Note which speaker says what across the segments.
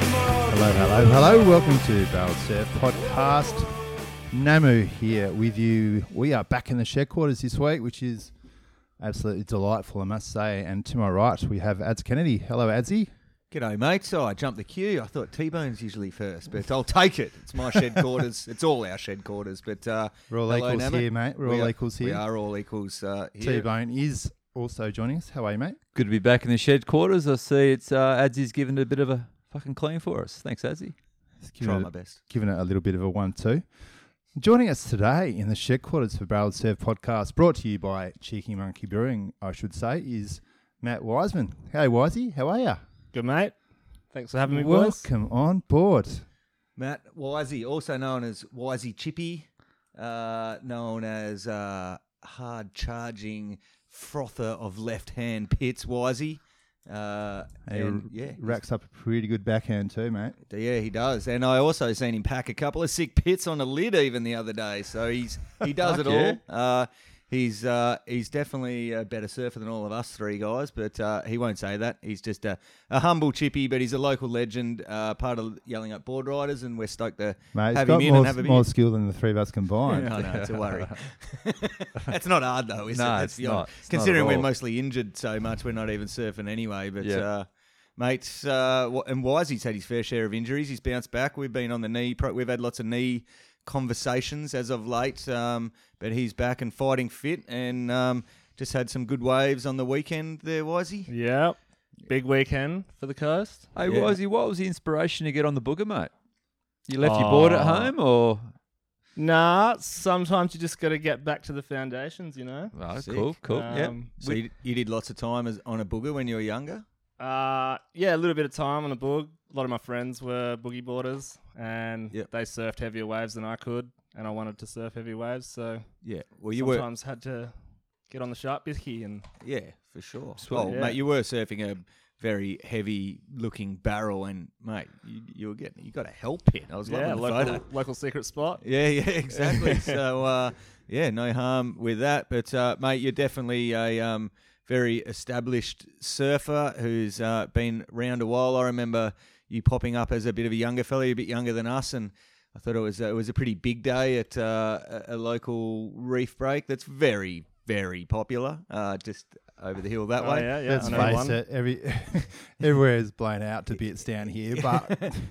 Speaker 1: Hello, hello, hello. Welcome to Barrel Surf Podcast. Namu here with you. We are back in the shed quarters this week, which is absolutely delightful, I must say. And to my right, we have Ads Kennedy. Hello, Adsy.
Speaker 2: G'day, mate. So I jumped the queue. I thought T-Bone's usually first, but I'll take it. It's my shed quarters. it's all our shed quarters. But uh,
Speaker 1: We're all
Speaker 2: hello,
Speaker 1: equals
Speaker 2: Namu.
Speaker 1: here, mate. We're
Speaker 2: We
Speaker 1: all
Speaker 2: are-
Speaker 1: equals
Speaker 2: We
Speaker 1: here.
Speaker 2: are all equals uh, here.
Speaker 1: T Bone is also joining us. How are you, mate?
Speaker 3: Good to be back in the shed quarters. I see it's uh, Adzy's given it a bit of a fucking clean for us. Thanks, Adzie.
Speaker 2: Try
Speaker 1: it,
Speaker 2: my best.
Speaker 1: giving it a little bit of a one-two. Joining us today in the shed quarters for Barrel Serve podcast, brought to you by Cheeky Monkey Brewing, I should say, is Matt Wiseman. Hey, Wisey, how are you?
Speaker 4: Good mate. Thanks for having me, boys.
Speaker 1: Welcome on board.
Speaker 2: Matt Wisey, also known as Wisey Chippy, uh, known as uh, hard charging frother of left hand pits, Wisey. Uh,
Speaker 1: He
Speaker 2: and yeah, he's-
Speaker 1: racks up a pretty good backhand too, mate.
Speaker 2: yeah, he does. And I also seen him pack a couple of sick pits on a lid even the other day. So he's he does it
Speaker 3: Fuck
Speaker 2: all. Uh, he's uh, he's definitely a better surfer than all of us three guys, but uh, he won't say that. He's just a, a humble chippy, but he's a local legend, uh, part of yelling up board riders, and we're stoked to
Speaker 1: Mate, he's
Speaker 2: have
Speaker 1: got
Speaker 2: him in
Speaker 1: more,
Speaker 2: and have a
Speaker 1: more
Speaker 2: bit.
Speaker 1: skill than the three of us combined.
Speaker 2: No, no, it's a worry. That's not hard though, is
Speaker 3: No,
Speaker 2: it? That's
Speaker 3: it's
Speaker 2: the odd-
Speaker 3: not. It's not at
Speaker 2: Considering we're
Speaker 3: all.
Speaker 2: mostly injured so much, we're not even surfing anyway. But
Speaker 3: Yeah.
Speaker 2: uh, mates, uh, wh- and Wisey's had his fair share of injuries. He's bounced back. We've been on the knee. Pro- we've had lots of knee conversations as of late. Um, but he's back and fighting fit, and um, just had some good waves on the weekend there, Wisey.
Speaker 4: Yep. Big weekend for the coast.
Speaker 3: Hey,
Speaker 2: Yeah.
Speaker 3: Wisey, what was the inspiration to get on the booger, mate? You left your board at
Speaker 4: Oh.
Speaker 3: home, or
Speaker 4: Nah, sometimes you just got to get back to the foundations, you know.
Speaker 3: oh,
Speaker 2: Sick.
Speaker 3: cool, cool, yeah.
Speaker 4: Um,
Speaker 2: So you, you did lots of time as, on a booger when you were younger.
Speaker 4: Uh, yeah, a little bit of time on a boog. A lot of my friends were boogie boarders, and
Speaker 2: Yep.
Speaker 4: they surfed heavier waves than I could, and I wanted to surf heavy waves, so
Speaker 2: Yeah. Well, you were.
Speaker 4: sometimes had to get on the sharp bisky and
Speaker 2: Yeah, for sure.
Speaker 3: Sweet.
Speaker 2: Well,
Speaker 4: Yeah.
Speaker 2: mate, you were surfing a very heavy looking barrel, and mate, you, you were getting you got a hell pit. I was
Speaker 4: yeah,
Speaker 2: loving the photo.
Speaker 4: local, local secret spot.
Speaker 2: Yeah, yeah, exactly. so, uh, yeah, no harm with that. But, uh, mate, you're definitely a um, very established surfer who's uh, been round a while. I remember you popping up as a bit of a younger fella, you're a bit younger than us, and I thought it was uh, it was a pretty big day at uh, a a local reef break that's very very popular, uh, just over the hill that
Speaker 4: Oh,
Speaker 2: way.
Speaker 4: yeah, yeah,
Speaker 1: Let's
Speaker 4: I know
Speaker 1: face
Speaker 4: one.
Speaker 1: it, every everywhere is blown out to bits down here, but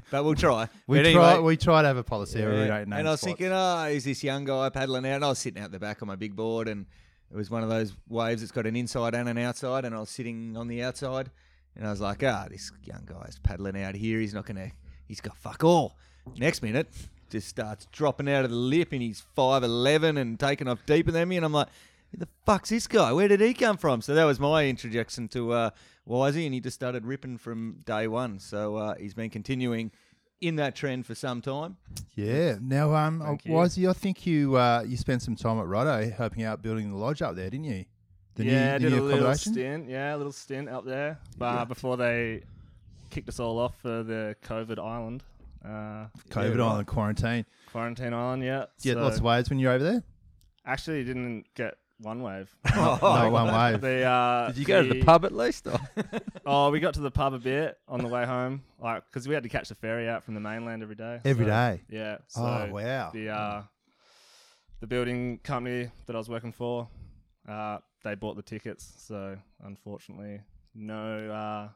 Speaker 2: But we'll try.
Speaker 1: we
Speaker 2: But
Speaker 1: try
Speaker 2: anyway-
Speaker 1: we try to have a policy where we
Speaker 2: Yeah.
Speaker 1: don't name
Speaker 2: And I was
Speaker 1: spots.
Speaker 2: thinking, oh, is this young guy paddling out? And I was sitting out the back on my big board, and it was one of those waves that's got an inside and an outside, and I was sitting on the outside, and I was like, ah, this young guy's paddling out here. He's not gonna. He's got fuck all. Next minute, just starts dropping out of the lip, and he's five eleven and taking off deeper than me, and I'm like. Who the fuck's this guy? Where did he come from? So that was my introduction to uh, Wisey, and he just started ripping from day one. So uh, he's been continuing in that trend for some time.
Speaker 1: Yeah. Now, um, uh,
Speaker 4: Thank you.
Speaker 1: Wisey, I think you uh, you spent some time at Righto helping out building the lodge up there, didn't you? The
Speaker 4: yeah,
Speaker 1: new,
Speaker 4: did
Speaker 1: the
Speaker 4: a
Speaker 1: new
Speaker 4: little
Speaker 1: accommodation.
Speaker 4: stint. Yeah, a little stint up there. But before they kicked us all off for the COVID island, uh,
Speaker 1: COVID island quarantine.
Speaker 4: quarantine island. Yeah,
Speaker 1: Did you get
Speaker 4: So-
Speaker 1: lots of waves when you're over there?
Speaker 4: Actually, didn't get one wave. Oh,
Speaker 1: no, one wave.
Speaker 4: the, uh,
Speaker 3: Did you go to the pub at least? Or?
Speaker 4: Oh, we got to the pub a bit on the way home, like because we had to catch the ferry out from the mainland every day.
Speaker 1: Every
Speaker 4: Every
Speaker 1: day?
Speaker 4: day. Yeah. So
Speaker 1: oh, wow.
Speaker 4: The uh, the building company that I was working for, uh, they bought the tickets, so unfortunately, no uh,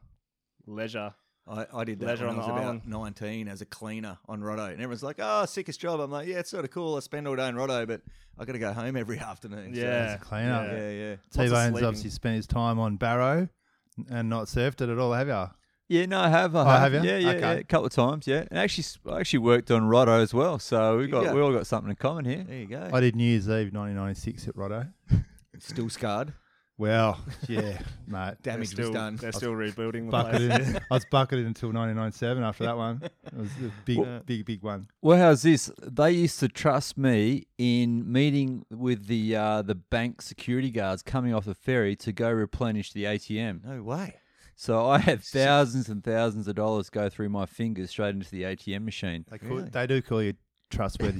Speaker 4: leisure.
Speaker 2: I, I did that
Speaker 4: Leisure on
Speaker 2: when I was
Speaker 4: the
Speaker 2: about
Speaker 4: island.
Speaker 2: 19 as a cleaner on Roto, and everyone's like, "Oh, sickest job." I'm like, "Yeah, it's sort of cool. I spend all day in Roto, but I got to go home every afternoon." so
Speaker 4: Yeah.
Speaker 1: It's uh, a clean up.
Speaker 2: it's- yeah, yeah.
Speaker 4: Lots of
Speaker 1: T-Bone's
Speaker 4: sleeping.
Speaker 1: obviously spent his time on Barrow and not surfed it at all, have you?
Speaker 3: Yeah, no, I have. I
Speaker 1: Oh, have
Speaker 3: have.
Speaker 1: you?
Speaker 3: Yeah, yeah,
Speaker 1: Okay.
Speaker 3: yeah, a couple of times. Yeah, and actually, s- I actually worked on Roto as well, so we
Speaker 2: you
Speaker 3: got
Speaker 2: go.
Speaker 3: we all got something in common here.
Speaker 2: There you go.
Speaker 1: I did New Year's Eve 1996 at Righto.
Speaker 2: Still scarred.
Speaker 1: Well, yeah, mate.
Speaker 4: They're
Speaker 2: Damage was
Speaker 4: still,
Speaker 2: done.
Speaker 4: they're still rebuilding the
Speaker 1: Bucketed.
Speaker 4: place.
Speaker 1: I was bucketed until 1997 after that one. It was a big,
Speaker 3: Well-
Speaker 1: big, big one.
Speaker 3: Well, how's this? They used to trust me in meeting with the uh, the bank security guards coming off the ferry to go replenish the ATM.
Speaker 2: No way.
Speaker 3: So I had thousands and thousands of dollars go through my fingers straight into the ATM machine.
Speaker 1: They, call, they do call you trustworthy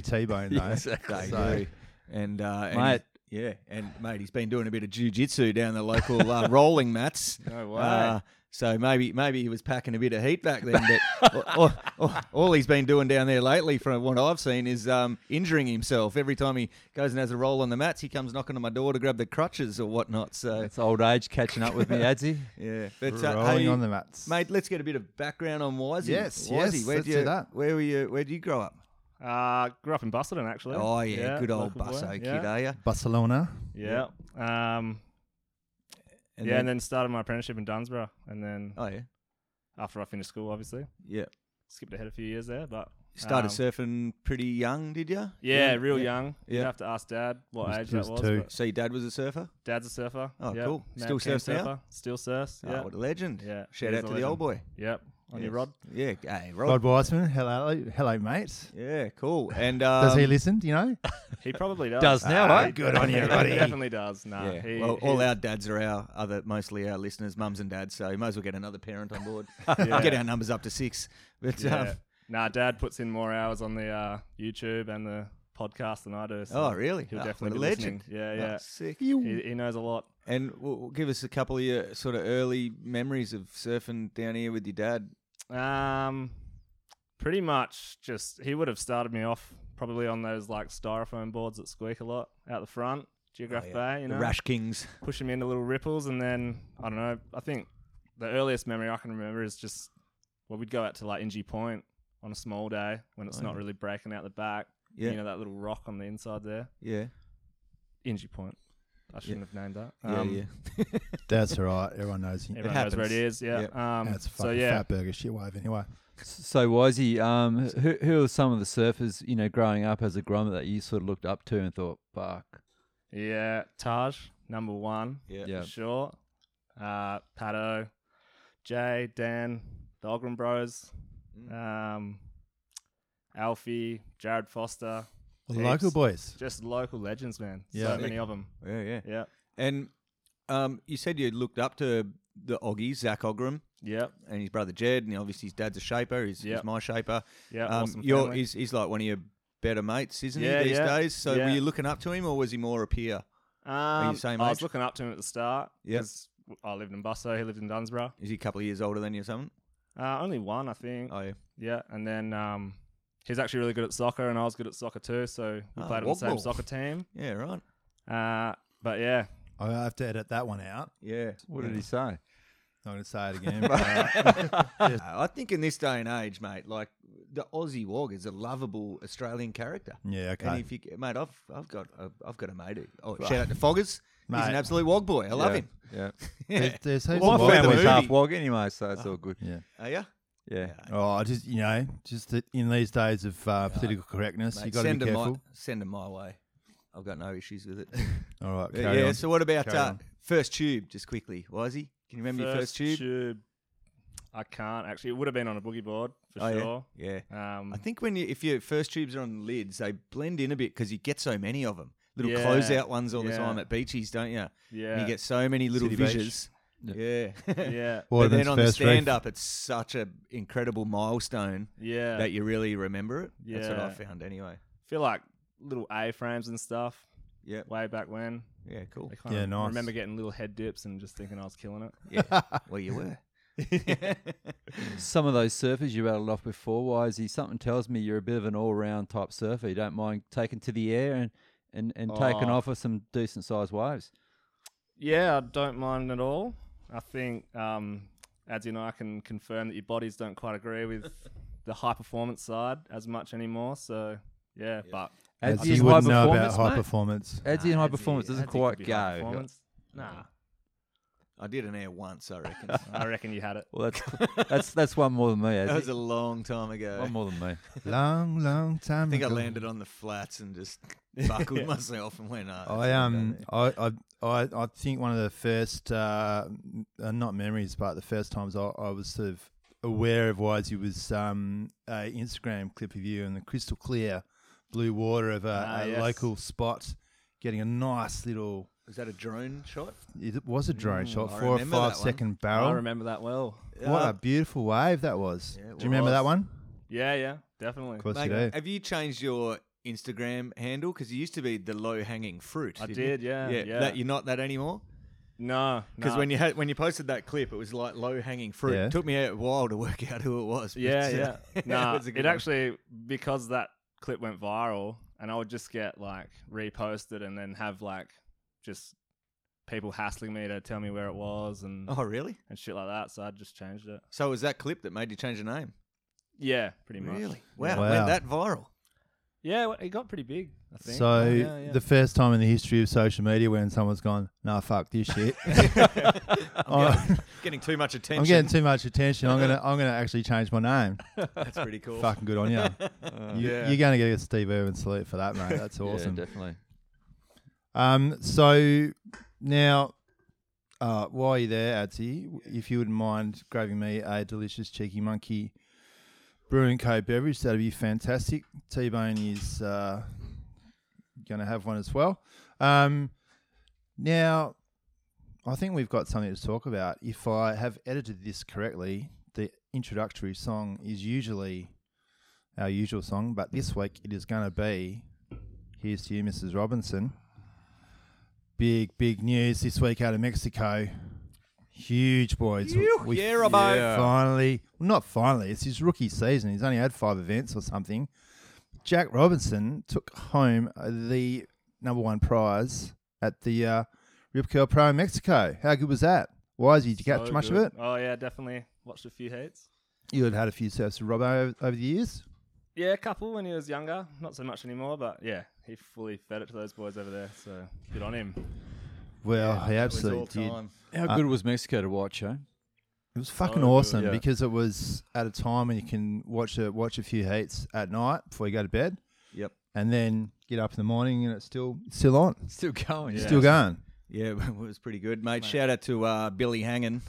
Speaker 1: T-Bone, though.
Speaker 2: They
Speaker 1: So-
Speaker 2: do. And uh, and
Speaker 3: Mate.
Speaker 2: he's- yeah, and mate, he's been doing a bit of jujitsu down the local uh, rolling mats.
Speaker 4: No way.
Speaker 2: Uh, So maybe maybe he was packing a bit of heat back then. But all, all, all he's been doing down there lately, from what I've seen, is um, injuring himself. Every time he goes and has a roll on the mats, he comes knocking on my door to grab the crutches or whatnot. So
Speaker 3: It's old age catching up with me, Adzi.
Speaker 2: yeah, but uh,
Speaker 1: Rolling
Speaker 2: hey,
Speaker 1: on the mats.
Speaker 2: mate, let's get a bit of background on Wisey.
Speaker 1: Yes,
Speaker 2: Wisey,
Speaker 1: yes,
Speaker 2: where'd
Speaker 1: let's
Speaker 2: you,
Speaker 1: do that.
Speaker 2: Where were you? Where did you grow up?
Speaker 4: Uh, grew up in Busselton actually.
Speaker 2: Oh yeah, good old
Speaker 4: local boy,
Speaker 2: busso kid,
Speaker 4: Yeah,
Speaker 2: are you?
Speaker 1: Barcelona.
Speaker 4: yeah. Um,
Speaker 2: And
Speaker 4: yeah,
Speaker 2: then-
Speaker 4: and then started my apprenticeship in Dunsborough, and then
Speaker 2: oh yeah,
Speaker 4: after I finished school, obviously
Speaker 2: yeah.
Speaker 4: skipped ahead a few years there, but
Speaker 2: Started
Speaker 4: um,
Speaker 2: surfing pretty young, did you?
Speaker 4: Yeah, real young.
Speaker 2: Yeah.
Speaker 4: You'd have to ask Dad what
Speaker 1: Was-
Speaker 4: age
Speaker 1: was
Speaker 4: that was.
Speaker 1: two.
Speaker 4: but
Speaker 2: So your dad was a surfer.
Speaker 4: Dad's a surfer.
Speaker 2: Oh,
Speaker 4: yeah,
Speaker 2: cool.
Speaker 4: Mad
Speaker 2: Still
Speaker 4: keen
Speaker 2: surfs now?
Speaker 4: surfer. Still surfs. Yeah.
Speaker 2: Oh, what a legend!
Speaker 4: Yeah,
Speaker 2: Shout
Speaker 4: he's
Speaker 2: out
Speaker 4: a
Speaker 2: to the old
Speaker 4: legend.
Speaker 2: boy.
Speaker 4: Yep. On your
Speaker 2: Yes.
Speaker 4: rod.
Speaker 2: Yeah, hey Rod.
Speaker 1: Rod Wiseman. Hello, hello, mate.
Speaker 2: Yeah, cool. And um,
Speaker 1: Does he listen? Do you know?
Speaker 4: He probably does.
Speaker 3: Does now,
Speaker 1: Ah,
Speaker 3: eh?
Speaker 1: Good on you,
Speaker 4: He
Speaker 1: buddy.
Speaker 4: definitely does. Nah.
Speaker 2: Yeah.
Speaker 4: he-
Speaker 2: well, all
Speaker 4: he's-
Speaker 2: our dads are our other, mostly our listeners, mums and dads. So you might as well get another parent on board.
Speaker 4: Yeah.
Speaker 2: Get our numbers up to six. But um,
Speaker 4: yeah. Nah, Dad puts in more hours on the uh, YouTube and the podcast than I do. So
Speaker 2: oh, really?
Speaker 4: He'll
Speaker 2: Ah,
Speaker 4: definitely
Speaker 2: what a
Speaker 4: be listening.
Speaker 2: legend.
Speaker 4: Yeah,
Speaker 2: Oh,
Speaker 4: yeah.
Speaker 2: sick.
Speaker 4: He, he knows a lot.
Speaker 2: And w- w- give us a couple of your sort of early memories of surfing down here with your dad.
Speaker 4: Um, pretty much just he would have started me off probably on those like styrofoam boards that squeak a lot out the front, Geograph Bay. You know,
Speaker 2: Oh, The Rash Kings.
Speaker 4: push them into little ripples, and then I don't know. I think the earliest memory I can remember is just well, we'd go out to like Ingy Point on a small day when it's not really breaking out the back.
Speaker 2: Yeah.
Speaker 4: You know that little rock on the inside there,
Speaker 2: Yeah.
Speaker 4: Ingy Point. I shouldn't have named that. Um,
Speaker 2: Yeah, yeah.
Speaker 1: That's all right. Everyone knows. you.
Speaker 4: Everyone knows where it
Speaker 2: happens.
Speaker 4: is. Yeah. Um,
Speaker 1: That's a
Speaker 4: so
Speaker 1: fucking
Speaker 4: yeah,
Speaker 1: fat burger shit wave anyway.
Speaker 3: So Wisey, um, who who are some of the surfers you know growing up as a grommet that you sort of looked up to and thought, "Fuck,
Speaker 4: yeah. Taj number one.
Speaker 2: Yeah.
Speaker 3: yeah,
Speaker 4: for sure. Uh, Pato, Jay, Dan, the Ogram Bros, um, Alfie, Jared Foster,
Speaker 1: The
Speaker 4: Heaps.
Speaker 1: local boys.
Speaker 4: just local legends, man.
Speaker 1: Yeah.
Speaker 4: So many of them.
Speaker 2: Yeah, yeah.
Speaker 4: Yeah,
Speaker 2: And um, you said you looked up to the Oggies, Zach Ogram,
Speaker 4: yeah,
Speaker 2: and his brother Jed, and obviously his dad's a shaper. He's,
Speaker 4: Yeah.
Speaker 2: he's my shaper.
Speaker 4: yeah.
Speaker 2: um,
Speaker 4: awesome
Speaker 2: you're-
Speaker 4: family.
Speaker 2: he's, he's like one of your better mates, isn't
Speaker 4: Yeah,
Speaker 2: he, these
Speaker 4: yeah,
Speaker 2: days? So were
Speaker 4: yeah.
Speaker 2: you looking up to him, or was he more a peer?
Speaker 4: Um,
Speaker 2: same
Speaker 4: I was
Speaker 2: age?
Speaker 4: looking up to him at the start.
Speaker 2: Yeah.
Speaker 4: 'cause I lived in Busso. He lived in Dunsborough.
Speaker 2: Is he a couple of years older than you or something?
Speaker 4: Uh, only one, I think.
Speaker 2: Oh, yeah.
Speaker 4: Yeah, and then um, he's actually really good at soccer, and I was good at soccer too. So we
Speaker 2: Ah,
Speaker 4: played on the same
Speaker 2: wobble.
Speaker 4: soccer team.
Speaker 2: Yeah, right.
Speaker 4: Uh, but yeah,
Speaker 1: I have to edit that one out.
Speaker 2: Yeah.
Speaker 3: what did he say?"
Speaker 1: Not going to say it again. but- uh,
Speaker 2: Uh, I think in this day and age, mate, like the Aussie Wog is a lovable Australian character.
Speaker 1: yeah,
Speaker 2: And
Speaker 1: okay.
Speaker 2: if you, mate, I've I've got a, I've got a mate. who- Oh, shout out to Foggers. He's an
Speaker 1: Mate.
Speaker 2: absolute wog boy. I love
Speaker 3: yeah,
Speaker 2: him.
Speaker 3: Yeah,
Speaker 1: There's,
Speaker 2: Yeah.
Speaker 1: there's heaps
Speaker 2: Well,
Speaker 1: of
Speaker 2: I
Speaker 1: wild
Speaker 2: found
Speaker 3: my
Speaker 2: the
Speaker 1: ones.
Speaker 3: family's
Speaker 2: movie.
Speaker 3: half wog anyway, so it's all good.
Speaker 1: Yeah.
Speaker 2: Are you?
Speaker 3: Yeah,
Speaker 1: Oh, I just you know, just that in these days of uh, political correctness, you got to be
Speaker 2: send him
Speaker 1: careful.
Speaker 2: my send him my way. I've got no issues with it.
Speaker 1: All right,
Speaker 2: But
Speaker 1: carry
Speaker 2: yeah.
Speaker 1: on.
Speaker 2: So what about
Speaker 1: Carry
Speaker 2: uh,
Speaker 1: on.
Speaker 2: first tube? Just quickly, Wisey, can you remember your first tube?
Speaker 4: I can't actually. It would have been on a boogie board for
Speaker 2: Oh, yeah.
Speaker 4: sure.
Speaker 2: Yeah.
Speaker 4: Um,
Speaker 2: I think when you if your first tubes are on lids, they blend in a bit because you get so many of them. Little
Speaker 4: Yeah.
Speaker 2: closeout ones all the
Speaker 4: Yeah.
Speaker 2: time at beaches, don't you? And
Speaker 4: yeah,
Speaker 2: you get so many little
Speaker 1: City Beach.
Speaker 2: visions. yeah.
Speaker 4: yeah,
Speaker 2: But then
Speaker 1: Waterman's
Speaker 2: on the
Speaker 1: first reef.
Speaker 2: stand up, it's such an incredible milestone
Speaker 4: yeah.
Speaker 2: that you really remember it. That's what I
Speaker 4: Yeah.
Speaker 2: found anyway.
Speaker 4: feel like little A frames and stuff
Speaker 2: Yeah.
Speaker 4: way back when.
Speaker 2: Yeah, cool.
Speaker 4: I kinda
Speaker 1: Yeah, nice.
Speaker 4: Remember getting little head dips and just thinking I was killing it.
Speaker 2: Yeah. well, you were.
Speaker 3: some of those surfers you rattled off before, Wisey. Something tells me you're a bit of an all-round type surfer. You don't mind taking to the air and and and taking
Speaker 4: Oh.
Speaker 3: off with some decent sized waves.
Speaker 4: Yeah, I don't mind at all. I think um, Ads and I can confirm that your bodies don't quite agree with the high performance side as much anymore. So yeah, but
Speaker 1: As
Speaker 3: Adzi
Speaker 1: you
Speaker 3: and
Speaker 1: wouldn't know about
Speaker 3: performance,
Speaker 1: high
Speaker 3: mate.
Speaker 1: performance.
Speaker 3: Adzi and high performance doesn't
Speaker 4: Adzi
Speaker 3: quite
Speaker 4: could be high
Speaker 3: go.
Speaker 4: performance. Nah,
Speaker 2: I did an air once, I reckon.
Speaker 4: I reckon you had it.
Speaker 3: Well, that's that's that's one more than me.
Speaker 2: that was
Speaker 3: Adzi.
Speaker 2: a long time ago.
Speaker 3: One more than me.
Speaker 1: long, long time.
Speaker 2: I think I
Speaker 1: ago.
Speaker 2: landed on the flats and just buckled myself and went, oh,
Speaker 1: I um I, I I I think one of the first uh, m- uh, not memories but the first times I, I was sort of aware of Wisey was um a Instagram clip of you and the crystal clear blue water of a,
Speaker 4: Ah,
Speaker 1: a
Speaker 4: yes.
Speaker 1: local spot getting a nice little
Speaker 2: Was that a drone shot?
Speaker 1: it was a drone shot
Speaker 2: Mm, I
Speaker 1: four or
Speaker 2: remember that
Speaker 1: five
Speaker 2: one.
Speaker 1: second
Speaker 4: I
Speaker 1: barrel
Speaker 4: remember that well.
Speaker 1: what
Speaker 2: Yeah.
Speaker 1: a beautiful wave that was
Speaker 2: Yeah,
Speaker 1: do
Speaker 2: it
Speaker 1: you remember that
Speaker 2: was.
Speaker 1: one
Speaker 4: Yeah, yeah, definitely.
Speaker 1: of course
Speaker 2: Mate,
Speaker 1: you do
Speaker 2: have you changed your Instagram handle? Because it used to be the low hanging fruit.
Speaker 4: I
Speaker 2: didn't it?
Speaker 4: did, yeah, yeah.
Speaker 2: That, you're not that anymore?
Speaker 4: No,
Speaker 2: Because
Speaker 4: no.
Speaker 2: when you had when you posted that clip, it was like low hanging fruit.
Speaker 1: Yeah.
Speaker 2: It took me a while to work out who it was. but,
Speaker 4: yeah,
Speaker 2: uh,
Speaker 4: yeah,
Speaker 2: it
Speaker 4: nah,
Speaker 2: was a
Speaker 4: it,
Speaker 2: good one.
Speaker 4: actually because that clip went viral, and I would just get like reposted, and then have like just people hassling me to tell me where it was and
Speaker 2: Oh, really?
Speaker 4: and shit like that. So I just changed it.
Speaker 2: So it was that clip that made you change your name?
Speaker 4: Yeah, pretty much.
Speaker 2: Really? Wow,
Speaker 1: Wow.
Speaker 2: it went that viral.
Speaker 4: Yeah, well, it got pretty big. I think.
Speaker 1: So
Speaker 4: yeah, yeah.
Speaker 1: the first time in the history of social media when someone's gone, nah, fuck this shit.
Speaker 2: I'm
Speaker 1: Oh.
Speaker 2: getting, getting too much attention.
Speaker 1: I'm getting too much attention. I'm gonna I'm gonna actually change my name.
Speaker 2: That's pretty cool.
Speaker 1: Fucking good on you. you
Speaker 2: yeah.
Speaker 1: You're gonna get a Steve Irwin salute for that, mate. That's awesome.
Speaker 3: Uh, Yeah, definitely.
Speaker 1: Um, so now, uh, while you're there, Adsy, w- if you wouldn't mind grabbing me a delicious cheeky monkey brewing co beverage, that'd be fantastic. T Bone is uh, going to have one as well. Um, now, I think we've got something to talk about. If I have edited this correctly, the introductory song is usually our usual song, but this week it is going to be Here's to You, Mrs. Robinson. Big, big news this week out of Mexico. Huge boys. We
Speaker 2: yeah, Robbo. Yeah.
Speaker 1: finally, well, not finally, it's his rookie season. He's only had five events or something. Jack Robinson took home uh, the number one prize at the uh, Rip Curl Pro in Mexico. How good was that? Why did you catch
Speaker 4: So
Speaker 1: much of
Speaker 4: good.
Speaker 1: it?
Speaker 4: Oh yeah, definitely watched a few heats.
Speaker 1: You had had a few surfs with Robbo over, over the years.
Speaker 4: Yeah, a couple when he was younger. Not so much anymore, but yeah, he fully fed it to those boys over there. So good on him.
Speaker 1: Well, oh, he
Speaker 2: That was all
Speaker 1: absolutely did.
Speaker 2: time.
Speaker 3: How good was Mexico to watch, eh? huh?
Speaker 1: It was fucking
Speaker 4: good.
Speaker 1: awesome
Speaker 3: Yeah.
Speaker 1: because it was at a time when you can watch a watch a few heats at night before you go to bed.
Speaker 2: Yep.
Speaker 1: And then get up in the morning and it's still still on,
Speaker 3: Still going.
Speaker 4: Yeah.
Speaker 1: still going.
Speaker 2: Yeah, it was pretty good, mate. Shout out to uh, Billy Hangen,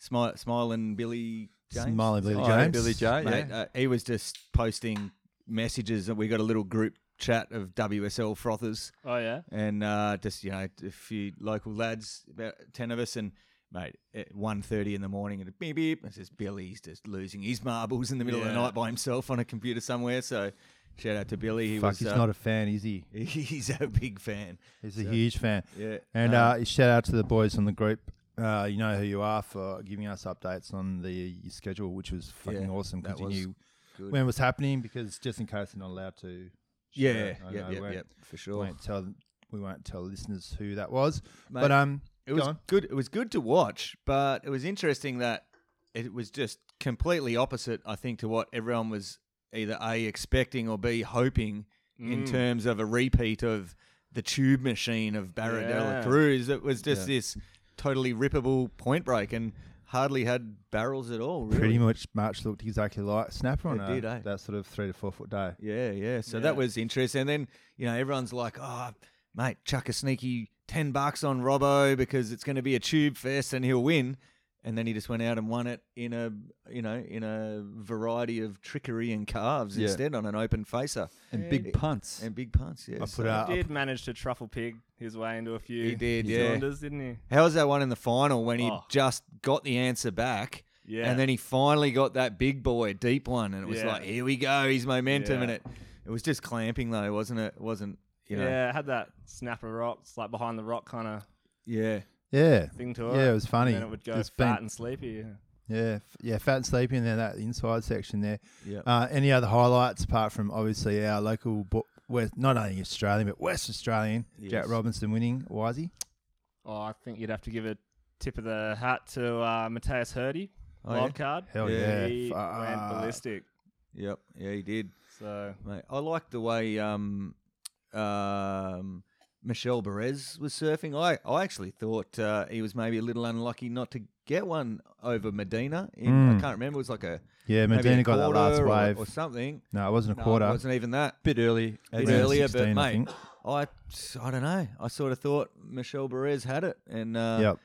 Speaker 2: Smi- smiling Billy James.
Speaker 1: Smiling Billy
Speaker 3: Oh,
Speaker 1: James.
Speaker 3: Billy J,
Speaker 2: Mate,
Speaker 3: yeah.
Speaker 2: uh, he was just posting messages, and we got a little group chat of WSL frothers,
Speaker 4: Oh yeah,
Speaker 2: and uh, just you know a few local lads, about ten of us, and mate, at one thirty in the morning, and beep beep, and says Billy's just losing his marbles in the middle of the
Speaker 4: Yeah.
Speaker 2: night by himself on a computer somewhere. So, shout out to Billy. He
Speaker 1: Fuck,
Speaker 2: was
Speaker 1: he's
Speaker 2: uh,
Speaker 1: not a fan, is he?
Speaker 2: he's a big fan.
Speaker 1: He's a huge fan.
Speaker 2: Yeah,
Speaker 1: And uh, shout out to the boys on the group. Uh, you know who you are for giving us updates on the your schedule, which was fucking
Speaker 2: Yeah,
Speaker 1: awesome because
Speaker 2: that
Speaker 1: you
Speaker 2: was
Speaker 1: knew
Speaker 2: good.
Speaker 1: when it was happening. Because just in case they're not allowed to, share
Speaker 2: yeah,
Speaker 1: it, I
Speaker 2: yeah,
Speaker 1: know,
Speaker 2: yeah,
Speaker 1: we
Speaker 2: yeah,
Speaker 1: won't-
Speaker 2: for
Speaker 1: we
Speaker 2: sure.
Speaker 1: won't tell we won't tell listeners who that was. but
Speaker 2: Mate,
Speaker 1: um,
Speaker 2: It was
Speaker 1: go on.
Speaker 2: good. It was good to watch, but it was interesting that it was just completely opposite, I think, to what everyone was either a expecting or b hoping in
Speaker 1: Mm.
Speaker 2: terms of a repeat of the tube machine of Barra
Speaker 4: Yeah.
Speaker 2: della Cruz. It was just this totally rippable point break and hardly had barrels at all. Really.
Speaker 1: pretty much March looked exactly like Snapper on
Speaker 2: It
Speaker 1: a,
Speaker 2: did, eh?
Speaker 1: that sort of three to four foot day.
Speaker 2: Yeah, yeah. So
Speaker 4: Yeah.
Speaker 2: that was interesting. And then, you know, everyone's like, oh, mate, chuck a sneaky 10 bucks on Robbo because it's going to be a tube fest and he'll win. And then he just went out and won it in a, you know, in a variety of trickery and carves
Speaker 3: Yeah.
Speaker 2: instead on an open facer
Speaker 3: And big punts.
Speaker 2: and big punts. Yeah.
Speaker 1: I
Speaker 2: so-
Speaker 1: put out. I
Speaker 4: did manage to truffle pig his way into a few.
Speaker 2: Uh, He did, yeah.
Speaker 4: cylinders, didn't he?
Speaker 2: How was that one in the final when he
Speaker 4: Oh.
Speaker 2: just got the answer back?
Speaker 4: Yeah.
Speaker 2: And then he finally got that big boy deep one, and it was
Speaker 4: Yeah.
Speaker 2: like, here we go, he's momentum,
Speaker 4: Yeah.
Speaker 2: and it, it was just clamping though, wasn't it? It wasn't, you know,
Speaker 4: Yeah, it had that snapper rocks like behind the rock kind of
Speaker 2: yeah.
Speaker 1: yeah,
Speaker 4: thing to it.
Speaker 1: yeah, it was funny.
Speaker 4: And then it would go
Speaker 1: It's been-
Speaker 4: fat and sleepy. yeah.
Speaker 1: Yeah, f- yeah, fat and sleepy in there, that inside section there.
Speaker 2: Yep.
Speaker 1: Uh, any other highlights apart from obviously our local, bo- West, not only Australian but West Australian, Jack
Speaker 2: Yes.
Speaker 1: Robinson winning Wisey.
Speaker 4: Oh, I think you'd have to give a tip of the hat to uh, Mateus Hurdy,
Speaker 2: Oh, yeah?
Speaker 4: wild card.
Speaker 1: Hell
Speaker 2: Yeah.
Speaker 1: yeah,
Speaker 4: He went
Speaker 1: Fuck.
Speaker 4: ballistic.
Speaker 2: Yep. Yeah, he did.
Speaker 4: So
Speaker 2: Mate, I liked the way um, um, Michelle Perez was surfing. I, I actually thought uh, he was maybe a little unlucky not to get one over Medina. In, I
Speaker 1: Mm.
Speaker 2: can't remember. It was like a
Speaker 1: Yeah,
Speaker 2: maybe a
Speaker 1: Medina got that last
Speaker 2: quarter or,
Speaker 1: wave.
Speaker 2: or something.
Speaker 1: no, it wasn't a
Speaker 2: No,
Speaker 1: quarter.
Speaker 2: it wasn't even that.
Speaker 3: bit early.
Speaker 2: A bit
Speaker 1: Around
Speaker 2: earlier,
Speaker 1: 16,
Speaker 2: but
Speaker 1: I
Speaker 2: mate,
Speaker 1: think.
Speaker 2: I, I, don't know. I sort of thought Michelle Perez had it, and uh,
Speaker 1: yep.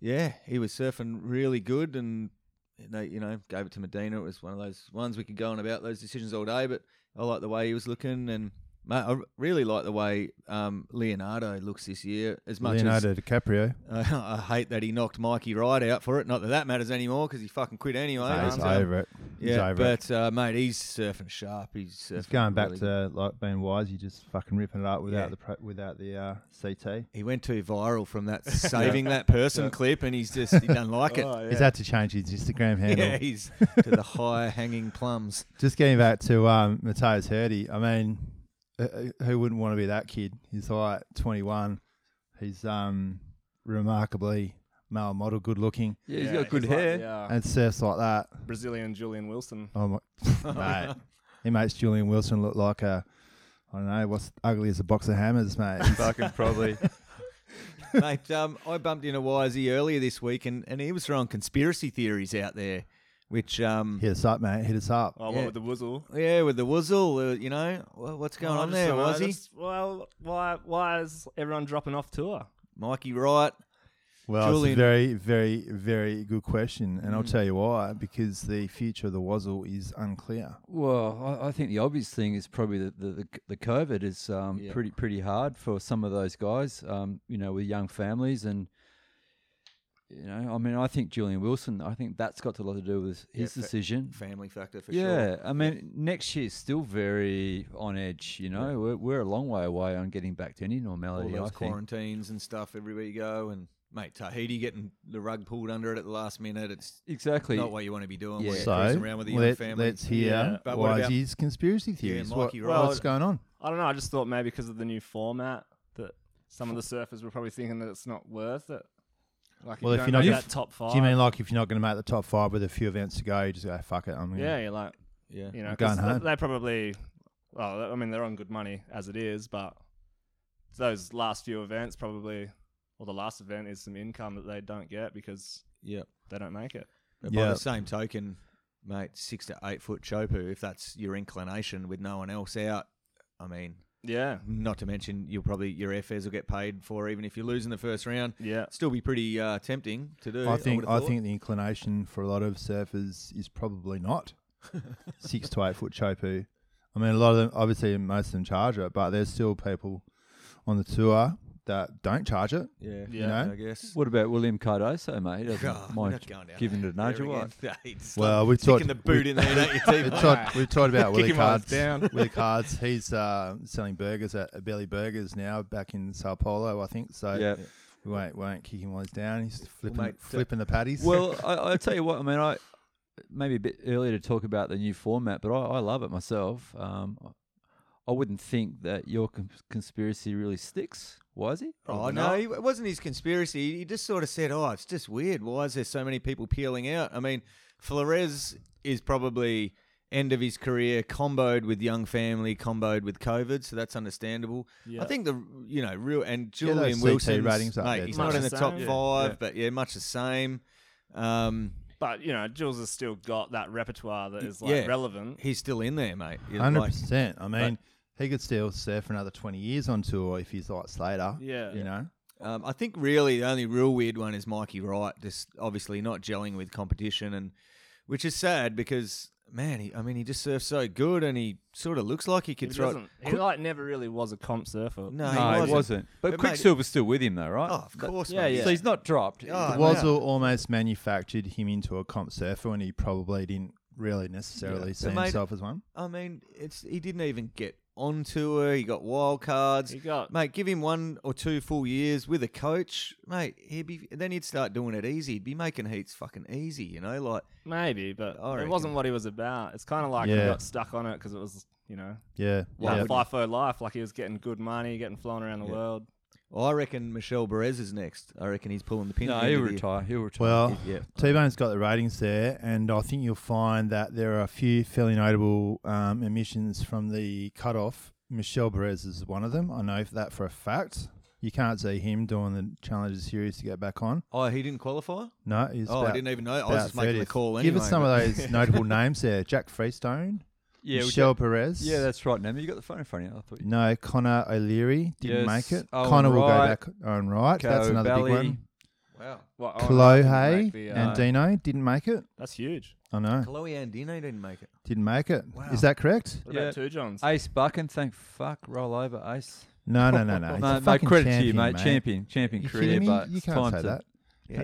Speaker 2: yeah, he was surfing really good, and they, you know, gave it to Medina. It was one of those ones we could go on about those decisions all day, but I like the way he was looking, and Mate, I r- really like the way um, Leonardo looks this year. As much
Speaker 1: Leonardo DiCaprio.
Speaker 2: as I hate that he knocked Mikey Wright out for it. Not that that matters anymore because he fucking quit anyway.
Speaker 1: No, he's
Speaker 2: Um,
Speaker 1: over it. He's
Speaker 2: Yeah,
Speaker 1: over it.
Speaker 2: but uh, mate, he's surfing sharp. He's, surfing
Speaker 1: He's going back
Speaker 2: really
Speaker 1: to like being wise. You just fucking ripping it up without
Speaker 2: Yeah.
Speaker 1: the pro- without the uh, CT.
Speaker 2: He went too viral from that saving that person clip, and he's just he doesn't like it.
Speaker 1: He's had to change his Instagram handle.
Speaker 2: yeah, he's to the higher hanging plums.
Speaker 1: Just getting back to um, Mateus Hurdy. I mean, uh, uh, who wouldn't want to be that kid? He's like 21. He's um, remarkably male model, good looking,
Speaker 3: Yeah, he's got good
Speaker 4: like
Speaker 3: hair.
Speaker 4: the, uh,
Speaker 1: and surfs like that.
Speaker 4: Brazilian Julian Wilson.
Speaker 1: Oh my, mate. He makes Julian Wilson look like a, I don't know, what's ugly as a box of hammers, mate.
Speaker 3: Fucking probably.
Speaker 2: Mate, um, I bumped into Wisey earlier this week, and, and he was throwing conspiracy theories out there, which um,
Speaker 1: Hit us up, mate. Hit us up.
Speaker 4: Oh,
Speaker 2: Yeah.
Speaker 4: what with the Wuzzle?
Speaker 2: yeah, with the wuzzle, uh, you know, wha- what's going
Speaker 4: Oh, I
Speaker 2: on
Speaker 4: just
Speaker 2: there,
Speaker 4: don't know.
Speaker 2: Wisey?
Speaker 4: That's- Well, why why is everyone dropping off tour?
Speaker 2: Mikey Wright,
Speaker 1: Well, it's a
Speaker 2: Julian-
Speaker 1: very, very, very good question, and I'll tell you why. Because the future of the Wazzle is unclear.
Speaker 3: Well, I, I think the obvious thing is probably that the, the, the COVID is um,
Speaker 2: Yeah.
Speaker 3: pretty pretty hard for some of those guys. Um, you know, with young families and you know, I mean, I think Julian Wilson. I think that's got a lot to do with
Speaker 2: Yeah,
Speaker 3: his
Speaker 2: fa-
Speaker 3: decision.
Speaker 2: family factor for sure.
Speaker 3: yeah, I mean, next year's still very on edge. You know, we're, we're a long way away on getting back to any
Speaker 2: all
Speaker 3: normality. I
Speaker 2: those
Speaker 3: think.
Speaker 2: quarantines and stuff everywhere you go, and mate, Tahiti getting the rug pulled under it at the last minute. It's
Speaker 3: Exactly.
Speaker 2: not what you want to be doing.
Speaker 3: Yeah.
Speaker 2: when you're
Speaker 1: So
Speaker 2: cruising around with a young
Speaker 1: let,
Speaker 2: family.
Speaker 1: us hear
Speaker 2: But what about-
Speaker 1: Wisey's conspiracy theories. What-
Speaker 2: Mikey Wright.
Speaker 1: what's going on?
Speaker 4: I don't know. I just thought maybe because of the new format that some of the surfers were probably thinking that it's not worth it. Like,
Speaker 1: Well,
Speaker 4: you
Speaker 1: if
Speaker 4: don't
Speaker 1: you're not
Speaker 4: make
Speaker 1: gonna-
Speaker 4: that top five,
Speaker 1: Do you mean like if you're not going to make the top five with a few events to go, you just go fuck it? I'm gonna,
Speaker 4: yeah, you're like
Speaker 2: Yeah.
Speaker 4: you know,
Speaker 1: I'm
Speaker 4: 'cause
Speaker 1: going
Speaker 4: th-
Speaker 1: home.
Speaker 4: They probably, well, I mean, they're on good money as it is, but those last few events probably, or the last event is some income that they don't get because
Speaker 2: Yeah.
Speaker 4: they don't make it.
Speaker 2: But by
Speaker 1: Yeah.
Speaker 2: the same token, mate, six to eight foot chopu, if that's your inclination with no one else out, I mean,
Speaker 4: Yeah,
Speaker 2: not to mention you'll probably your airfares will get paid for even if you lose in the first round.
Speaker 4: yeah.
Speaker 2: Still be pretty uh, tempting to do.
Speaker 1: I think
Speaker 2: would've
Speaker 1: I,
Speaker 2: thought.
Speaker 1: think the inclination for a lot of surfers is probably not six to eight foot chopu. I mean, a lot of them, obviously, most of them charge it, but there's still people on the tour that don't charge it.
Speaker 2: Yeah.
Speaker 4: You
Speaker 1: know?
Speaker 2: I guess.
Speaker 3: What about William Cardoso, mate? Doesn't
Speaker 2: God, we're
Speaker 3: mind
Speaker 2: not going down
Speaker 3: giving
Speaker 2: that
Speaker 3: it a nudge
Speaker 2: there
Speaker 3: or what?
Speaker 2: again. Hey, it's
Speaker 1: Well,
Speaker 2: like
Speaker 1: we
Speaker 2: sticking
Speaker 1: talked-
Speaker 2: the boot in there, don't you,
Speaker 1: we
Speaker 2: Steve?
Speaker 1: talked, we talked about Willie
Speaker 2: him while
Speaker 1: Cards.
Speaker 2: it's down.
Speaker 1: Willie Cards. He's uh, selling burgers at Belly Burgers now, back in Sao Paulo, I think. So
Speaker 3: Yeah.
Speaker 1: we won't won't kick him while he's down. He's flipping
Speaker 2: mate, so-
Speaker 1: flipping the patties.
Speaker 3: Well, I, I tell you what, I mean, I maybe a bit early to talk about the new format, but I, I love it myself. Um, I wouldn't think that your cons- conspiracy really sticks. Why is he?
Speaker 2: Oh no, he- it wasn't his conspiracy. He just sort of said, "Oh, it's just weird. Why is there so many people peeling out?" I mean, Flores is probably end of his career, comboed with young family, comboed with COVID, so that's understandable.
Speaker 4: Yeah.
Speaker 2: I think the you know real and
Speaker 1: Yeah, those
Speaker 2: Julian
Speaker 1: CT
Speaker 2: Wilson
Speaker 1: ratings up
Speaker 2: mate,
Speaker 1: there
Speaker 2: he's
Speaker 1: too.
Speaker 2: not in the
Speaker 4: Much the
Speaker 2: top
Speaker 4: same. Yeah,
Speaker 2: five,
Speaker 3: yeah.
Speaker 2: but yeah, much the same. Um,
Speaker 4: But you know, Jules has still got that repertoire that is like
Speaker 2: yeah.
Speaker 4: relevant.
Speaker 2: he's still in there, mate. You're
Speaker 1: hundred
Speaker 2: like-
Speaker 1: percent. I mean, he could still surf for another twenty years on tour if he's like Slater.
Speaker 4: Yeah.
Speaker 1: you know.
Speaker 2: Um, I think really the only real weird one is Mikey Wright, just obviously not gelling with competition, and which is sad because man, he, I mean, he just surfs so good, and he sort of looks like he
Speaker 4: He
Speaker 2: could throw.
Speaker 4: doesn't. He like never really was a comp surfer.
Speaker 2: No, he
Speaker 3: no,
Speaker 2: wasn't.
Speaker 3: it wasn't.
Speaker 2: But,
Speaker 3: But,
Speaker 2: mate-
Speaker 3: Quicksilver's still with him, though, right?
Speaker 2: Oh, of
Speaker 3: That-
Speaker 2: course,
Speaker 4: Yeah,
Speaker 2: mate.
Speaker 4: yeah.
Speaker 3: So he's not dropped.
Speaker 2: Oh,
Speaker 1: Wazzle
Speaker 2: wow.
Speaker 1: almost manufactured him into a comp surfer, and he probably didn't really necessarily see
Speaker 2: But mate-
Speaker 1: himself as one.
Speaker 2: I mean, it's he didn't even get onto her. He got wild cards.
Speaker 4: He got-
Speaker 2: mate. Give him one or two full years with a coach, mate. He'd be then he'd start doing it easy. He'd be making heats fucking easy, you know, like.
Speaker 4: Maybe, but
Speaker 2: I
Speaker 4: it
Speaker 2: reckon.
Speaker 4: wasn't what he was about. It's kind of like
Speaker 1: Yeah.
Speaker 4: he got stuck on it because it was, you know,
Speaker 1: Yeah,
Speaker 4: like
Speaker 1: yeah.
Speaker 4: FIFO life. Like he was getting good money, getting flown around the world.
Speaker 2: I reckon Michelle Perez is next. I reckon he's pulling the pin.
Speaker 3: No,
Speaker 2: at the end
Speaker 3: he'll
Speaker 2: of the year.
Speaker 3: retire. He'll retire.
Speaker 1: Well,
Speaker 2: Yeah.
Speaker 1: T Bone's got the ratings there, and I think you'll find that there are a few fairly notable um, emissions from the cutoff. Michelle Perez is one of them. I know that for a fact. You can't see him doing the Challenger Series to get back on.
Speaker 2: Oh, he didn't qualify.
Speaker 1: No, he's
Speaker 2: Oh, I
Speaker 1: about-
Speaker 2: didn't even know. I was
Speaker 1: about
Speaker 2: just making the
Speaker 1: 30th.
Speaker 2: call.
Speaker 1: Give us some of those notable names there: Jack Freestone,
Speaker 3: yeah, we
Speaker 1: Michelle
Speaker 3: got-
Speaker 1: Perez.
Speaker 3: yeah, that's right. Nemo, you got the phone in front of you. I thought you.
Speaker 1: no, Connor O'Leary didn't
Speaker 3: Yes,
Speaker 1: make it.
Speaker 2: Oh,
Speaker 3: Owen
Speaker 1: Connor will go
Speaker 3: Wright,
Speaker 1: back. Owen Wright, that's
Speaker 3: Ko
Speaker 1: another big
Speaker 3: Bally.
Speaker 1: one.
Speaker 2: Wow.
Speaker 4: Well, I don't know if he
Speaker 1: Clohay
Speaker 4: make the, uh,
Speaker 1: and Dino didn't make it.
Speaker 4: that's huge.
Speaker 1: I know.
Speaker 2: Chloe Andino didn't make it.
Speaker 1: Didn't make it. Is
Speaker 2: Wow.
Speaker 1: that correct?
Speaker 4: What
Speaker 3: Yeah.
Speaker 4: about two Johns?
Speaker 3: Ace Buck and thank fuck, roll over, Ace.
Speaker 1: No, no, no, no. He's a
Speaker 3: No, mate,
Speaker 1: fucking
Speaker 3: credit
Speaker 1: champion,
Speaker 3: to you, mate.
Speaker 1: mate.
Speaker 3: Champion, champion
Speaker 1: You
Speaker 3: career,
Speaker 1: kidding me?
Speaker 3: but
Speaker 1: You
Speaker 3: it's
Speaker 1: can't
Speaker 3: time
Speaker 1: say
Speaker 3: to.
Speaker 1: that.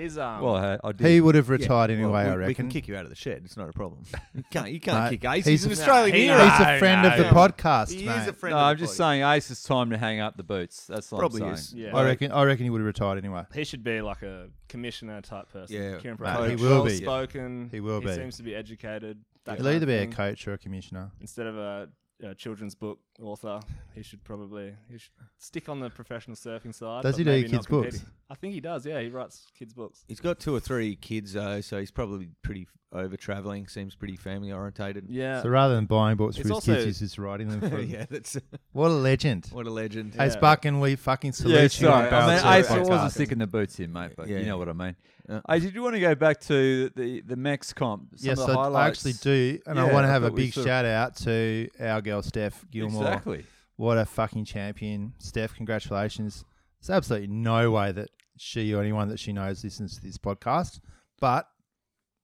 Speaker 4: He's um.
Speaker 3: Well, I, I did.
Speaker 1: He would have retired
Speaker 2: Yeah,
Speaker 1: anyway,
Speaker 2: well, we-
Speaker 1: I reckon.
Speaker 2: We can kick you out of the shed. It's not a problem. You can't. You can't
Speaker 1: No,
Speaker 2: kick Ace.
Speaker 1: he's-
Speaker 2: He's, an
Speaker 1: No,
Speaker 2: Australian
Speaker 4: he-
Speaker 2: hero.
Speaker 1: He's a friend of the
Speaker 2: Yeah.
Speaker 1: podcast,
Speaker 2: He
Speaker 1: mate.
Speaker 2: is a friend.
Speaker 3: no,
Speaker 2: of the
Speaker 3: I'm just
Speaker 2: podcast.
Speaker 3: saying, Ace, it's time to hang up the boots. That's what
Speaker 2: Probably
Speaker 3: I'm
Speaker 2: is.
Speaker 3: saying.
Speaker 4: yeah.
Speaker 1: I reckon. I reckon he would have retired anyway.
Speaker 4: He should be like a commissioner type person.
Speaker 2: Yeah.
Speaker 4: Kieran
Speaker 1: Nah,
Speaker 4: Pryor,
Speaker 1: he will be.
Speaker 4: Spoken.
Speaker 1: He will be.
Speaker 4: He seems to be educated. that
Speaker 1: He'll
Speaker 4: kind
Speaker 1: either
Speaker 4: of
Speaker 1: be a
Speaker 4: thing.
Speaker 1: coach or a commissioner.
Speaker 4: Instead of a, a children's book author, he should probably he should stick on the professional surfing side.
Speaker 1: Does
Speaker 4: but
Speaker 1: he do
Speaker 4: maybe
Speaker 1: kids'
Speaker 4: not compete.
Speaker 1: books?
Speaker 4: I think he does. Yeah, he writes kids' books.
Speaker 2: He's got two or three kids though, so he's probably pretty over traveling. Seems pretty family orientated.
Speaker 4: Yeah.
Speaker 1: So rather than buying books for
Speaker 4: It's
Speaker 1: his
Speaker 4: also-
Speaker 1: kids, he's just writing them for.
Speaker 2: yeah, that's
Speaker 1: What a legend!
Speaker 2: what a legend.
Speaker 1: Ace
Speaker 4: Yeah.
Speaker 1: Buck and we fucking salute
Speaker 3: Yeah,
Speaker 1: you.
Speaker 3: sorry.
Speaker 1: on
Speaker 3: I mean,
Speaker 1: Barrel
Speaker 3: I
Speaker 1: Surf
Speaker 3: wasn't
Speaker 1: Podcast.
Speaker 3: sticking the boots in, mate, but
Speaker 2: Yeah.
Speaker 3: you know what I mean.
Speaker 2: Yeah.
Speaker 3: I did you want to go back to the, the Max comp? Some
Speaker 1: Yes,
Speaker 3: of the
Speaker 1: I, I
Speaker 3: highlights.
Speaker 1: actually do, and I
Speaker 3: Yeah,
Speaker 1: want to
Speaker 3: I
Speaker 1: have a
Speaker 3: thought we
Speaker 1: big
Speaker 3: sort of-
Speaker 1: shout out to our girl Steph Gilmore.
Speaker 3: Exactly.
Speaker 1: What a fucking champion, Steph! Congratulations. There's absolutely no way that she or anyone that she knows listens to this podcast, but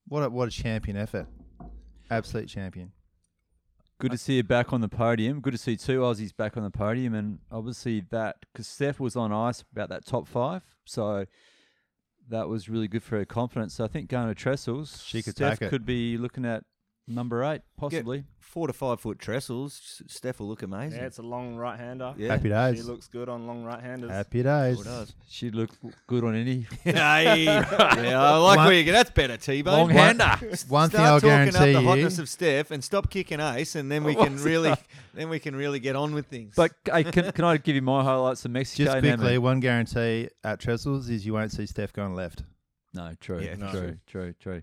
Speaker 1: what a, what a champion effort! Absolute champion.
Speaker 3: Good to see you back on the podium. Good to see two Aussies back on the podium, and obviously that because Steph was on ice about that top five, so that was really good for her confidence. So I think going to trestles,
Speaker 1: She could
Speaker 3: Steph
Speaker 1: take it.
Speaker 3: could be looking at number eight possibly.
Speaker 2: Four to five foot trestles. Steph will look amazing.
Speaker 4: Yeah, it's a long right hander.
Speaker 2: Yeah.
Speaker 1: Happy
Speaker 4: She
Speaker 1: days.
Speaker 4: looks good on long right handers.
Speaker 1: Happy days.
Speaker 2: Sure does.
Speaker 3: She'd look good on any.
Speaker 2: hey, yeah, I like
Speaker 1: One-
Speaker 2: where you go. That's better, T-Bone.
Speaker 3: Long hander.
Speaker 1: One
Speaker 2: Start
Speaker 1: thing I'll
Speaker 2: talking
Speaker 1: guarantee
Speaker 2: up the
Speaker 1: you,
Speaker 2: hotness of Steph and stop kicking Ace, and then we can really, then we can really get on with things.
Speaker 3: But hey, can, can I give you my highlights of Mexico?
Speaker 1: just
Speaker 3: Nami?
Speaker 1: quickly, one guarantee at Trestles is you won't see Steph going left.
Speaker 3: No, true,
Speaker 2: Yeah, no.
Speaker 3: true, true, true.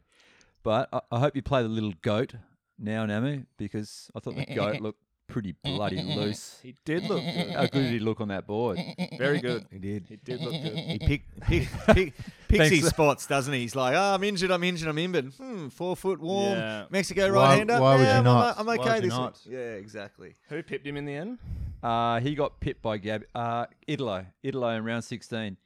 Speaker 3: But I, I hope you play the little goat now, Namu, because I thought the goat looked pretty bloody loose.
Speaker 4: He did look good.
Speaker 3: How good did he look on that board?
Speaker 1: eh,
Speaker 4: very good.
Speaker 2: he did.
Speaker 4: He did look good.
Speaker 2: He pick, pick, pick, picks
Speaker 3: Thanks.
Speaker 2: his spots, doesn't he? He's like, oh, I'm injured, I'm injured, I'm injured. Hmm, four foot warm,
Speaker 4: Yeah.
Speaker 2: Mexico
Speaker 1: Why-
Speaker 2: right hander.
Speaker 1: why would you
Speaker 2: I'm,
Speaker 1: not?
Speaker 2: I'm
Speaker 1: Why
Speaker 2: okay
Speaker 1: would you
Speaker 2: this
Speaker 1: not?
Speaker 2: week." Yeah, exactly.
Speaker 4: Who pipped him in the end?
Speaker 3: Uh, he got pipped by Gab uh, Idolo, Idolo in round 16.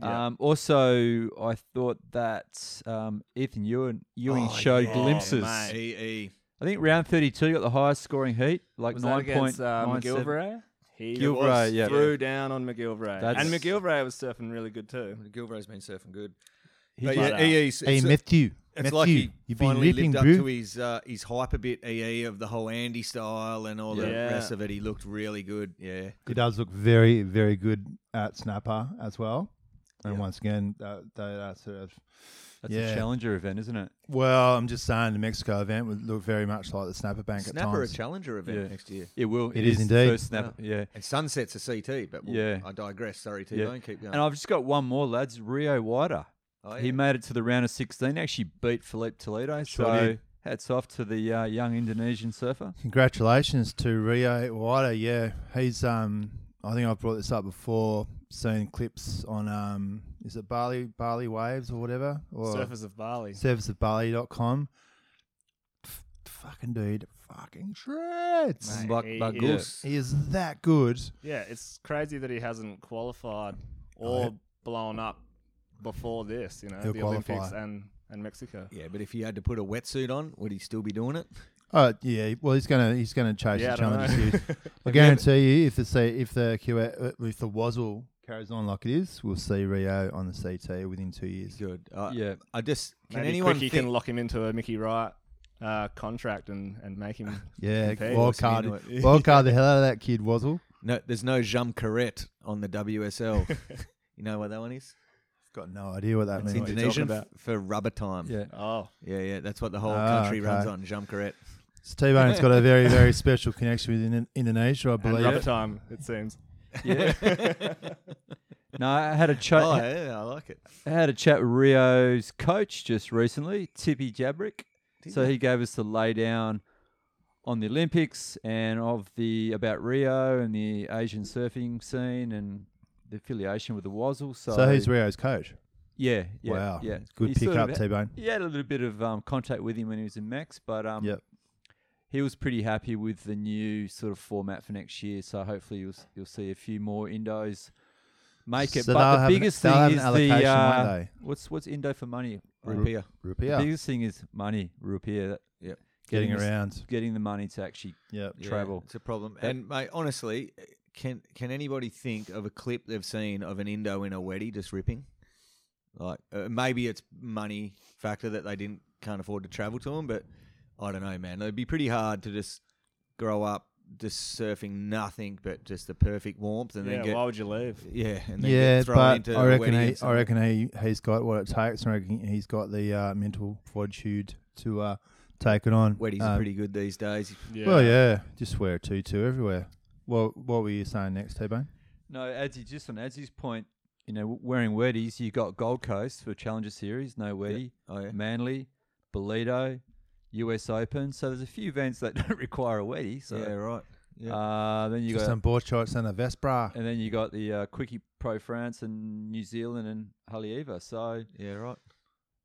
Speaker 4: Yeah.
Speaker 3: Um, also, I thought that um, Ethan Ewing, Ewing
Speaker 2: Oh,
Speaker 3: showed
Speaker 2: yeah,
Speaker 3: glimpses.
Speaker 4: mate.
Speaker 2: He, he,
Speaker 3: I think round 32 got the highest scoring heat, like
Speaker 4: Was that
Speaker 3: nine point
Speaker 4: against uh,
Speaker 3: nine seven.
Speaker 4: McGilvray? He
Speaker 3: Gilvray,
Speaker 4: was-
Speaker 3: yeah.
Speaker 4: threw down on McGilvray.
Speaker 3: That's-
Speaker 4: and McGilvray was surfing really good too.
Speaker 2: Gilbray's been surfing good.
Speaker 3: He
Speaker 2: but
Speaker 4: might
Speaker 2: yeah, E
Speaker 4: out.
Speaker 2: EE, it's,
Speaker 1: Hey,
Speaker 2: it's-
Speaker 1: Matthew.
Speaker 2: it's
Speaker 1: Matthew,
Speaker 2: like he
Speaker 1: you've been
Speaker 2: finally
Speaker 1: ripping,
Speaker 2: lived up
Speaker 1: bro.
Speaker 2: to his uh, his hype a bit, EE, of the whole Andy style and all the
Speaker 4: Yeah.
Speaker 2: rest of it. He looked really good. Yeah.
Speaker 1: He does look very, very good at snapper as well. And once again, that, that, that sort of
Speaker 3: That's
Speaker 1: Yeah.
Speaker 3: a challenger event, isn't it?
Speaker 1: well, I'm just saying the Mexico event would look very much like the snapper bank at
Speaker 2: Snapper a
Speaker 1: times.
Speaker 2: challenger event
Speaker 3: Yeah.
Speaker 2: next year.
Speaker 3: It will.
Speaker 1: It is indeed.
Speaker 3: First snap, yeah.
Speaker 2: And Sunset's a CT, but we'll,
Speaker 3: Yeah.
Speaker 2: I digress. Sorry, T
Speaker 3: Yeah.
Speaker 2: Bone. Keep going.
Speaker 3: And I've just got one more, lads. Rio Wider.
Speaker 2: Oh,
Speaker 3: He
Speaker 2: yeah.
Speaker 3: made it to the round of 16. Actually beat Philippe Toledo.
Speaker 1: Sure
Speaker 3: so
Speaker 1: did.
Speaker 3: hats off to the uh, young Indonesian surfer.
Speaker 1: Congratulations to Rio Wider. Yeah, he's. Um, I think I've brought this up before. Seen clips on. Um, is it Bali Bali Waves or whatever? Or
Speaker 4: Surfers of Bali.
Speaker 1: Service of Bali.com. F- fucking dude, fucking shreds.
Speaker 4: Mate,
Speaker 3: Buck-
Speaker 4: he
Speaker 3: Buck
Speaker 4: is-
Speaker 3: Goose.
Speaker 1: He is that good.
Speaker 4: Yeah, it's crazy that he hasn't qualified or blown up before this, you know,
Speaker 1: He'll
Speaker 4: the
Speaker 1: qualify.
Speaker 4: Olympics and, and Mexico.
Speaker 2: Yeah, but if you had to put a wetsuit on, would he still be doing it?
Speaker 1: Oh yeah, well he's gonna he's gonna chase
Speaker 4: Yeah,
Speaker 1: the
Speaker 4: I don't
Speaker 1: challenge
Speaker 4: know.
Speaker 1: series. I guarantee you, if the C, if the Q, uh, if the Wazzle carries on like it is, we'll see Rio on the CT within two years.
Speaker 2: Good. I-
Speaker 3: Yeah.
Speaker 2: Uh, I just can
Speaker 4: Maybe
Speaker 2: anyone
Speaker 4: Quickie
Speaker 2: think,
Speaker 4: can lock him into a Mickey Wright uh, contract and, and make him.
Speaker 1: Yeah,
Speaker 4: Okay.
Speaker 1: wild
Speaker 2: Listen
Speaker 1: card,
Speaker 2: into it.
Speaker 1: wild card the hell out of that kid Wazzle.
Speaker 2: no, there's no Jum Corette on the WSL. you know what that one is?
Speaker 1: I've got no idea what that
Speaker 2: It's
Speaker 1: means.
Speaker 2: Indonesian f-
Speaker 4: about?
Speaker 2: for rubber time.
Speaker 3: Yeah.
Speaker 4: Oh,
Speaker 2: yeah, yeah. That's what the whole
Speaker 1: Ah,
Speaker 2: country runs
Speaker 1: okay.
Speaker 2: on. Jum Corette.
Speaker 1: T Bone's got a very very special connection with Indo- Indonesia, I
Speaker 4: and
Speaker 1: believe.
Speaker 4: rubber time, it seems.
Speaker 3: Yeah. no, I had a chat.
Speaker 2: Oh yeah, I like it.
Speaker 3: I had a chat with Rio's coach just recently, Tippy Jabrick. So he gave us the laydown on the Olympics and of the about Rio and the Asian surfing scene and the affiliation with the Wazzle. So,
Speaker 1: So he's Rio's coach.
Speaker 3: yeah, yeah,
Speaker 1: wow,
Speaker 3: yeah.
Speaker 1: good
Speaker 3: He
Speaker 1: pick
Speaker 3: sort of
Speaker 1: up
Speaker 3: ha-
Speaker 1: T Bone.
Speaker 3: He had a little bit of um, contact with him when he was in Max, but um,
Speaker 1: Yep.
Speaker 3: he was pretty happy with the new sort of format for next year. So hopefully you'll s- you'll see a few more Indos make it.
Speaker 1: So they'll
Speaker 3: but
Speaker 1: have
Speaker 3: the
Speaker 1: an-
Speaker 3: biggest
Speaker 1: they'll have
Speaker 3: thing
Speaker 1: an
Speaker 3: is
Speaker 1: allocation,
Speaker 3: the
Speaker 1: won't
Speaker 3: uh,
Speaker 1: they?
Speaker 3: what's what's Indo for money?
Speaker 2: Rupiah.
Speaker 3: The
Speaker 1: Rupiah.
Speaker 3: biggest thing is money, rupiah. that-
Speaker 2: Yep.
Speaker 1: Getting
Speaker 3: this-
Speaker 1: around.
Speaker 3: getting the money to actually.
Speaker 1: Yep.
Speaker 2: Yeah,
Speaker 3: travel.
Speaker 2: it's a problem.
Speaker 3: That-
Speaker 2: And mate, honestly, can can anybody think of a clip they've seen of an Indo in a weddy just ripping? Like uh, maybe it's money factor that they didn't can't afford to travel to them, but I don't know, man. It'd be pretty hard to just grow up just surfing nothing but just the perfect warmth and
Speaker 4: yeah,
Speaker 2: then get
Speaker 4: why would you leave?
Speaker 2: yeah, and then
Speaker 1: Yeah,
Speaker 2: get thrown
Speaker 1: but
Speaker 2: into
Speaker 1: I
Speaker 2: a
Speaker 1: reckon
Speaker 2: weddy
Speaker 1: he,
Speaker 2: and
Speaker 1: I
Speaker 2: some-
Speaker 1: reckon he he's got what it takes. and I reckon he's got the uh, mental fortitude to uh, take it on.
Speaker 2: weddies
Speaker 1: Um,
Speaker 2: are pretty good these days.
Speaker 4: Yeah.
Speaker 1: Well, yeah, just wear a tutu everywhere. Well, what were you saying next, T Bone?
Speaker 3: No, Adzi, just on Adzi's point, you know, w- wearing weddies, you got Gold Coast for Challenger Series, no weddy,
Speaker 2: Oh yeah,
Speaker 3: Manly, Bolito, US Open. So there's a few events that don't require a weddy. So
Speaker 2: yeah, right. Yeah.
Speaker 3: uh, then you
Speaker 1: Just
Speaker 3: got
Speaker 1: some board shorts and a vest bra.
Speaker 3: and then you got the uh, Quickie Pro France and New Zealand and Haleiwa. So a
Speaker 2: yeah, right.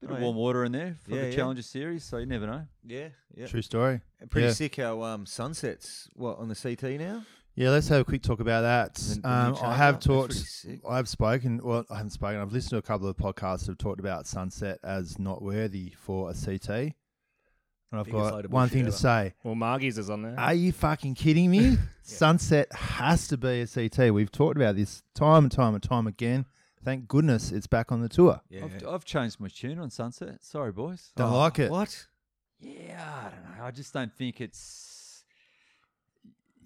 Speaker 3: bit
Speaker 2: Oh,
Speaker 3: of
Speaker 2: yeah.
Speaker 3: warm water in there for
Speaker 2: Yeah,
Speaker 3: the
Speaker 2: yeah.
Speaker 3: Challenger Series. So you never know.
Speaker 2: Yeah, yeah.
Speaker 1: True story.
Speaker 2: And Pretty
Speaker 1: Yeah.
Speaker 2: sick how um, sunsets what on the CT now.
Speaker 1: Yeah, let's have a quick talk about
Speaker 2: The-
Speaker 1: that.
Speaker 2: the new
Speaker 1: Um, I
Speaker 2: charter,
Speaker 1: have
Speaker 2: that's pretty
Speaker 1: talked.
Speaker 2: sick.
Speaker 1: I've spoken. Well, I haven't spoken. I've listened to a couple of podcasts that have talked about sunset as not worthy for a CT, and I've
Speaker 2: Biggest load
Speaker 1: got
Speaker 2: of
Speaker 1: one
Speaker 2: bullshit
Speaker 1: thing to
Speaker 2: ever.
Speaker 1: say.
Speaker 4: Well, Margie's is on there.
Speaker 1: Are you fucking kidding me? Sunset has to be a CT. We've talked about this time and time and time again. Thank goodness it's back on the tour.
Speaker 2: Yeah.
Speaker 3: I've, oh, I've changed my tune on Sunset. Sorry, boys.
Speaker 1: Don't like it.
Speaker 2: What?
Speaker 3: Yeah, I don't know. I just don't think it's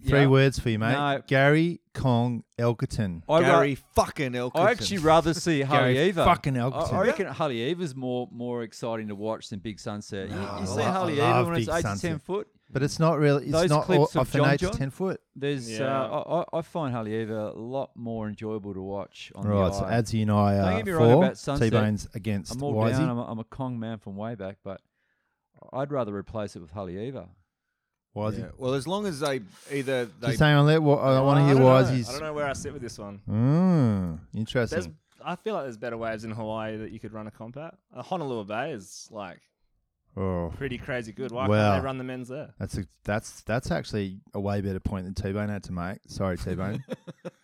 Speaker 1: Three
Speaker 3: Yeah.
Speaker 1: words for you, mate.
Speaker 3: No.
Speaker 1: Gary Kong Elkerton.
Speaker 3: I, ra-
Speaker 2: Gary fucking Elkington.
Speaker 3: I actually rather see Harley
Speaker 1: Gary
Speaker 3: Eva.
Speaker 1: fucking
Speaker 3: I,
Speaker 1: Elkerton.
Speaker 3: I reckon Harley Eva's more more exciting to watch than Big Sunset. You,
Speaker 1: No,
Speaker 3: you
Speaker 1: Ah, I
Speaker 3: see
Speaker 1: lo- I
Speaker 3: Harley
Speaker 1: love
Speaker 3: Eva when it's
Speaker 1: Big
Speaker 3: eight to
Speaker 1: Sunset.
Speaker 3: ten foot.
Speaker 1: But it's not really. It's
Speaker 3: Those
Speaker 1: not
Speaker 3: clips
Speaker 1: all,
Speaker 3: of
Speaker 1: off an
Speaker 3: John
Speaker 1: eight to
Speaker 3: John?
Speaker 1: ten foot.
Speaker 3: There's
Speaker 4: Yeah.
Speaker 3: uh, I- I, I find Harley Eva a lot more enjoyable to watch on
Speaker 1: Right.
Speaker 3: the
Speaker 1: So
Speaker 3: eye.
Speaker 1: Adzi and I
Speaker 3: Don't
Speaker 1: are
Speaker 3: get me wrong
Speaker 1: four.
Speaker 3: about Sunset.
Speaker 1: T-Bones against
Speaker 3: I'm all down.
Speaker 1: Wisey.
Speaker 3: I'm a, I'm a Kong man from way back, but I'd rather replace it with Harley Eva.
Speaker 1: Wisey.
Speaker 2: Yeah. Well, as long as they either they
Speaker 1: Just hang on. Let. Wa- I want to hear
Speaker 4: don't know.
Speaker 1: Wisey's.
Speaker 4: I don't know where I sit with this one.
Speaker 1: Mm,
Speaker 4: There's,
Speaker 1: interesting.
Speaker 4: I feel like there's better waves in Hawaii that you could run a comp at. Uh, Honolulu Bay is like
Speaker 1: Oh,
Speaker 4: pretty crazy good. Why
Speaker 1: Wow.
Speaker 4: can't they run the men's there?
Speaker 1: that's a, that's that's actually a way better point than T-Bone had to make. Sorry, T-Bone.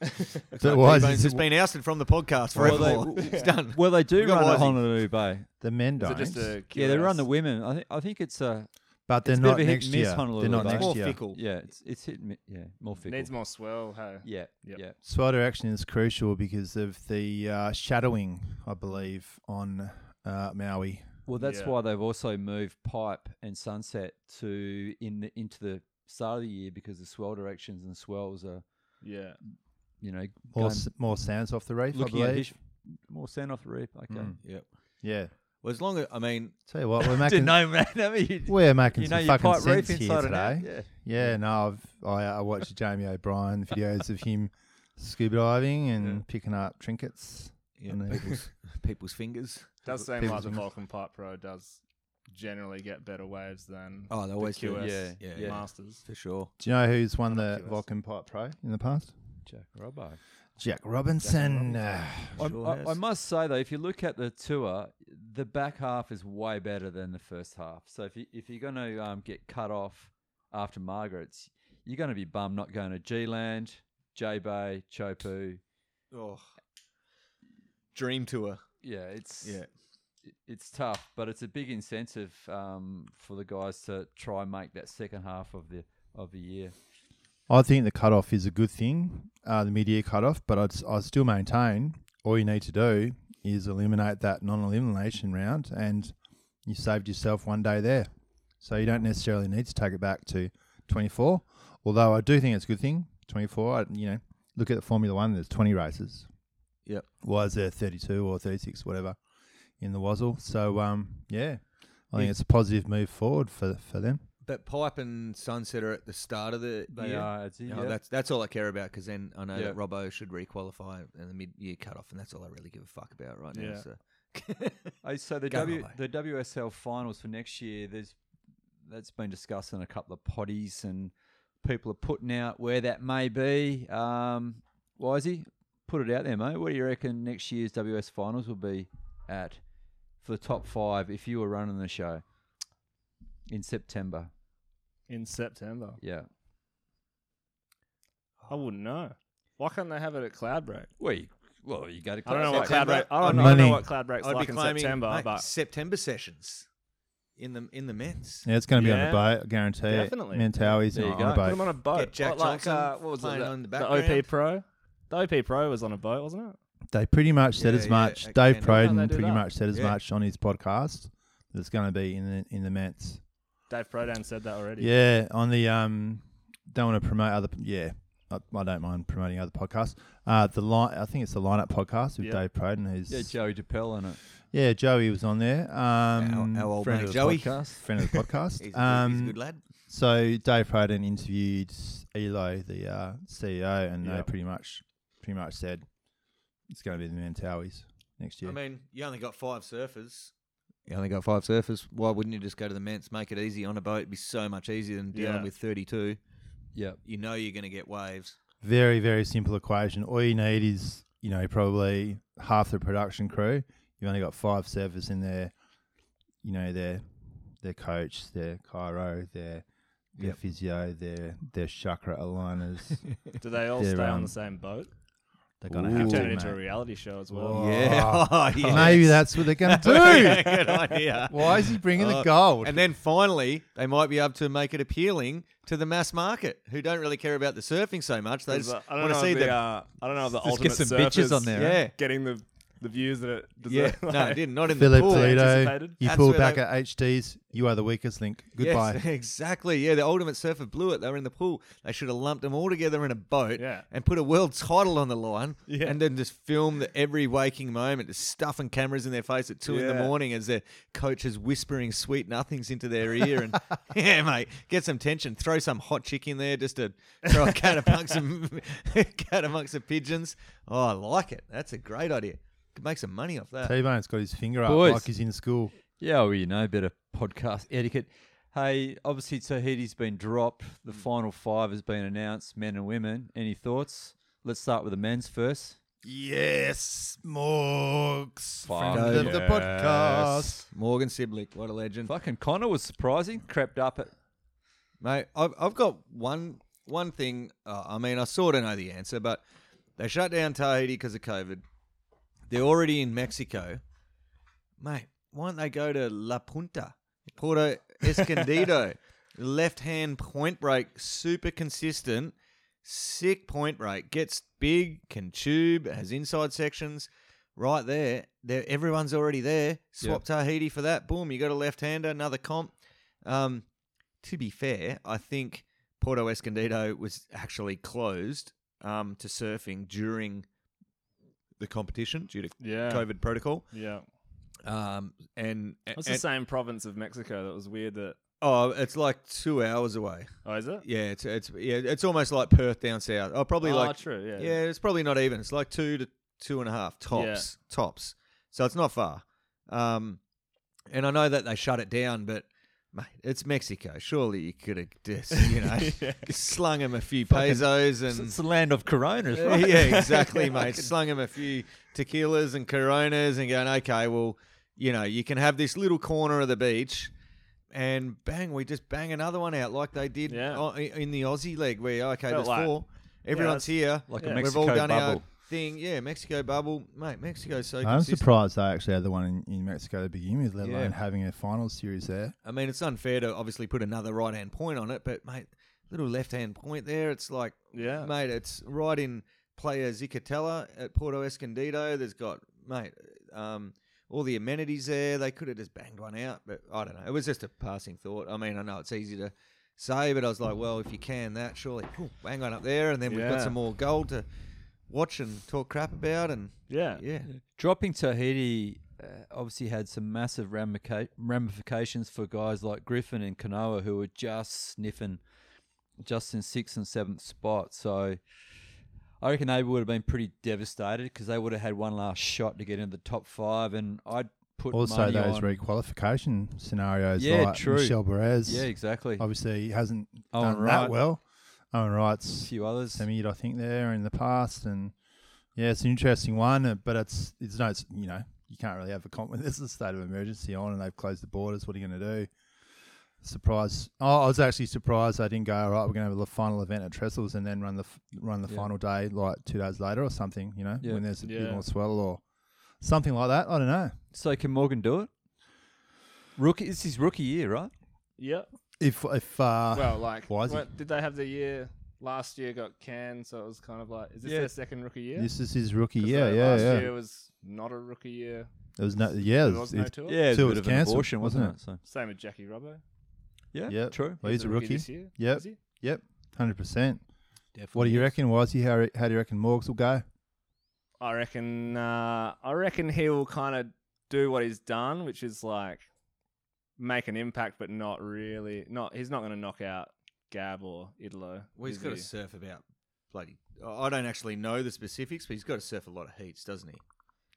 Speaker 2: Looks
Speaker 1: but
Speaker 2: like
Speaker 1: Wisey's
Speaker 2: T-Bone's just been ousted from the podcast
Speaker 3: Well, they-
Speaker 2: forevermore. It's done.
Speaker 3: Well, they do
Speaker 2: We got
Speaker 3: run at
Speaker 2: Wisey.
Speaker 3: Honolulu Bay.
Speaker 1: the men
Speaker 4: Is
Speaker 1: don't.
Speaker 4: it just a
Speaker 3: Yeah, they run the
Speaker 4: curious-
Speaker 3: women. I think I think it's a
Speaker 1: but they're
Speaker 3: it's a bit of
Speaker 1: not
Speaker 3: a hit
Speaker 1: next
Speaker 3: and miss
Speaker 1: year. They're
Speaker 3: Honolulu,
Speaker 1: not
Speaker 3: though.
Speaker 1: next
Speaker 2: More
Speaker 1: year.
Speaker 2: fickle.
Speaker 3: Yeah, it's it's hit and mi- yeah, more fickle.
Speaker 4: needs more swell. Hey,
Speaker 3: yeah,
Speaker 4: Yep.
Speaker 3: yeah.
Speaker 1: Swell direction is crucial because of the uh, shadowing, I believe, on uh, Maui.
Speaker 3: Well, that's
Speaker 4: Yeah.
Speaker 3: why they've also moved pipe and sunset to in the, into the start of the year because the swell directions and swells are
Speaker 4: yeah.
Speaker 3: you know
Speaker 1: More,
Speaker 3: going-
Speaker 1: s- more sands off the reef, I
Speaker 3: looking
Speaker 1: believe.
Speaker 3: at his, more sand off the reef. uh, Okay,
Speaker 1: Mm.
Speaker 2: Yep.
Speaker 1: Yeah.
Speaker 2: Well, as long as I mean,
Speaker 1: Tell you what, we're
Speaker 3: didn't
Speaker 1: making
Speaker 3: know, man. I mean, you,
Speaker 1: we're making
Speaker 3: you know
Speaker 1: some
Speaker 3: your
Speaker 1: fucking
Speaker 3: pipe reef
Speaker 1: sense
Speaker 3: inside
Speaker 1: here
Speaker 3: and out.
Speaker 1: today.
Speaker 3: Yeah.
Speaker 1: Yeah, no, I've I, I watched Jamie O'Brien videos of him scuba diving and
Speaker 2: Yeah.
Speaker 1: picking up trinkets.
Speaker 2: yeah,
Speaker 1: And they-
Speaker 2: people's, people's fingers.
Speaker 4: Does
Speaker 1: People-
Speaker 4: seem
Speaker 1: people
Speaker 4: like the
Speaker 1: don't-
Speaker 4: Vulcan Pipe Pro does generally get better waves than
Speaker 2: Oh, they always do.
Speaker 4: QS.
Speaker 3: Yeah,
Speaker 2: Yeah,
Speaker 3: yeah.
Speaker 4: Masters.
Speaker 2: for sure.
Speaker 1: Do you know who's won the
Speaker 4: curious.
Speaker 1: Vulcan Pipe Pro in the past?
Speaker 3: Jack Robbo.
Speaker 1: Jack Robinson.
Speaker 3: I,
Speaker 2: Sure has.
Speaker 3: I, I must say though, if you look at the tour, the back half is way better than the first half. So if you if you're going to um, get cut off after Margaret's, you're going to be bummed not going to G Land, J Bay, Chopu.
Speaker 2: Oh. Dream tour.
Speaker 3: Yeah, it's
Speaker 2: Yeah.
Speaker 3: it- it's tough, but it's a big incentive um, for the guys to try and make that second half of the of the year.
Speaker 1: I think the cutoff is a good thing, uh, the media cutoff, but I'd, s- I still maintain all you need to do is eliminate that non elimination round and you saved yourself one day there. So you don't necessarily need to take it back to 24, although I do think it's a good thing. 24, I, you know, look at Formula One, there's 20 races.
Speaker 2: Yep.
Speaker 1: Why is there 32 or 36, whatever, in the Wazzle? So, um, yeah, I think
Speaker 2: Yeah.
Speaker 1: it's a positive move forward for, for them.
Speaker 2: But Pipe and Sunset are at the start of the
Speaker 3: They
Speaker 2: year.
Speaker 3: are, it's,
Speaker 2: You
Speaker 3: yeah.
Speaker 2: know, Oh, That's that's all I care about because then I know
Speaker 3: Yeah.
Speaker 2: that Robbo should requalify in the mid-year cutoff, and that's all I really give a fuck about right now.
Speaker 4: Yeah.
Speaker 2: So.
Speaker 3: Hey, so the
Speaker 2: Go
Speaker 3: w,
Speaker 2: away.
Speaker 3: the WSL finals for next year, there's that's been discussed in a couple of potties, and people are putting out where that may be. Um, Wisey, put it out there, mate. What do you reckon next year's WS finals will be at for the top five if you were running the show in September?
Speaker 4: In September.
Speaker 3: Yeah.
Speaker 4: I wouldn't know. Why can't they have it at Cloudbreak?
Speaker 3: Well, you, Well, you go to
Speaker 4: I don't know what cloud
Speaker 2: September.
Speaker 4: break. I don't know, I
Speaker 1: Money.
Speaker 4: don't know what cloud breaks
Speaker 2: I'd
Speaker 4: like
Speaker 2: be
Speaker 4: in
Speaker 2: claiming
Speaker 4: September,
Speaker 2: mate,
Speaker 4: but
Speaker 2: September sessions in the in the men's.
Speaker 1: Yeah, it's going to be on
Speaker 4: Yeah,
Speaker 1: the boat, I guarantee
Speaker 4: definitely.
Speaker 1: it. Mentawai's
Speaker 3: There you
Speaker 1: on
Speaker 3: go.
Speaker 1: the
Speaker 4: put
Speaker 1: boat.
Speaker 4: them on a boat.
Speaker 2: Get Jack
Speaker 4: What, like,
Speaker 2: Johnson
Speaker 4: uh, what was it?
Speaker 2: playing
Speaker 4: The,
Speaker 2: on
Speaker 4: the
Speaker 2: the background.
Speaker 4: OP Pro. The OP Pro was on a boat, wasn't it?
Speaker 1: They pretty much said
Speaker 2: Yeah,
Speaker 1: as
Speaker 2: yeah,
Speaker 1: much.
Speaker 2: okay.
Speaker 1: Dave
Speaker 2: How'd they
Speaker 4: do
Speaker 1: Proden pretty
Speaker 4: that?
Speaker 1: much said as
Speaker 2: Yeah.
Speaker 1: much on his podcast that it's going to be in the in the Mets.
Speaker 4: Dave Prodan said that already.
Speaker 1: Yeah, on the um, don't want to promote other. Yeah, I, I don't mind promoting other podcasts. Uh, the line, I think it's the lineup podcast with
Speaker 4: Yeah.
Speaker 1: Dave Proden. Who's
Speaker 3: Yeah, Joey DePell on it.
Speaker 1: yeah, Joey was on there. Um,
Speaker 2: Our- our old
Speaker 1: friend
Speaker 2: mate
Speaker 1: of the
Speaker 2: Joey.
Speaker 1: podcast. Friend of the podcast.
Speaker 2: He's, a good-
Speaker 1: um,
Speaker 2: he's a good lad.
Speaker 1: So Dave Proden interviewed Elo, the uh, CEO, and they
Speaker 4: Yeah.
Speaker 1: pretty much pretty much said it's going to be the Mentawis next year.
Speaker 2: I mean, you only got five surfers. You only got five surfers. Why wouldn't you just go to the men's? Make it easy on a boat. It'd be so much easier than dealing
Speaker 4: Yeah.
Speaker 2: with thirty-two.
Speaker 3: Yeah.
Speaker 2: You know you're going to get waves.
Speaker 1: very very simple equation. All you need is you know probably half the production crew. You've only got five servers in there. You know their their coach, their chiro, their their
Speaker 2: Yep.
Speaker 1: physio, their their chakra aligners.
Speaker 4: Do they all
Speaker 1: Yeah,
Speaker 4: stay on
Speaker 1: um,
Speaker 4: the same boat?
Speaker 1: They're gonna
Speaker 4: Could
Speaker 1: have
Speaker 4: turn
Speaker 1: to
Speaker 4: it into a
Speaker 1: mate.
Speaker 4: reality show as well.
Speaker 1: Whoa.
Speaker 2: Yeah. Oh, yes.
Speaker 1: Maybe that's what they're gonna
Speaker 2: Yeah,
Speaker 1: do.
Speaker 2: good idea.
Speaker 1: Why is he bringing the
Speaker 2: Oh,
Speaker 1: gold?
Speaker 2: And then finally, they might be able to make it appealing to the mass market, who don't really care about the surfing so much. They
Speaker 4: Because,
Speaker 2: just
Speaker 4: uh, I don't
Speaker 2: want
Speaker 4: know
Speaker 2: to see
Speaker 4: if
Speaker 2: the
Speaker 4: the, uh, I don't know if the
Speaker 3: Let's
Speaker 4: ultimate
Speaker 3: get some bitches
Speaker 4: Surfers
Speaker 3: on there,
Speaker 2: right? Yeah.
Speaker 4: getting the the views that it
Speaker 2: yeah.
Speaker 4: deserves.
Speaker 2: No, it didn't. Not in
Speaker 1: Philip
Speaker 2: the pool.
Speaker 1: Toledo,
Speaker 4: anticipated.
Speaker 1: you
Speaker 2: That's
Speaker 1: pull
Speaker 2: where
Speaker 1: back
Speaker 2: they-
Speaker 1: at HDs. You are the weakest link. Goodbye.
Speaker 2: Yes, exactly. Yeah, the ultimate surfer blew it. They were in the pool. They should have lumped them all together in a boat
Speaker 4: Yeah.
Speaker 2: and put a world title on the line
Speaker 4: Yeah.
Speaker 2: and then just film the every waking moment, just stuffing cameras in their face at two in the
Speaker 4: Yeah.
Speaker 2: morning as their coach is whispering sweet nothings into their ear. And yeah, mate, get some tension. Throw some hot chick in there just to throw a cat amongst some cat amongst the pigeons. Oh, I like it. That's a great idea. Could make some money off that.
Speaker 1: T Bone's got his finger up
Speaker 3: Boys.
Speaker 1: like he's in school.
Speaker 3: Yeah, well, you know a bit of podcast etiquette. Hey, obviously Tahiti's been dropped. The
Speaker 4: Mm.
Speaker 3: final five has been announced, men and women. Any thoughts? Let's start with the men's first.
Speaker 1: Yes, Morgs, friend
Speaker 3: Fuck
Speaker 1: of the
Speaker 3: yes.
Speaker 1: podcast.
Speaker 2: Morgan Siblick, what a legend.
Speaker 3: Fucking Connor was surprising. Crept up at
Speaker 2: Mate, I've, I've got one one thing. Uh, I mean, I sort of know the answer, but they shut down Tahiti because of COVID. They're already in Mexico. Mate, why don't they go to La Punta, Puerto Escondido? Left hand point break, super consistent, sick point break. Gets big, can tube, has inside sections. Right there, there everyone's already there. Swap Tahiti for that. Boom, you got a left hander, another comp. Um, to be fair, I think Porto Escondido was actually closed um, to surfing during the competition due to
Speaker 4: Yeah.
Speaker 2: COVID protocol.
Speaker 4: Yeah.
Speaker 2: Um, and,
Speaker 4: It's the
Speaker 2: and-
Speaker 4: same province of Mexico that was weird that
Speaker 2: oh, it's like two hours away.
Speaker 4: Oh, is it?
Speaker 2: Yeah, it's it's yeah, it's almost like Perth down south. Oh, probably
Speaker 4: oh,
Speaker 2: like
Speaker 4: true, yeah.
Speaker 2: yeah. it's probably not even. It's like two to two and a half tops, tops. So it's not far. Um, and I know that they shut it down, but mate, it's Mexico. Surely you could have just you know slung him a few pesos
Speaker 3: it's,
Speaker 2: and
Speaker 3: the land of Coronas,
Speaker 2: yeah,
Speaker 3: right?
Speaker 2: yeah, exactly, mate. Slung him a few tequilas and coronas and going, okay, well, you know, you can have this little corner of the beach and bang, we just bang another one out like they did
Speaker 4: Yeah.
Speaker 2: o- in the Aussie leg where, okay,
Speaker 4: Felt
Speaker 2: there's
Speaker 4: like-
Speaker 2: four.
Speaker 4: that's-
Speaker 2: Everyone's here.
Speaker 3: Like a
Speaker 4: Yeah.
Speaker 3: Mexico
Speaker 2: We've all done our
Speaker 3: bubble.
Speaker 2: thing. Yeah, Mexico bubble. Mate, Mexico's so
Speaker 1: I'm
Speaker 2: consistent.
Speaker 1: surprised they actually had the one in, in Mexico to begin with, let
Speaker 2: Yeah.
Speaker 1: alone having a final series there.
Speaker 2: I mean, it's unfair to obviously put another right hand point on it, but mate, little left hand point there. It's like,
Speaker 4: Yeah.
Speaker 2: mate, it's right in player Zicatella at Porto Escondido. There's got, mate, um, all the amenities there. They could have just banged one out, but I don't know. It was just a passing thought. I mean, I know it's easy to say, but I was like, well, if you can that, surely phew, bang one up there, and then we've got
Speaker 4: Yeah.
Speaker 2: some more gold to watch and talk crap about, and
Speaker 4: Yeah.
Speaker 2: yeah.
Speaker 3: Dropping Tahiti uh, obviously had some massive ramica- ramifications for guys like Griffin and Kanoa who were just sniffing just in sixth and seventh spot. So I reckon they would have been pretty devastated because they would have had one last shot to get into the top five. And I'd put
Speaker 1: Also,
Speaker 3: money
Speaker 1: those
Speaker 3: on-
Speaker 1: requalification scenarios
Speaker 3: Yeah,
Speaker 1: like
Speaker 3: true.
Speaker 1: Michelle Perez.
Speaker 3: yeah, exactly. A
Speaker 1: Obviously, he hasn't
Speaker 3: Owen
Speaker 1: done that
Speaker 3: Wright.
Speaker 1: well. Owen Wright's
Speaker 3: few others.
Speaker 1: semi I think, there in the past. And yeah, it's an interesting one, uh, but it's, it's no, it's, you know, you can't really have a comp when there's a state of emergency on and they've closed the borders. What are you going to do? Surprised. Oh, I was actually surprised I didn't go. All right, we're gonna have the final event at Trestles and then run the f- run the
Speaker 3: Yeah.
Speaker 1: final day like two days later or something. You know,
Speaker 3: Yeah.
Speaker 1: when there's a bit
Speaker 4: Yeah.
Speaker 1: more swell or something like that. I don't know.
Speaker 3: So can Morgan do it? Rookie, it's his rookie year, right?
Speaker 4: Yeah.
Speaker 1: If if uh,
Speaker 4: well, like,
Speaker 1: why is he-
Speaker 4: what, did they have the year last year got canned? So it was kind of like, is this
Speaker 3: Yeah.
Speaker 4: their second rookie year?
Speaker 1: this is his rookie
Speaker 4: 'Cause,
Speaker 1: year,
Speaker 4: like,
Speaker 1: yeah,
Speaker 4: uh, last
Speaker 1: yeah.
Speaker 4: year was not a rookie year.
Speaker 1: There was no, yeah, it
Speaker 4: there
Speaker 1: was-
Speaker 4: was
Speaker 1: it-
Speaker 4: no tour.
Speaker 3: Yeah, it was
Speaker 1: Two
Speaker 3: a
Speaker 1: was
Speaker 3: bit of an
Speaker 1: cancelled,
Speaker 3: abortion, wasn't,
Speaker 1: wasn't
Speaker 3: it?
Speaker 4: Same with Jackie Robbo.
Speaker 3: So yeah,
Speaker 1: Yep.
Speaker 3: true.
Speaker 1: well, he's a rookie.
Speaker 4: this year.
Speaker 1: Yep.
Speaker 4: Is he?
Speaker 1: Yep, hundred percent. What do you reckon, Wisey? How re- how do you reckon Morgs will go?
Speaker 4: I reckon. Uh, I reckon he will kind of do what he's done, which is like make an impact, but not really. Not he's not going to knock out Gab or Idlo.
Speaker 2: Well, he's
Speaker 4: is
Speaker 2: got to
Speaker 4: he?
Speaker 2: surf about bloody. I I don't actually know the specifics, but he's got to surf a lot of heats, doesn't he?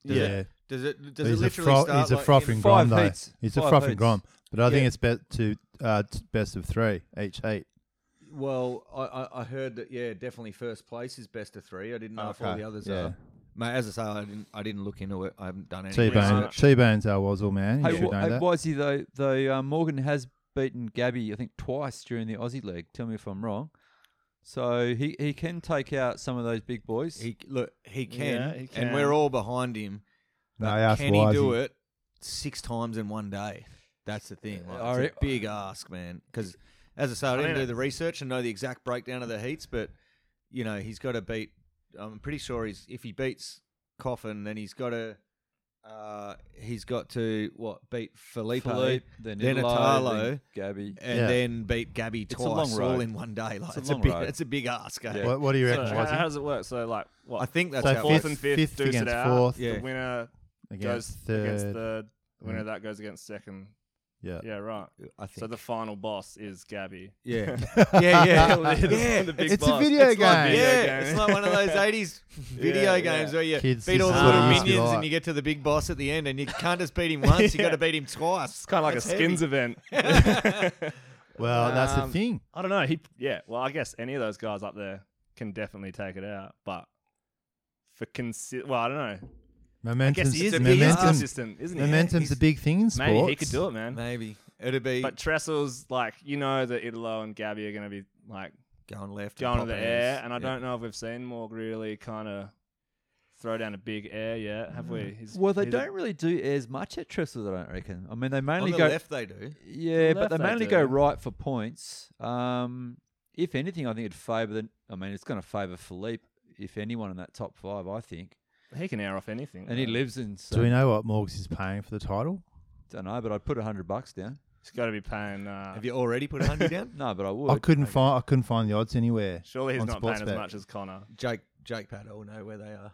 Speaker 2: Does
Speaker 1: yeah,
Speaker 2: it- Does it? Does
Speaker 1: he's
Speaker 2: it
Speaker 1: a
Speaker 2: literally
Speaker 1: fro-
Speaker 2: start?
Speaker 1: he's a
Speaker 2: like
Speaker 1: froth
Speaker 2: in-
Speaker 1: and
Speaker 3: five
Speaker 1: grom though.
Speaker 3: heats,
Speaker 1: He's a
Speaker 3: five
Speaker 1: froth and
Speaker 3: heats.
Speaker 1: grom, but I
Speaker 2: Yeah.
Speaker 1: think it's bet to uh, t- best of three each heat.
Speaker 2: Well, I, I, I heard that yeah, definitely first place is best of three. I didn't know if all
Speaker 1: Okay,
Speaker 2: the others
Speaker 1: yeah.
Speaker 2: are. Mate, as I say, I didn't I didn't look into it. I haven't done any
Speaker 1: T Bone,
Speaker 2: research.
Speaker 1: T Bone's our Wazzle man. You
Speaker 3: Hey,
Speaker 1: should
Speaker 3: wh-
Speaker 1: know
Speaker 3: hey,
Speaker 1: that.
Speaker 3: why is he though? Though uh, Morgan has beaten Gabby, I think twice during the Aussie leg. Tell me if I'm wrong. So he, he can take out some of those big boys.
Speaker 2: He look, he can,
Speaker 4: Yeah, he
Speaker 2: and
Speaker 4: can.
Speaker 2: we're all behind him.
Speaker 1: No,
Speaker 2: but
Speaker 1: I asked
Speaker 2: can he do
Speaker 1: Wisey.
Speaker 2: it six times in one day? That's the thing. Like,
Speaker 3: I
Speaker 2: it's a
Speaker 3: re-
Speaker 2: big ask, man. Because as I say, I didn't
Speaker 4: mean,
Speaker 2: do the research and know the exact breakdown of the heats, but you know he's got to beat. I'm pretty sure he's if he beats Coffin, then he's got to. Uh, he's got to what beat Felipe,
Speaker 3: Philippe, then,
Speaker 2: then
Speaker 3: Italo,
Speaker 2: Italo,
Speaker 3: then Gabby.
Speaker 2: and
Speaker 1: Yeah.
Speaker 2: then beat Gabby
Speaker 3: a long
Speaker 2: twice all
Speaker 3: road.
Speaker 2: in one day. Like
Speaker 3: a
Speaker 2: it's, a,
Speaker 3: long
Speaker 2: big,
Speaker 3: road.
Speaker 2: it's a big ask. eh?
Speaker 3: Yeah.
Speaker 1: What, what do you
Speaker 4: So
Speaker 1: reckon,
Speaker 4: how, how
Speaker 1: Wisey?
Speaker 4: does it work? So like, what
Speaker 2: I think that's
Speaker 1: So
Speaker 2: how it
Speaker 4: fourth
Speaker 1: fifth-
Speaker 2: works.
Speaker 4: and fifth,
Speaker 1: fifth
Speaker 4: dudes
Speaker 1: against
Speaker 4: it out.
Speaker 1: fourth.
Speaker 2: Yeah.
Speaker 4: The winner
Speaker 1: Against
Speaker 4: goes against
Speaker 1: third. Mm. Uh,
Speaker 4: third. The winner of that goes against second.
Speaker 1: Yeah.
Speaker 4: Yeah, right.
Speaker 2: I think.
Speaker 4: So the final boss is Gabby.
Speaker 2: Yeah. yeah, yeah, yeah.
Speaker 4: the big
Speaker 1: It's a
Speaker 4: boss.
Speaker 1: video
Speaker 4: It's like
Speaker 1: game.
Speaker 4: video
Speaker 2: yeah,
Speaker 4: game.
Speaker 2: it's like one of those '80s video
Speaker 4: Yeah,
Speaker 2: games
Speaker 4: yeah.
Speaker 2: where you
Speaker 1: Kids,
Speaker 2: beat
Speaker 1: this
Speaker 2: all the
Speaker 1: is
Speaker 4: what it
Speaker 2: little
Speaker 4: used
Speaker 1: to be
Speaker 2: minions
Speaker 1: like.
Speaker 2: and you get to the big boss at the end, and you can't just beat him once; you got to beat him twice.
Speaker 4: It's kind of like a skins event.
Speaker 1: Well, that's the
Speaker 2: Um,
Speaker 1: thing.
Speaker 4: I don't know. He yeah. Well, I guess any of those guys up there can definitely take it out, but for consi- well, I don't know. I
Speaker 1: Momentum.
Speaker 4: guess he is a big
Speaker 1: Momentum.
Speaker 4: inconsistent, isn't he?
Speaker 1: Momentum's
Speaker 2: he's-
Speaker 1: a big thing in sports.
Speaker 4: Maybe he could do it, man.
Speaker 2: Maybe it'd be
Speaker 4: But Trestle's like you know that Idolo and Gabby are going to be like
Speaker 2: going left,
Speaker 4: going to
Speaker 2: and
Speaker 4: the
Speaker 2: popping
Speaker 4: air,
Speaker 2: his-
Speaker 4: and I
Speaker 2: yeah.
Speaker 4: don't know if we've seen Morg really kind of throw down a big air yet, have
Speaker 2: Mm.
Speaker 4: we? He's,
Speaker 3: Well, they
Speaker 4: he's-
Speaker 3: don't really do as much at Trestles, I don't reckon. I mean, they
Speaker 2: On
Speaker 3: mainly
Speaker 2: the
Speaker 3: go
Speaker 2: left, they do.
Speaker 3: Yeah, but
Speaker 4: left
Speaker 3: they
Speaker 4: they
Speaker 3: mainly go
Speaker 4: do.
Speaker 3: right for points. Um, if anything, I think it'd favour the. I mean, it's going to favour Philippe if anyone in that top five. I think,
Speaker 4: He can air off anything.
Speaker 3: and he
Speaker 4: though.
Speaker 3: lives in. So,
Speaker 1: Do we know what Morgs is paying for the title?
Speaker 3: don't know, but I'd put a hundred bucks down.
Speaker 4: He's got to be paying. Uh,
Speaker 2: Have you already put a hundred down?
Speaker 3: No, but I would.
Speaker 1: I couldn't find. I couldn't find the odds anywhere.
Speaker 4: surely he's
Speaker 1: on
Speaker 4: not paying as
Speaker 1: Sportsbet.
Speaker 4: much as Connor.
Speaker 2: Jake, Jake, Pat all know where they are.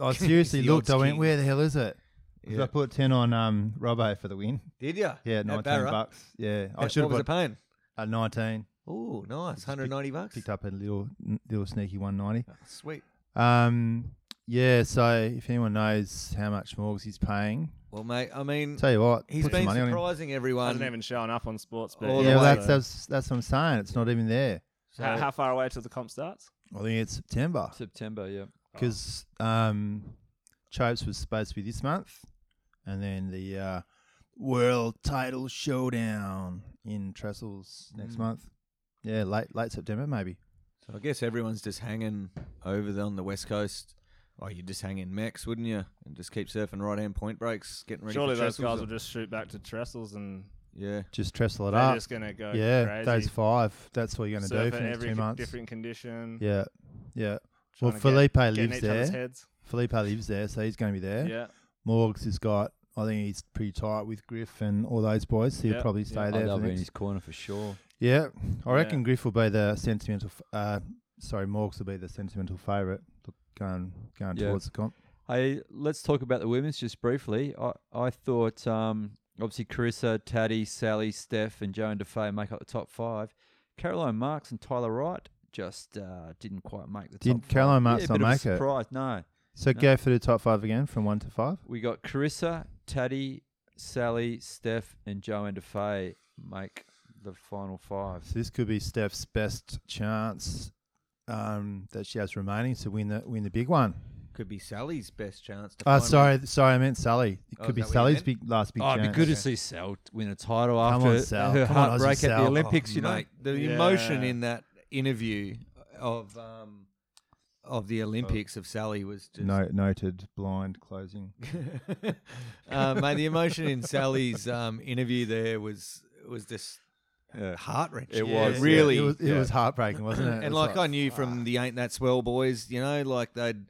Speaker 1: I, I seriously
Speaker 2: the
Speaker 1: looked. I
Speaker 2: odds
Speaker 1: went,
Speaker 2: king.
Speaker 1: where the hell is it? 'Cause
Speaker 2: Yeah.
Speaker 1: I put ten on um Robbo for the win.
Speaker 2: Did you?
Speaker 1: Yeah,
Speaker 2: At
Speaker 1: nineteen
Speaker 2: Barra?
Speaker 1: bucks. Yeah, I
Speaker 2: At-
Speaker 1: should
Speaker 2: What was
Speaker 1: have
Speaker 2: it paying?
Speaker 1: at nineteen.
Speaker 2: Oh, nice,
Speaker 1: Just
Speaker 2: hundred ninety bucks.
Speaker 1: Picked up a little little sneaky one ninety.
Speaker 2: Oh, Sweet.
Speaker 1: Um, yeah. So if anyone knows how much Morgs he's paying,
Speaker 2: Well, mate, I mean,
Speaker 1: tell you what,
Speaker 2: he's
Speaker 1: put some
Speaker 2: been
Speaker 1: money on him.
Speaker 2: surprising everyone.
Speaker 4: Hasn't even shown up on sports.
Speaker 2: All
Speaker 1: Yeah, well,
Speaker 2: way.
Speaker 1: that's, that's that's what I'm saying. It's not even there.
Speaker 2: So-
Speaker 4: how, how far away till the comp starts?
Speaker 1: I think it's September
Speaker 3: September, yeah.
Speaker 4: Oh.
Speaker 1: because um, Chopes was supposed to be this month, and then the uh, World Title Showdown in Trestles
Speaker 4: Hmm.
Speaker 1: next
Speaker 2: Mm.
Speaker 1: month. Yeah, late late September maybe.
Speaker 2: So I guess everyone's just hanging over there on the west coast. Oh, you'd just hang in Max, wouldn't you? And just keep surfing right hand point breaks, getting ready.
Speaker 4: Surely
Speaker 2: for
Speaker 4: those
Speaker 2: trestles
Speaker 4: guys will
Speaker 2: and-
Speaker 4: just shoot back to trestles and
Speaker 2: Yeah.
Speaker 1: Just trestle it
Speaker 4: they're
Speaker 1: up.
Speaker 4: just going to go
Speaker 1: yeah,
Speaker 4: crazy.
Speaker 1: those five. That's what you're going to do
Speaker 4: Surf
Speaker 1: for
Speaker 4: at
Speaker 1: the next
Speaker 4: every
Speaker 1: two
Speaker 4: con-
Speaker 1: months.
Speaker 4: different condition.
Speaker 1: Yeah,
Speaker 4: trying
Speaker 1: yeah. Well,
Speaker 4: to get-
Speaker 1: Felipe
Speaker 4: getting
Speaker 1: lives
Speaker 4: each other's
Speaker 1: there.
Speaker 4: heads.
Speaker 1: Felipe lives there, so he's going to be there.
Speaker 4: Yeah.
Speaker 1: Morgs has got. I think he's pretty tight with Griff and all those boys. So he'll
Speaker 4: Yeah,
Speaker 1: probably
Speaker 4: yeah.
Speaker 1: stay
Speaker 3: Oh,
Speaker 1: there.
Speaker 3: they'll
Speaker 1: for the
Speaker 3: be in
Speaker 1: next
Speaker 3: his corner for sure.
Speaker 1: Yeah, I
Speaker 4: Yeah.
Speaker 1: reckon Griff will be the sentimental. F- uh, sorry, Morgs will be the sentimental favourite. Look, going going
Speaker 3: Yeah.
Speaker 1: towards the comp.
Speaker 3: Hey, let's talk about the women's just briefly. I I thought um, obviously Carissa, Taddy, Sally, Steph, and Joan Defay make up the top five. Caroline Marks and Tyler Wright just uh, didn't quite make the
Speaker 1: Did
Speaker 3: top.
Speaker 1: Caroline
Speaker 3: five.
Speaker 1: Marks
Speaker 3: yeah,
Speaker 1: not
Speaker 3: a bit of a
Speaker 1: make it?
Speaker 3: surprise, No,
Speaker 1: So
Speaker 3: No.
Speaker 1: go for the top five again from one to five.
Speaker 3: we got Carissa, Taddy, Sally, Steph, and Joan Defay make the final five.
Speaker 1: So this could be Steph's best chance um, that she has remaining to win the win the big one.
Speaker 2: Could be Sally's best chance to
Speaker 1: Oh,
Speaker 2: find
Speaker 1: sorry, sorry, I meant Sally. It
Speaker 2: Oh,
Speaker 1: could
Speaker 2: is
Speaker 1: be
Speaker 2: that what you
Speaker 1: Sally's
Speaker 2: meant?
Speaker 1: big last big
Speaker 3: Oh, it'd be
Speaker 1: chance.
Speaker 3: good to see Sal win a title
Speaker 1: Come
Speaker 3: after
Speaker 1: on, Sal.
Speaker 3: her
Speaker 1: Come on, Aussie
Speaker 3: heartbreak at
Speaker 1: Sal. Oh,
Speaker 3: the Olympics. you know,
Speaker 2: Mate, the
Speaker 4: Yeah.
Speaker 2: emotion in that interview of um, of the Olympics of Sally was just
Speaker 1: No, noted blind closing.
Speaker 2: uh, mate, the emotion in Sally's um, interview there was was just
Speaker 3: Yeah.
Speaker 2: heart wrenching.
Speaker 3: It was, yeah.
Speaker 2: really.
Speaker 1: It was, it
Speaker 3: yeah.
Speaker 1: was heartbreaking, wasn't it? It
Speaker 2: and
Speaker 1: was
Speaker 2: like I knew
Speaker 4: Ah.
Speaker 2: from the Ain't That Swell boys, you know, like they'd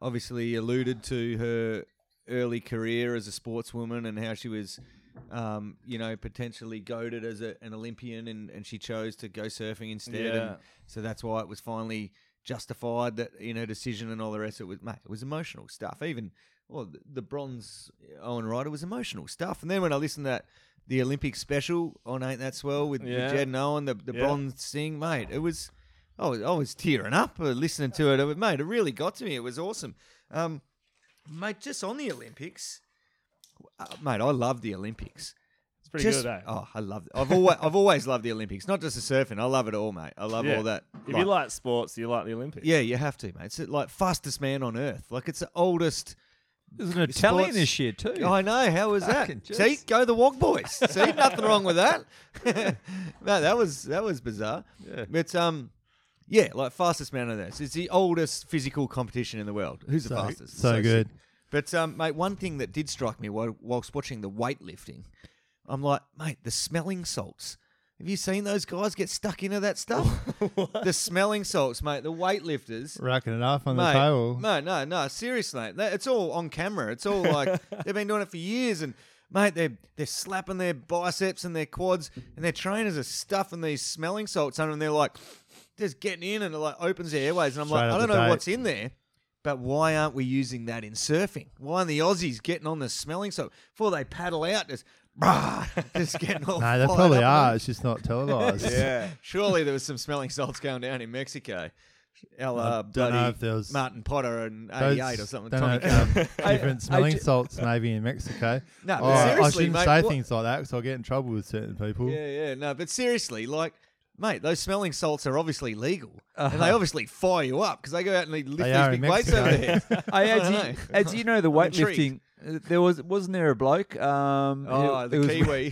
Speaker 2: obviously alluded to her early career as a sportswoman and how she was, um, you know, potentially goaded as a, an Olympian, and, and she chose to go surfing instead.
Speaker 4: Yeah.
Speaker 2: And so that's why it was finally justified that in her decision and all the rest. It was mate, it was emotional stuff. Even well, the- the bronze Owen Ryder was emotional stuff. And then when I listened to that. The Olympic special on Ain't That Swell with,
Speaker 4: Yeah.
Speaker 2: with Jed and Owen, the, the
Speaker 4: Yeah.
Speaker 2: bronze thing, mate. It was I was, I was tearing up uh, listening to it. it. Mate, it really got to me. It was awesome. Um, mate, just on the Olympics, uh, mate, I love the Olympics.
Speaker 4: It's pretty
Speaker 2: Just-
Speaker 4: good, eh?
Speaker 2: Oh, I love. I've always, I've always loved the Olympics. Not just the surfing. I love it all, mate. I love
Speaker 4: Yeah.
Speaker 2: all that.
Speaker 4: If you like sports, you like the Olympics.
Speaker 2: yeah, you have to, mate. It's like fastest man on earth. Like it's the oldest.
Speaker 3: there's an Italian
Speaker 2: sports-
Speaker 3: this year too.
Speaker 2: I know. How was that?
Speaker 3: Fucking jokes.
Speaker 2: See, go the Wog Boys. See, nothing wrong with that. no, that was that was bizarre.
Speaker 3: Yeah.
Speaker 2: But um, yeah, like fastest man on earth. It's the oldest physical competition in the world. Who's
Speaker 1: So-
Speaker 2: the fastest?
Speaker 1: so
Speaker 2: sick.
Speaker 1: good.
Speaker 2: But um, mate, one thing that did strike me while, whilst watching the weightlifting, I'm like, mate, the smelling salts. Have you seen those guys get stuck into that stuff? the smelling salts, mate. The weightlifters
Speaker 1: Racking it off on the
Speaker 2: mate,
Speaker 1: table.
Speaker 2: No, no, no. Seriously, mate. That- it's all on camera. It's all like they've been doing it for years, and mate, they're they're slapping their biceps and their quads, and their trainers are stuffing these smelling salts on, them, and they're like just getting in, and it like opens their airways, and I'm
Speaker 1: Straight
Speaker 2: like,
Speaker 1: up
Speaker 2: I don't
Speaker 1: the
Speaker 2: know
Speaker 1: date.
Speaker 2: what's in there. But why aren't we using that in surfing? Why aren't the Aussies getting on the smelling salt before they paddle out? Just, brah, just getting all.
Speaker 1: No, they
Speaker 2: fired
Speaker 1: probably
Speaker 2: up and
Speaker 1: are.
Speaker 2: on.
Speaker 1: It's just not televised.
Speaker 2: Yeah. Surely there was some smelling salts going down in Mexico. L,
Speaker 1: I
Speaker 2: uh,
Speaker 1: don't
Speaker 2: bloody
Speaker 1: know if there was-
Speaker 2: Martin Potter and
Speaker 1: Those-
Speaker 2: 88 or something.
Speaker 1: don't know
Speaker 2: Tommy
Speaker 1: if they
Speaker 2: Gunn.
Speaker 1: have different smelling
Speaker 3: ju-
Speaker 1: salts maybe in Mexico.
Speaker 2: No, but
Speaker 1: Oh, I- I
Speaker 2: seriously,
Speaker 1: shouldn't
Speaker 2: mate,
Speaker 1: say
Speaker 2: what-
Speaker 1: things like that because I'll get in trouble with certain people.
Speaker 2: yeah, yeah. No, but seriously, like, mate, those smelling salts are obviously legal. And they obviously fire you up because they go out and they lift
Speaker 1: Uh-huh. They are
Speaker 2: these big
Speaker 1: in
Speaker 2: weights
Speaker 1: Mexico.
Speaker 2: over there.
Speaker 3: I,
Speaker 2: I don't
Speaker 3: as, you, as you know, the
Speaker 2: I'm intrigued.
Speaker 3: weightlifting. uh, There was wasn't there a bloke? Um, who-
Speaker 2: oh, the
Speaker 3: who was-
Speaker 2: Kiwi.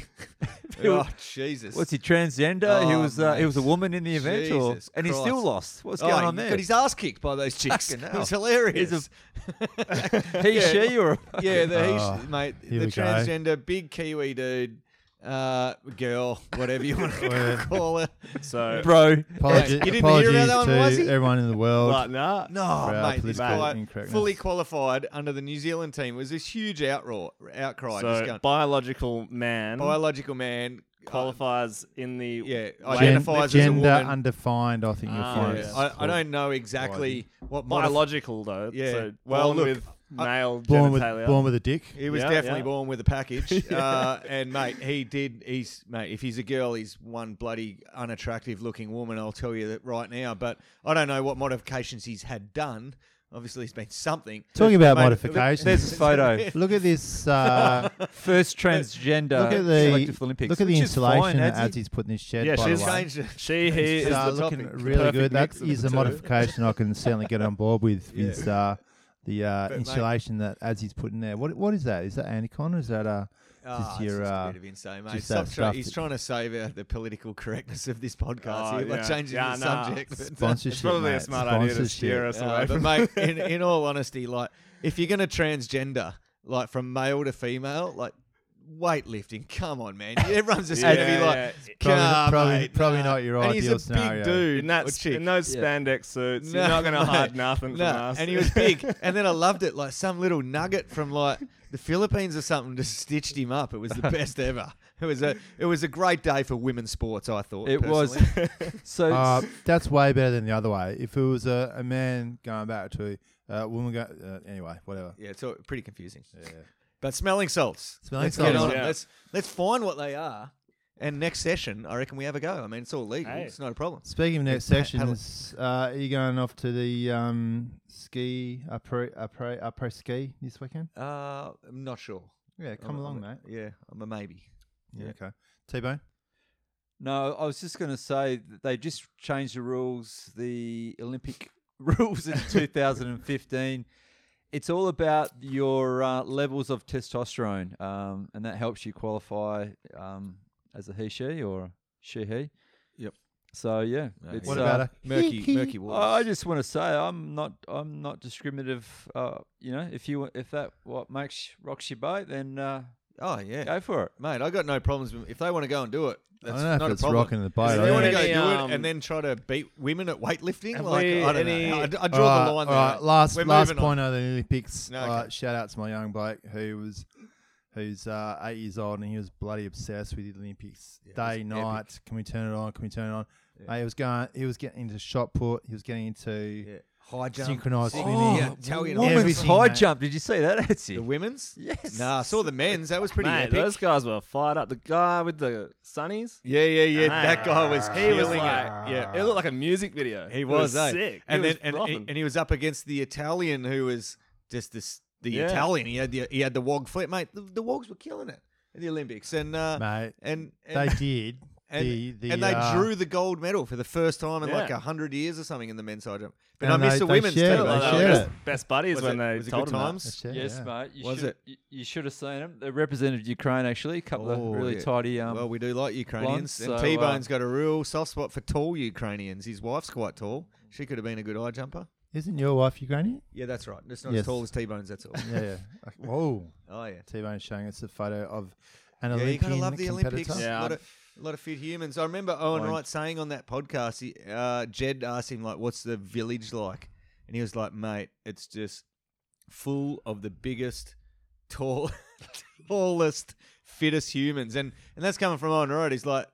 Speaker 3: it was-
Speaker 2: oh, Jesus.
Speaker 3: What's he transgender? he
Speaker 2: Oh,
Speaker 3: was uh, he was a
Speaker 2: mate.
Speaker 3: woman in the event, or,
Speaker 2: Jesus
Speaker 3: and he still
Speaker 2: Christ.
Speaker 3: lost. What's
Speaker 2: Oh,
Speaker 3: going
Speaker 2: he
Speaker 3: on there?
Speaker 2: Got his ass kicked by those chicks.
Speaker 3: Fucking
Speaker 2: It
Speaker 3: hell.
Speaker 2: was hilarious.
Speaker 3: he, she, or
Speaker 2: Yeah, the
Speaker 1: Oh,
Speaker 2: he's, mate,
Speaker 1: here
Speaker 2: the
Speaker 1: we go.
Speaker 2: transgender big Kiwi dude, uh, girl, whatever you want to call her.
Speaker 4: So,
Speaker 3: bro?
Speaker 1: Apologi-
Speaker 2: You didn't hear
Speaker 1: apologies
Speaker 2: about that one,
Speaker 1: to
Speaker 2: Wazzy?
Speaker 1: everyone in the world.
Speaker 4: like, nah.
Speaker 2: No,
Speaker 1: For our
Speaker 2: mate, this
Speaker 1: political
Speaker 2: guy
Speaker 1: incorrectness.
Speaker 2: fully qualified under the New Zealand team was this huge outroar, outcry. just
Speaker 4: So,
Speaker 2: going,
Speaker 4: biological man
Speaker 2: biological man uh,
Speaker 4: qualifies in the
Speaker 2: yeah,
Speaker 1: Gen-
Speaker 2: identifies as a
Speaker 1: gender
Speaker 2: woman.
Speaker 1: undefined, I think you'll
Speaker 4: Ah,
Speaker 1: find.
Speaker 4: yeah.
Speaker 1: it's
Speaker 2: I, I
Speaker 1: called.
Speaker 2: don't know exactly what
Speaker 4: biological
Speaker 2: biological.
Speaker 4: though.
Speaker 2: Yeah.
Speaker 4: So
Speaker 2: Well,
Speaker 4: born
Speaker 2: look,
Speaker 4: with male
Speaker 1: born with
Speaker 4: genitalia.
Speaker 1: born with a dick.
Speaker 2: He was
Speaker 4: Yeah,
Speaker 2: definitely
Speaker 4: yeah.
Speaker 2: born with a package, uh, and mate, he did. He's mate. If he's a girl, he's one bloody unattractive-looking woman. I'll tell you that right now. But I don't know what modifications he's had done. Obviously, it's been something.
Speaker 1: Talking about
Speaker 2: Mate,
Speaker 1: modifications,
Speaker 3: There's his photo.
Speaker 1: look at this. Uh,
Speaker 3: First transgender
Speaker 1: look at the
Speaker 3: selected for Olympics.
Speaker 1: look at the
Speaker 3: which is fine,
Speaker 1: installation that
Speaker 3: Adzi.
Speaker 1: Adzi's put in his shed.
Speaker 4: Yeah,
Speaker 1: by
Speaker 4: she's
Speaker 1: the way.
Speaker 2: Changed it.
Speaker 4: she, he
Speaker 2: It's
Speaker 4: is
Speaker 1: uh,
Speaker 2: the
Speaker 1: looking
Speaker 2: topic.
Speaker 1: really
Speaker 4: Perfect
Speaker 1: good. That
Speaker 4: mix of
Speaker 1: is
Speaker 4: the
Speaker 1: a
Speaker 4: two.
Speaker 1: modification I can certainly get on board with.
Speaker 2: Yeah.
Speaker 1: Is uh, the uh,
Speaker 2: mate-
Speaker 1: installation that Adzi's put in there? What what is that? Is that Anticon? Or is that uh,
Speaker 2: Ah,
Speaker 1: Just
Speaker 2: it's
Speaker 1: your,
Speaker 2: just
Speaker 1: uh,
Speaker 2: a bit of insane, mate.
Speaker 1: just that
Speaker 2: Stop try-
Speaker 1: stuff
Speaker 2: he's
Speaker 1: that-
Speaker 2: trying to save uh, the political correctness of this podcast
Speaker 4: Oh,
Speaker 2: here by
Speaker 4: yeah.
Speaker 2: changing
Speaker 4: Yeah,
Speaker 2: the
Speaker 4: nah.
Speaker 2: subject. But, uh,
Speaker 1: sponsorship?
Speaker 4: It's probably
Speaker 1: mate,
Speaker 4: a smart idea to steer us
Speaker 2: Uh,
Speaker 4: away
Speaker 2: but
Speaker 4: from.
Speaker 2: mate, in, in all honesty, like if you're gonna transgender, like from male to female, like weightlifting, come on, man. Everyone's just gonna be
Speaker 4: Yeah,
Speaker 2: like,
Speaker 4: yeah.
Speaker 1: Probably-
Speaker 2: "Nah,
Speaker 1: probably-
Speaker 2: mate,
Speaker 1: probably
Speaker 2: nah."
Speaker 1: not your
Speaker 2: and he's
Speaker 1: ideal
Speaker 2: a
Speaker 1: scenario.
Speaker 2: Big dude
Speaker 4: in that
Speaker 2: or
Speaker 4: s-
Speaker 2: chick.
Speaker 4: in those
Speaker 3: Yeah.
Speaker 4: spandex suits, you're
Speaker 2: No,
Speaker 4: not going to
Speaker 2: mate.
Speaker 4: hide nothing from us.
Speaker 2: and he was big. and then I loved it, like some little nugget from like the Philippines or something just stitched him up. It was the best ever. It was a it was a great day for women's sports. I thought
Speaker 3: It was
Speaker 2: personally.
Speaker 3: so.
Speaker 1: Uh, that's way better than the other way. If it was a, a man going back to uh, a woman, go, uh, anyway, whatever.
Speaker 2: Yeah, it's all pretty confusing. But smelling salts.
Speaker 1: Smelling
Speaker 2: let's Get
Speaker 1: salts.
Speaker 2: on 'em.
Speaker 4: Yeah.
Speaker 2: Let's let's find what they are. And next session, I reckon we have a go. I mean, it's all legal.
Speaker 4: Hey.
Speaker 2: It's not a problem.
Speaker 1: Speaking of next
Speaker 2: Pat- paddle-
Speaker 1: sessions, uh, are you going off to the um, ski après après après ski this weekend?
Speaker 2: Uh, I'm not sure.
Speaker 1: Yeah, come
Speaker 2: I'm-
Speaker 1: along,
Speaker 2: I'm-
Speaker 1: mate.
Speaker 2: Yeah, I'm a maybe.
Speaker 1: Yeah,
Speaker 2: Oh, yeah.
Speaker 1: okay. T Bone.
Speaker 3: No, I was just going to say that they just changed the rules, the Olympic rules in 2015. it's all about your uh, levels of testosterone, um, and that helps you qualify um, as a he she or she he.
Speaker 2: Yep.
Speaker 3: So yeah,
Speaker 2: No,
Speaker 3: it's,
Speaker 1: What
Speaker 3: uh,
Speaker 1: about a
Speaker 2: murky, murky
Speaker 4: Oh,
Speaker 2: waters.
Speaker 3: I just want to say I'm not I'm not discriminative. Uh, you know, if you if that what makes rocks your boat, then uh,
Speaker 2: oh yeah,
Speaker 3: go for it.
Speaker 2: mate. I got no problems with- if they want to go and do it.
Speaker 1: I
Speaker 2: That's
Speaker 1: don't know if
Speaker 2: not
Speaker 1: it's
Speaker 2: a problem.
Speaker 1: rocking the
Speaker 2: If
Speaker 1: boat.
Speaker 2: they want to
Speaker 1: eh?
Speaker 2: go
Speaker 4: Any,
Speaker 2: do it
Speaker 4: um,
Speaker 2: and then try to beat women at weightlifting,
Speaker 4: Have
Speaker 2: like
Speaker 4: we
Speaker 2: I don't
Speaker 4: any-
Speaker 2: know. I, I
Speaker 1: All
Speaker 2: draw
Speaker 1: right,
Speaker 2: the line
Speaker 1: all
Speaker 2: there.
Speaker 1: right, last
Speaker 2: We're
Speaker 1: last
Speaker 2: moving on.
Speaker 1: point of the Olympics.
Speaker 2: No,
Speaker 1: uh,
Speaker 2: okay.
Speaker 1: shout out to my young bloke who was who's uh, eight years old and he was bloody obsessed with the Olympics
Speaker 2: it was
Speaker 1: day
Speaker 2: epic.
Speaker 1: night. Can we turn it on? Can we turn it on? Mate, he was going. He was getting into shot put. He was getting into
Speaker 2: Yeah. High jump,
Speaker 1: synchronized
Speaker 2: sing-
Speaker 1: swimming.
Speaker 2: yeah, Italian
Speaker 1: woman's
Speaker 2: high-
Speaker 1: Oh, everything,
Speaker 3: high
Speaker 1: mate.
Speaker 3: jump. Did you see that,
Speaker 2: The
Speaker 3: Etsy?
Speaker 2: women's?
Speaker 3: Yes.
Speaker 2: Nah, I saw the men's. That was pretty
Speaker 4: Mate,
Speaker 2: epic.
Speaker 4: those guys were fired up. The guy with the sunnies,
Speaker 2: Yeah, yeah, yeah. that
Speaker 4: Mate,
Speaker 2: guy was
Speaker 4: Ah. he
Speaker 2: killing
Speaker 4: was like,
Speaker 2: it. Yeah,
Speaker 4: it looked like a music video.
Speaker 2: he was, eh?
Speaker 4: sick.
Speaker 2: And
Speaker 4: he
Speaker 2: then
Speaker 4: was
Speaker 2: and,
Speaker 4: frothing.
Speaker 2: and, and he was up against the Italian, who was just this the
Speaker 4: Yeah.
Speaker 2: Italian. He had the he had the wog flip, mate. The, the wogs were killing it at the Olympics, and uh,
Speaker 1: mate.
Speaker 2: and and,
Speaker 1: They did.
Speaker 2: and,
Speaker 1: the, the,
Speaker 2: and they
Speaker 1: uh,
Speaker 2: drew the gold medal for the first time in
Speaker 4: Yeah.
Speaker 2: like hundred years or something in the men's side jump. But
Speaker 1: And
Speaker 2: I miss
Speaker 1: they-
Speaker 2: the
Speaker 1: they
Speaker 2: women's
Speaker 1: shared
Speaker 2: too.
Speaker 1: it, they
Speaker 2: Like,
Speaker 4: Well,
Speaker 2: I
Speaker 1: shared
Speaker 2: was-
Speaker 1: it.
Speaker 4: Best buddies
Speaker 2: Was
Speaker 4: when
Speaker 2: it-
Speaker 4: they
Speaker 2: was it
Speaker 4: told
Speaker 2: good
Speaker 4: him that.
Speaker 2: times?
Speaker 1: That's it,
Speaker 3: Yes,
Speaker 1: yeah.
Speaker 3: mate. You
Speaker 2: Was
Speaker 3: should,
Speaker 2: it?
Speaker 3: You, you should have seen him. They represented Ukraine actually. A couple
Speaker 2: Oh,
Speaker 3: of really
Speaker 2: yeah.
Speaker 3: tidy. Um,
Speaker 2: well, we do like Ukrainians.
Speaker 3: blondes,
Speaker 2: and
Speaker 3: so, uh,
Speaker 2: T-Bone's got a real soft spot for tall Ukrainians. His wife's quite tall. She could have been a good eye jumper.
Speaker 1: Isn't your wife Ukrainian?
Speaker 2: Yeah, that's right. It's not
Speaker 1: Yes.
Speaker 2: as tall as T-Bone's. That's all.
Speaker 1: Yeah. yeah. Like, Whoa.
Speaker 2: oh yeah.
Speaker 1: T-Bone showing us a photo of an
Speaker 2: Yeah, you
Speaker 1: Olympian
Speaker 2: gotta love the
Speaker 1: competitor.
Speaker 2: Olympics.
Speaker 4: Yeah,
Speaker 2: a, lot
Speaker 4: I'm-
Speaker 2: of, a lot of fit humans. I remember Owen
Speaker 3: Owen-
Speaker 2: Wright saying on that podcast, he, uh, Jed asked him like, "What's the village like?" And he was like, "Mate, it's just full of the biggest, tall, tallest, fittest humans." And and that's coming from Owen Wright. He's like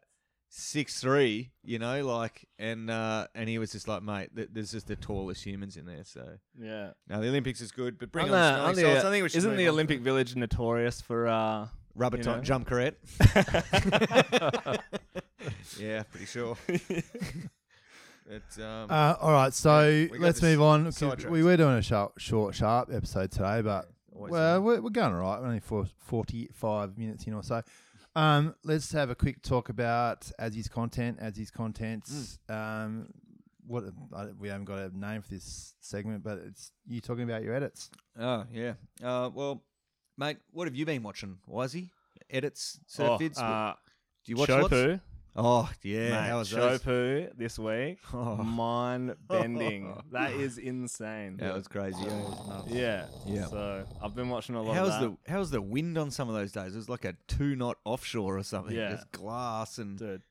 Speaker 2: six three, you know, like and uh, and he was just like, "Mate, th- there's just the tallest humans in there." So
Speaker 4: Yeah.
Speaker 2: no, the Olympics is good, but bring
Speaker 4: Aren't
Speaker 2: on
Speaker 4: the-
Speaker 2: the, smelling
Speaker 4: aren't the- uh,
Speaker 2: salts. I think we should
Speaker 4: isn't
Speaker 2: move
Speaker 4: the
Speaker 2: on.
Speaker 4: Olympic Village notorious for uh,
Speaker 2: rubber
Speaker 4: you
Speaker 2: time
Speaker 4: know?
Speaker 2: jump correct? yeah, pretty sure. It, um,
Speaker 1: Uh, all right, so
Speaker 2: Yeah, we got
Speaker 1: let's
Speaker 2: this
Speaker 1: move on. 'cause
Speaker 2: sidetracked.
Speaker 1: We were doing a sharp, short, sharp episode today, but
Speaker 2: always
Speaker 1: well, we're, we're going all right. We're only for 45 minutes in or so. Um, let's have a quick talk about Azzy's content, Azzy's contents.
Speaker 2: Mm.
Speaker 1: Um, what I, we haven't got a name for this segment, but it's you talking about your edits.
Speaker 2: oh yeah. Uh, well, mate, what have you been watching, Wisey? Edits, surf
Speaker 4: oh,
Speaker 2: vids?
Speaker 4: uh,
Speaker 2: Do you watch lots?
Speaker 4: Chopu?
Speaker 2: Oh yeah,
Speaker 4: Mate,
Speaker 2: how was those?
Speaker 4: Chopu this week.
Speaker 2: Oh.
Speaker 4: Mind bending. that is insane.
Speaker 2: That was crazy. Yeah, it was nuts.
Speaker 4: Oh, Yeah.
Speaker 2: Yeah.
Speaker 4: So I've been watching a lot
Speaker 2: How's
Speaker 4: of that.
Speaker 2: the how's the wind on some of those days? It was like a two knot offshore or something.
Speaker 4: Yeah.
Speaker 2: Just glass and
Speaker 4: Dude,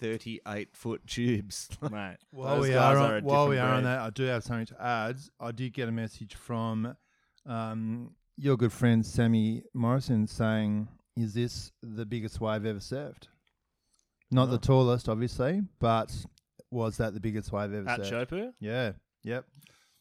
Speaker 2: thirty eight foot tubes.
Speaker 4: mate.
Speaker 1: While
Speaker 4: those
Speaker 1: we
Speaker 4: guys
Speaker 1: are
Speaker 4: a
Speaker 1: on, while we
Speaker 4: different
Speaker 1: are on
Speaker 4: breed.
Speaker 1: that, I do have something to add. I did get a message from um, your good friend Sammy Morrison saying, "Is this the biggest wave ever surfed? Not
Speaker 4: Oh.
Speaker 1: the tallest, obviously, but was that the biggest wave ever
Speaker 4: At
Speaker 1: surfed?
Speaker 4: Chopu?
Speaker 1: Yeah, yep.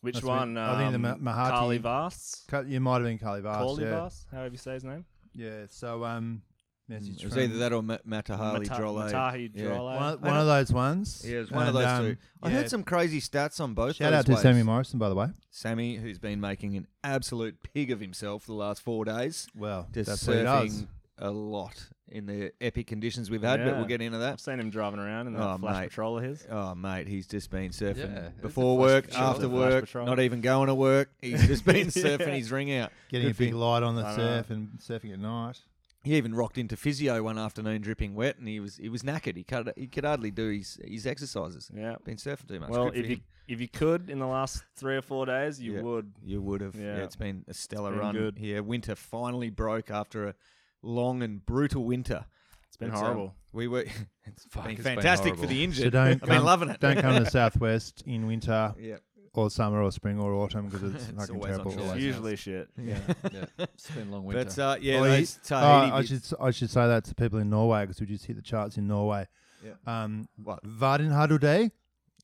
Speaker 4: Which
Speaker 1: That's
Speaker 4: one?
Speaker 1: right.
Speaker 4: Um,
Speaker 1: I think the Ma- Mahati-
Speaker 4: Carly Vasts?
Speaker 1: Ca- You might have been Carly Vast.
Speaker 4: Carly
Speaker 1: yeah,
Speaker 4: Vasts? However you say his name.
Speaker 1: yeah. So um, message
Speaker 2: It was
Speaker 1: from
Speaker 2: either that or Ma- Matahali
Speaker 4: Mata-
Speaker 2: Drolle.
Speaker 4: Matahi
Speaker 2: Yeah.
Speaker 4: Drolle.
Speaker 1: one, one of those ones.
Speaker 2: Yeah, it was one of
Speaker 1: And,
Speaker 2: those
Speaker 1: um,
Speaker 2: two. I
Speaker 1: yeah.
Speaker 2: heard some crazy stats on both.
Speaker 1: Shout
Speaker 2: those
Speaker 1: out to
Speaker 2: waves.
Speaker 1: Sammy Morrison, by the way.
Speaker 2: Sammy, who's been making an absolute pig of himself the last four days,
Speaker 1: Well,
Speaker 2: just
Speaker 1: that's what he does.
Speaker 2: surfing a lot in the epic conditions we've had. But
Speaker 4: Yeah.
Speaker 2: we'll get into
Speaker 4: I've
Speaker 2: that.
Speaker 4: seen him driving around in that
Speaker 2: Oh,
Speaker 4: flash
Speaker 2: mate.
Speaker 4: patrol of his.
Speaker 2: Oh mate, he's just been surfing
Speaker 3: Yeah, it's a
Speaker 2: before
Speaker 3: flash
Speaker 2: work,
Speaker 3: patrol.
Speaker 2: after
Speaker 4: It's a flash
Speaker 2: work,
Speaker 4: patrol.
Speaker 2: not even going to work. He's just been surfing his ring out.
Speaker 1: Getting
Speaker 2: Good
Speaker 1: a big
Speaker 2: thing.
Speaker 1: light on the
Speaker 4: I know.
Speaker 1: surf and surfing at night.
Speaker 2: He even rocked into physio one afternoon, dripping wet, and he was he was knackered. He could he could hardly do his his exercises.
Speaker 4: Yeah.
Speaker 2: Been surfing too much.
Speaker 4: Well,
Speaker 2: Good for
Speaker 4: if you
Speaker 2: him.
Speaker 4: if you could in the last three or four days, you
Speaker 2: Yeah.
Speaker 4: would.
Speaker 2: You would have. Yeah,
Speaker 4: Yeah.
Speaker 2: it's been a stellar
Speaker 4: It's been
Speaker 2: run.
Speaker 4: good.
Speaker 2: Yeah, winter finally broke after a long and brutal winter.
Speaker 4: It's been
Speaker 2: It's, um,
Speaker 4: horrible.
Speaker 2: We were. it's been
Speaker 3: it's been
Speaker 2: fantastic for
Speaker 3: horrible.
Speaker 2: the
Speaker 1: So
Speaker 2: injured.
Speaker 1: don't
Speaker 2: I've
Speaker 1: come,
Speaker 2: been loving it.
Speaker 1: don't come to the southwest in winter
Speaker 2: yeah.
Speaker 1: or summer or spring or autumn because it's,
Speaker 2: It's
Speaker 1: fucking
Speaker 2: always on
Speaker 1: terrible.
Speaker 2: July.
Speaker 1: always.
Speaker 2: Yeah.
Speaker 4: Usually shit.
Speaker 3: yeah, yeah. It's been a long winter.
Speaker 2: But uh, yeah,
Speaker 1: Oh, you-
Speaker 2: those
Speaker 1: Oh,
Speaker 2: Tahiti
Speaker 1: I
Speaker 2: bits-
Speaker 1: should s- I should say that to people in Norway because we just hit the charts in Norway.
Speaker 2: Yeah.
Speaker 1: Um,
Speaker 2: What?
Speaker 1: Varden Day.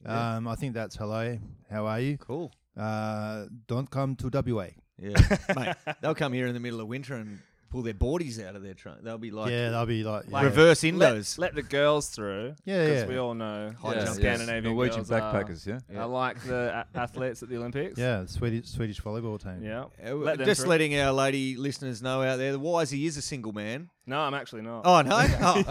Speaker 2: Yeah.
Speaker 1: Um, I think that's hello. How are you?
Speaker 2: cool.
Speaker 1: Uh, don't come to WA.
Speaker 2: Yeah, mate. They'll come here in the middle of winter and pull their bodies out of their trunk. They'll be like
Speaker 1: yeah, they'll be like, yeah.
Speaker 4: Like-
Speaker 2: reverse
Speaker 4: Let,
Speaker 2: indos.
Speaker 4: let the girls through.
Speaker 1: Yeah,
Speaker 4: Because
Speaker 1: yeah.
Speaker 4: we all know
Speaker 2: High
Speaker 4: the
Speaker 2: jump.
Speaker 4: Scandinavian
Speaker 3: Norwegian
Speaker 4: girls
Speaker 3: backpackers, yeah.
Speaker 4: Are, are like the a- athletes at the Olympics.
Speaker 1: yeah, the Swedish Swedish volleyball team.
Speaker 4: Yeah.
Speaker 2: Uh,
Speaker 4: Let them
Speaker 2: just
Speaker 4: through.
Speaker 2: letting our lady listeners know out there, the Wisey is a single man.
Speaker 4: No, I'm actually not.
Speaker 2: Oh no,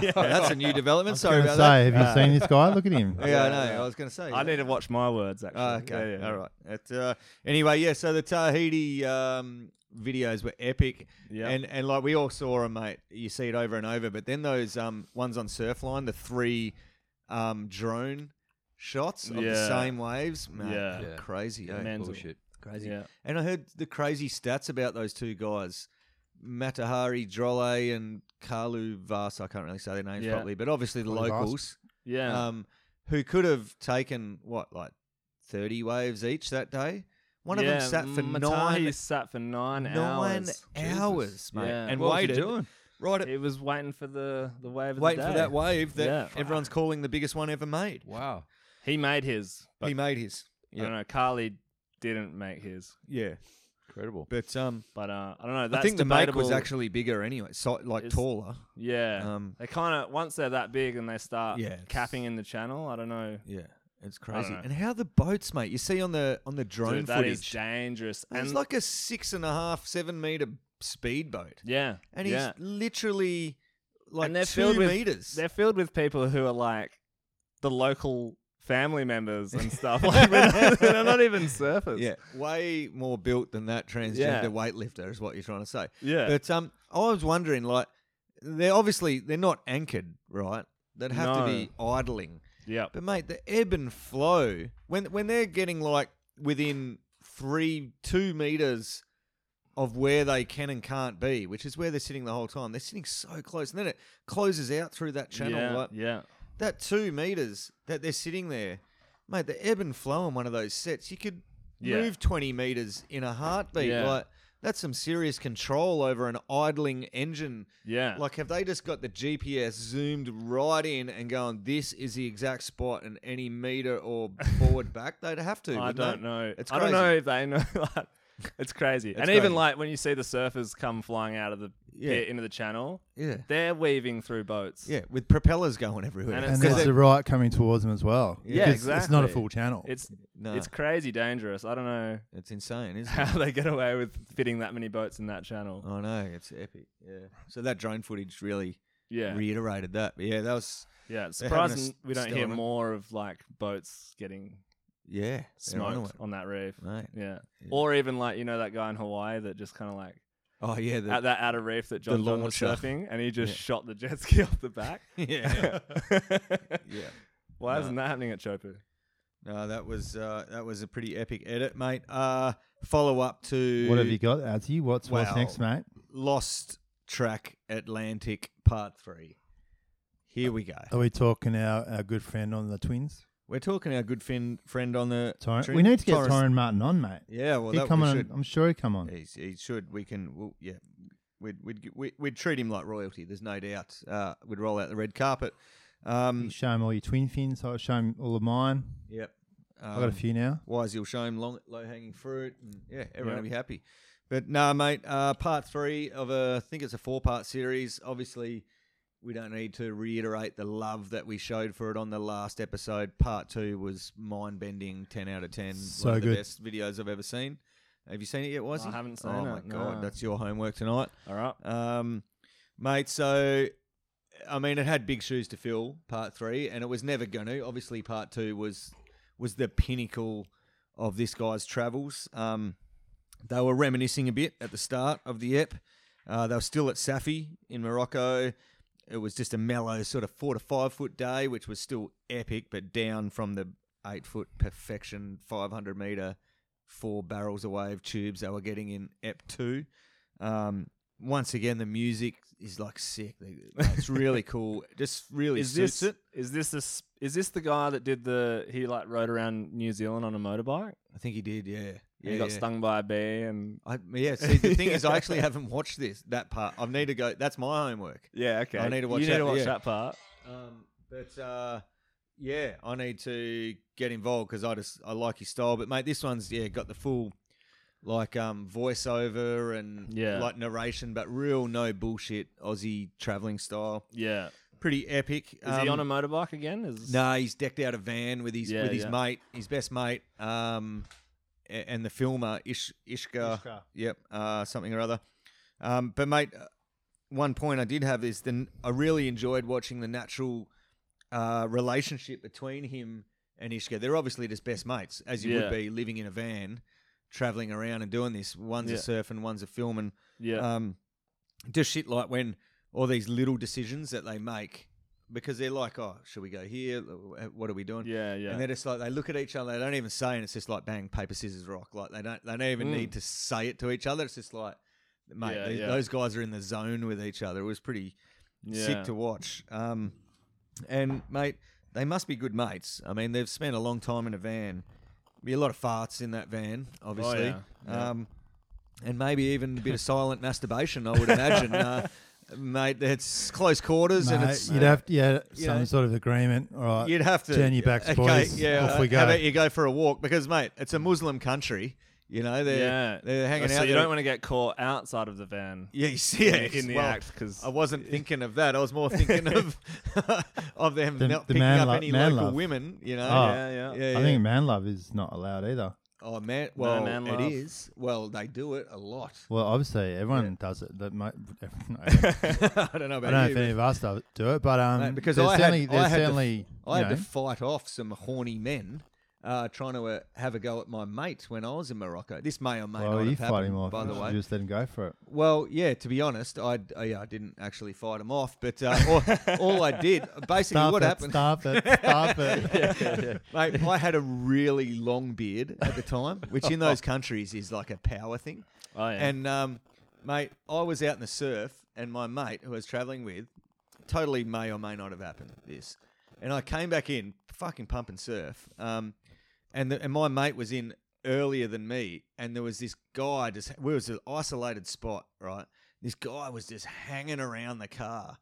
Speaker 2: oh, that's a new development. Sorry
Speaker 1: Gonna
Speaker 2: about
Speaker 1: say,
Speaker 2: that. Uh,
Speaker 1: have you seen this guy? Look at him.
Speaker 2: yeah, I
Speaker 4: Yeah,
Speaker 2: know.
Speaker 4: yeah.
Speaker 2: I was going to say.
Speaker 4: I need to watch my words actually.
Speaker 2: Oh, okay.
Speaker 4: Yeah, yeah.
Speaker 2: All right. It, uh, anyway, yeah. So the Tahiti um, videos were epic,
Speaker 4: Yeah.
Speaker 2: and and like we all saw them, mate. You see it over and over. But then those um, ones on Surfline, the three um, drone shots of the
Speaker 4: Yeah.
Speaker 2: same waves, mate,
Speaker 4: Yeah.
Speaker 3: Yeah.
Speaker 2: crazy, eh?
Speaker 4: Mental.
Speaker 3: Bullshit.
Speaker 2: crazy.
Speaker 4: Yeah.
Speaker 2: And I heard the crazy stats about those two guys, Matahari Drolle and Kalu Vas. I can't really say their names
Speaker 4: Yeah.
Speaker 2: properly, but obviously the
Speaker 1: Kalu Vas.
Speaker 2: locals
Speaker 4: Yeah.
Speaker 2: um, who could have taken what like thirty waves each that day. One
Speaker 4: yeah, mm,
Speaker 2: of them sat for
Speaker 4: Matahi
Speaker 2: nine,
Speaker 4: sat for nine,
Speaker 2: nine
Speaker 4: hours.
Speaker 2: hours,
Speaker 3: Jesus.
Speaker 2: mate,
Speaker 4: Yeah.
Speaker 2: and
Speaker 3: what was he
Speaker 2: waited
Speaker 3: doing?
Speaker 2: right at,
Speaker 4: He was waiting for the the wave of
Speaker 2: waiting
Speaker 4: the day.
Speaker 2: for that wave that
Speaker 4: Yeah.
Speaker 2: everyone's calling the biggest one ever made.
Speaker 3: Wow.
Speaker 4: He made his. But
Speaker 2: he made his,
Speaker 4: I don't know. Carly didn't make his,
Speaker 2: yeah.
Speaker 3: Incredible.
Speaker 2: But um,
Speaker 4: but uh, I don't know.
Speaker 2: I
Speaker 4: That's
Speaker 2: think the make
Speaker 4: debatable.
Speaker 2: was actually bigger anyway, so, like
Speaker 4: It's-
Speaker 2: taller.
Speaker 4: yeah.
Speaker 2: um,
Speaker 4: they kind of once they're that big and they start
Speaker 2: Yeah, it's-
Speaker 4: capping in the channel. I don't know.
Speaker 2: Yeah, it's crazy.
Speaker 4: know.
Speaker 2: And how the boats, mate? You see on the on the drone
Speaker 4: Dude, that is
Speaker 2: footage,
Speaker 4: dangerous.
Speaker 2: it's
Speaker 4: And
Speaker 2: like a six and a half, seven meter speedboat,
Speaker 4: yeah,
Speaker 2: and
Speaker 4: yeah.
Speaker 2: he's literally like
Speaker 4: and they're
Speaker 2: two
Speaker 4: filled with
Speaker 2: meters.
Speaker 4: They're filled with people who are like the local family members and stuff. like they're not, they're not even surfers.
Speaker 2: Yeah, way more built than that transgender
Speaker 4: Yeah.
Speaker 2: weightlifter is what you're trying to say.
Speaker 4: yeah.
Speaker 2: But um, I was wondering, like, they're obviously they're not anchored, right? They'd have to be idling.
Speaker 4: yeah.
Speaker 2: But mate, the ebb and flow when when they're getting like within three two meters of where they can and can't be, which is where they're sitting the whole time. They're sitting so close, and then it closes out through that channel.
Speaker 4: yeah,
Speaker 2: like,
Speaker 4: yeah.
Speaker 2: that two meters that they're sitting there, mate, the ebb and flow on one of those sets, you could
Speaker 4: Yeah.
Speaker 2: move 20 meters in a heartbeat.
Speaker 4: Yeah.
Speaker 2: Like, that's some serious control over an idling engine.
Speaker 4: Yeah.
Speaker 2: Like, have they just got the GPS zoomed right in and going, this is the exact spot and any meter or forward back? They'd have to.
Speaker 4: I
Speaker 2: wouldn't they?
Speaker 4: don't know.
Speaker 2: It's
Speaker 4: I don't
Speaker 2: crazy.
Speaker 4: know if they know. Like, it's crazy. and
Speaker 2: crazy.
Speaker 4: even like when you see the surfers come flying out of the
Speaker 2: Yeah.
Speaker 4: pit into the channel,
Speaker 2: Yeah.
Speaker 4: they're weaving through boats.
Speaker 2: Yeah, with propellers going everywhere.
Speaker 4: And
Speaker 1: And
Speaker 4: It's
Speaker 1: there's
Speaker 4: like-
Speaker 1: the right coming towards them as well.
Speaker 2: Yeah,
Speaker 1: Because It's not a
Speaker 4: exactly.
Speaker 1: full channel.
Speaker 4: It's
Speaker 2: no,
Speaker 4: it's crazy dangerous. I don't know
Speaker 2: it's insane, isn't it?
Speaker 4: how they get away with fitting that many boats in that channel.
Speaker 2: I know, it's epic. Yeah. So that drone footage really
Speaker 4: Yeah.
Speaker 2: reiterated that. But yeah, that was
Speaker 4: yeah. It's
Speaker 2: They're having a
Speaker 4: surprising
Speaker 2: s-
Speaker 4: we don't
Speaker 2: still
Speaker 4: hear
Speaker 2: on it.
Speaker 4: more of like boats getting
Speaker 2: Yeah, they're on
Speaker 4: smoked
Speaker 2: it,
Speaker 4: on that reef.
Speaker 2: Right.
Speaker 4: Yeah.
Speaker 2: Yeah.
Speaker 4: Or even like, you know, that guy in Hawaii that just kind of like
Speaker 2: Oh yeah,
Speaker 4: at
Speaker 2: the,
Speaker 4: that outer reef that John John was
Speaker 2: launcher.
Speaker 4: surfing and he just
Speaker 2: Yeah.
Speaker 4: shot the jet ski off the back.
Speaker 2: yeah, yeah.
Speaker 4: Why
Speaker 2: No.
Speaker 4: isn't that happening at Chopu?
Speaker 2: No, that was uh, that was a pretty epic edit, mate. Uh, follow up to
Speaker 1: what have you got, Azzy? What's what's
Speaker 2: Well,
Speaker 1: next, mate?
Speaker 2: Lost Track Atlantic Part Three. Here we go.
Speaker 1: Are we talking our, our good friend on the twins?
Speaker 2: We're talking our good fin- friend on the.
Speaker 1: Torrin?
Speaker 2: Trin-
Speaker 1: we need to get
Speaker 2: Torres.
Speaker 1: Torrin Martin on, mate.
Speaker 2: Yeah, well,
Speaker 1: he
Speaker 2: that
Speaker 1: come
Speaker 2: we
Speaker 1: on.
Speaker 2: should. Um,
Speaker 1: I'm sure he come on.
Speaker 2: He's, he should. We can. We'll, yeah, we'd we'd, gi- we'd we'd treat him like royalty. There's no doubt. Uh, we'd roll out the red carpet. Um,
Speaker 1: You show him all your twin fins. I'll show him all of mine.
Speaker 2: yep. Um,
Speaker 1: I've got a few now.
Speaker 2: Wise, you'll show him long, low hanging fruit, and yeah, everyone will be happy. But no, mate, uh, part three of a, I think it's a four part series. Obviously, we don't need to reiterate the love that we showed for it on the last episode. Part two was mind bending, ten out of ten.
Speaker 1: So
Speaker 2: one of
Speaker 1: good.
Speaker 2: the best videos I've ever seen. Have you seen it yet, Wise?
Speaker 4: I haven't seen
Speaker 2: Oh my
Speaker 4: it,
Speaker 2: god,
Speaker 4: no.
Speaker 2: that's your homework tonight.
Speaker 4: All right.
Speaker 2: Um, mate, so I mean, it had big shoes to fill, part three, and it was never going to. Obviously, part two was was the pinnacle of this guy's travels. Um, they were reminiscing a bit at the start of the ep. Uh, they were still at Safi in Morocco. It was just a mellow sort of four to five foot day, which was still epic, but down from the eight foot perfection, 500 meter, four barrels a wave tubes they were getting in ep two. Um, once again, the music is like sick. It's really cool. Just really
Speaker 4: Is
Speaker 2: suits
Speaker 4: this
Speaker 2: it.
Speaker 4: is this the s- is this the guy that did the he like rode around New Zealand on a motorbike?
Speaker 2: I think he did. Yeah,
Speaker 4: Yeah,
Speaker 2: yeah.
Speaker 4: he got
Speaker 2: yeah.
Speaker 4: stung by a bee and
Speaker 2: I, yeah. See, the thing is, I actually haven't watched this that part. I need to go. That's my homework.
Speaker 4: yeah, okay.
Speaker 2: I need to watch
Speaker 4: you
Speaker 2: that,
Speaker 4: need to watch
Speaker 2: yeah.
Speaker 4: that part.
Speaker 2: Um, but uh, yeah, I need to get involved because I just I like his style. But mate, this one's yeah got the full like um, voiceover and
Speaker 4: Yeah.
Speaker 2: like narration, but real no bullshit Aussie traveling style.
Speaker 4: Yeah.
Speaker 2: Pretty epic.
Speaker 4: Is he on a motorbike again? Is
Speaker 2: No, he's decked out a van with his
Speaker 4: Yeah,
Speaker 2: with his
Speaker 4: yeah.
Speaker 2: mate, his best mate, um, a- and the filmer Ish, Ishka,
Speaker 1: Ishka.
Speaker 2: Yep, uh, something or other. Um, but mate, uh, one point I did have is then I really enjoyed watching the natural uh, relationship between him and Ishka. They're obviously just best mates, as you
Speaker 4: Yeah.
Speaker 2: would be living in a van, traveling around and doing this. One's
Speaker 4: Yeah.
Speaker 2: a surf and one's a film, and
Speaker 4: Yeah.
Speaker 2: um, just shit like when all these little decisions that they make because they're like, oh, should we go here? What are we doing?
Speaker 4: yeah. Yeah.
Speaker 2: And they're just like they look at each other. They don't even say, and it's just like bang, paper, scissors, rock. Like they don't, they don't even
Speaker 4: Mm.
Speaker 2: need to say it to each other. It's just like, mate,
Speaker 4: Yeah,
Speaker 2: th-
Speaker 4: yeah.
Speaker 2: those guys are in the zone with each other. It was pretty
Speaker 4: yeah.
Speaker 2: sick to watch. Um, and mate, they must be good mates. I mean, they've spent a long time in a van. Be a lot of farts in that van, obviously.
Speaker 4: Oh, yeah, yeah.
Speaker 2: Um, and maybe even a bit of silent masturbation. I would imagine, uh, mate. It's close quarters, and
Speaker 1: Mate,
Speaker 2: it's
Speaker 1: you'd have to, yeah,
Speaker 2: you
Speaker 1: some
Speaker 2: know,
Speaker 1: sort of agreement. All right.
Speaker 2: You'd have to
Speaker 1: Uh, Turn your backs,
Speaker 2: okay,
Speaker 1: boys.
Speaker 2: Yeah, uh,
Speaker 1: Off we
Speaker 2: How
Speaker 1: go.
Speaker 2: about you go for a walk? Because mate, it's a Muslim country. You know, they're
Speaker 4: yeah.
Speaker 2: they're hanging
Speaker 4: Oh, so
Speaker 2: out.
Speaker 4: you
Speaker 2: there.
Speaker 4: don't want to get caught outside of the van
Speaker 2: yeah, you see it
Speaker 4: in the
Speaker 2: well,
Speaker 4: act because
Speaker 2: I wasn't thinking of that. I was more thinking of of them
Speaker 1: The-
Speaker 2: not
Speaker 1: the
Speaker 2: picking
Speaker 1: man
Speaker 2: up
Speaker 1: lo-
Speaker 2: any
Speaker 1: man
Speaker 2: local
Speaker 1: love.
Speaker 2: women. You know,
Speaker 1: Oh.
Speaker 4: yeah, yeah.
Speaker 2: yeah, yeah,
Speaker 1: I think man love is not allowed either.
Speaker 2: Oh man, well,
Speaker 4: man
Speaker 2: it
Speaker 4: love.
Speaker 2: is. Well, they do it a lot.
Speaker 1: Well, obviously everyone does it. That might, I don't know
Speaker 2: I don't know about you,
Speaker 1: if any of us do- do it, but um,
Speaker 2: Mate, because
Speaker 1: there's
Speaker 2: I had-
Speaker 1: certainly,
Speaker 2: I
Speaker 1: there's
Speaker 2: had the-
Speaker 1: certainly
Speaker 2: but I
Speaker 1: you
Speaker 2: had to
Speaker 1: know,
Speaker 2: fight off some horny men. Uh, trying to uh, have a go at my mate when I was in Morocco. This may or may
Speaker 1: well,
Speaker 2: not
Speaker 1: you
Speaker 2: have
Speaker 1: fight
Speaker 2: happened,
Speaker 1: him off.
Speaker 2: by the
Speaker 1: you
Speaker 2: way.
Speaker 1: just let him go for it.
Speaker 2: Well, yeah. To be honest, I I, yeah, I didn't actually fight him off, but uh, all, all I did basically
Speaker 1: Stop
Speaker 2: what
Speaker 1: it!
Speaker 2: happened,
Speaker 1: Stop it! Stop it!
Speaker 2: mate. I had a really long beard at the time, which in those countries is like a power thing.
Speaker 4: oh, yeah.
Speaker 2: And um, mate, I was out in the surf, and my mate who I was traveling with, totally may or may not have happened this. And I came back in, fucking pump and surf. Um, and the, and my mate was in earlier than me, and there was this guy just we was an isolated spot, right? This guy was just hanging around the car.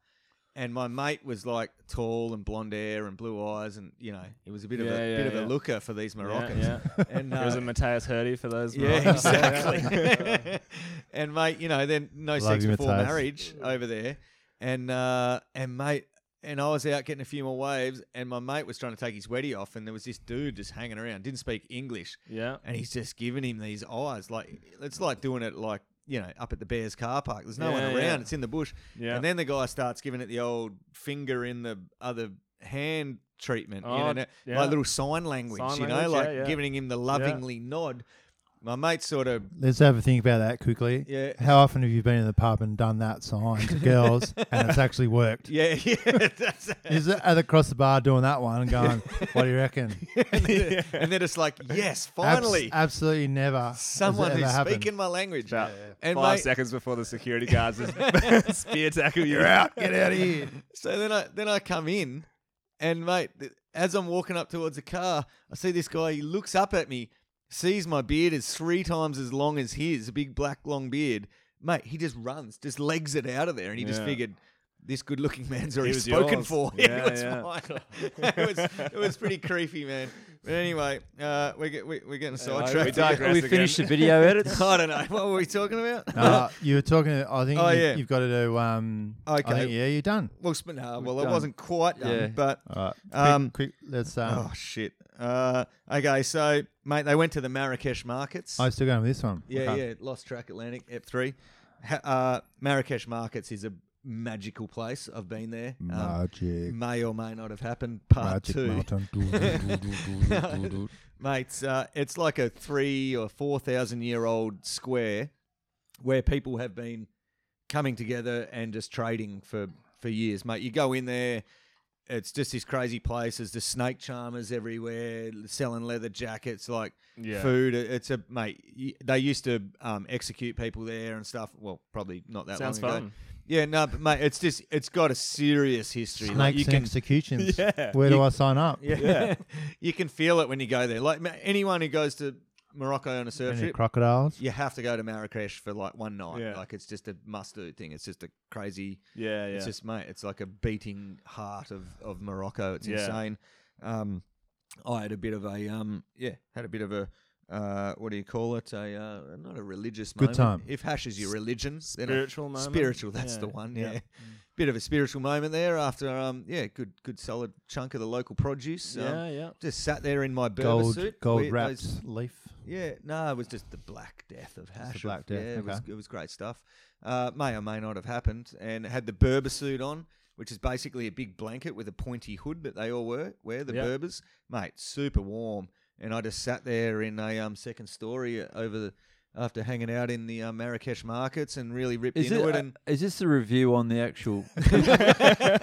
Speaker 2: And my mate was like tall and blonde hair and blue eyes, and you know he was a bit of
Speaker 4: Yeah,
Speaker 2: a
Speaker 4: yeah,
Speaker 2: bit of
Speaker 4: yeah.
Speaker 2: a looker for these Moroccans.
Speaker 4: Yeah,
Speaker 2: And uh,
Speaker 4: yeah. it was a Mateus Hurdy for those.
Speaker 2: yeah,
Speaker 4: Moroccans.
Speaker 2: exactly. and mate, you know, then no
Speaker 1: Love
Speaker 2: sex
Speaker 1: you,
Speaker 2: before
Speaker 1: Matthias.
Speaker 2: marriage over there, and uh, and mate, and I was out getting a few more waves, and my mate was trying to take his wedgie off, and there was this dude just hanging around, didn't speak English,
Speaker 4: Yeah.
Speaker 2: and he's just giving him these eyes, like it's like doing it like you know up at the Bears car park. There's no one
Speaker 4: Yeah,
Speaker 2: around.
Speaker 4: yeah.
Speaker 2: It's in the bush.
Speaker 4: Yeah.
Speaker 2: And then the guy starts giving it the old finger in the other hand treatment,
Speaker 4: Oh,
Speaker 2: you know,
Speaker 4: yeah.
Speaker 2: like little sign language,
Speaker 4: Sign
Speaker 2: you know,
Speaker 4: language,
Speaker 2: like
Speaker 4: yeah, yeah.
Speaker 2: giving him the lovingly nod. My mate sort of
Speaker 1: Let's have a think about that quickly.
Speaker 2: Yeah.
Speaker 1: How often have you been in the pub and done that sign to girls and it's actually worked?
Speaker 2: Yeah, yeah, that's it.
Speaker 1: Is it at across the bar doing that one and going, what do you reckon?
Speaker 2: And, then, and then it's like, yes,
Speaker 1: Abs-
Speaker 2: finally,
Speaker 1: absolutely never. has it
Speaker 2: someone
Speaker 1: ever
Speaker 2: who's
Speaker 1: happened.
Speaker 2: speaking my language.
Speaker 4: About
Speaker 2: And
Speaker 4: five
Speaker 2: mate-
Speaker 4: seconds before the security guards just spear tackle you out.
Speaker 2: Get out of here. So then I then I come in, and mate, th- as I'm walking up towards the car, I see this guy. He looks up at me, sees my beard is three times as long as his, a big black long beard. Mate, he just runs, just legs it out of there, and he just
Speaker 4: Yeah.
Speaker 2: figured. This good-looking man's already
Speaker 4: was
Speaker 2: spoken
Speaker 4: yours.
Speaker 2: for. Yeah,
Speaker 4: Yeah,
Speaker 2: it was
Speaker 4: yeah.
Speaker 2: mine. it, was, it was pretty creepy, man. But anyway, uh, we're, get, we, we're getting
Speaker 3: we,
Speaker 2: sidetracked.
Speaker 4: digress
Speaker 3: we
Speaker 4: again.
Speaker 3: finished the video edits.
Speaker 2: I don't know. What were we talking about?
Speaker 1: Uh, you were talking. I think
Speaker 2: Oh,
Speaker 1: you,
Speaker 2: yeah.
Speaker 1: have got to do. Um, I
Speaker 2: Okay.
Speaker 1: think, yeah, you're done.
Speaker 2: Well, sp- no, well, it
Speaker 3: done.
Speaker 2: wasn't quite done,
Speaker 3: Yeah.
Speaker 2: but
Speaker 1: All right. Quick,
Speaker 2: Um,
Speaker 1: quick, let's. Um,
Speaker 2: Oh shit. Uh, okay, so mate, they went to the Marrakesh markets.
Speaker 1: I'm still going with this one.
Speaker 2: oh, yeah,
Speaker 1: Okay.
Speaker 2: yeah. Lost track. Atlantic Ep three. Ha- uh, Marrakesh markets is a magical place. I've been there. Um,
Speaker 1: Magic.
Speaker 2: may or may not have happened. Part
Speaker 1: Magic
Speaker 2: two,
Speaker 1: Mountain. Do, do, do, do, do, do, do.
Speaker 2: mates. Uh, it's like a three or four thousand year old square where people have been coming together and just trading for for years, mate. You go in there. It's just this crazy place. There's the snake charmers everywhere selling leather jackets, like
Speaker 4: Yeah.
Speaker 2: food. It- It's a mate. y- They used to um, execute people there and stuff. Well, probably not that
Speaker 4: Sounds
Speaker 2: long ago.
Speaker 4: fun.
Speaker 2: Yeah, no, but mate, it's just it's got a serious history.
Speaker 1: Snakes
Speaker 2: Like, you
Speaker 1: and
Speaker 2: can
Speaker 1: executions.
Speaker 4: Yeah.
Speaker 1: Where do I sign up?
Speaker 2: yeah, you can feel it when you go there. Like ma- anyone who goes to Morocco on a surf
Speaker 1: Any
Speaker 2: trip,
Speaker 1: crocodiles?
Speaker 2: you have to go to Marrakesh for like one night.
Speaker 4: Yeah.
Speaker 2: Like it's just a must do thing. It's just a crazy.
Speaker 4: Yeah, yeah.
Speaker 2: It's just mate. It's like a beating heart of of Morocco. It's
Speaker 4: Yeah.
Speaker 2: insane. Um, I had a bit of a um, yeah, had a bit of a uh, what do you call it? A uh, not a religious
Speaker 1: Good
Speaker 2: moment.
Speaker 1: time.
Speaker 2: If hash is your religion, then a-
Speaker 4: spiritual moment?
Speaker 2: Spiritual, that's
Speaker 4: Yeah.
Speaker 2: the one.
Speaker 4: Yeah.
Speaker 2: Yeah, bit of a spiritual moment there after um, yeah, good, good, solid chunk of the local produce. Um,
Speaker 4: yeah, yeah.
Speaker 2: Just sat there in my Burma
Speaker 1: gold
Speaker 2: suit.
Speaker 1: gold
Speaker 2: We-
Speaker 1: wrapped
Speaker 2: those-
Speaker 1: leaf.
Speaker 2: yeah, no, it was just the black death of hash.
Speaker 1: Black
Speaker 2: of-
Speaker 1: Death,
Speaker 2: Yeah, it, was,
Speaker 1: okay.
Speaker 2: it was great stuff. Uh, may or may not have happened, and had the Berber suit on, which is basically a big blanket with a pointy hood that they all wear. Wear the
Speaker 4: Yeah.
Speaker 2: Berbers, mate, super warm. And I just sat there in a um, second story uh, over the, after hanging out in the uh, Marrakesh markets and really ripped
Speaker 3: Is,
Speaker 2: into
Speaker 3: it,
Speaker 2: it.
Speaker 3: uh,
Speaker 2: and
Speaker 3: is this a review on the actual?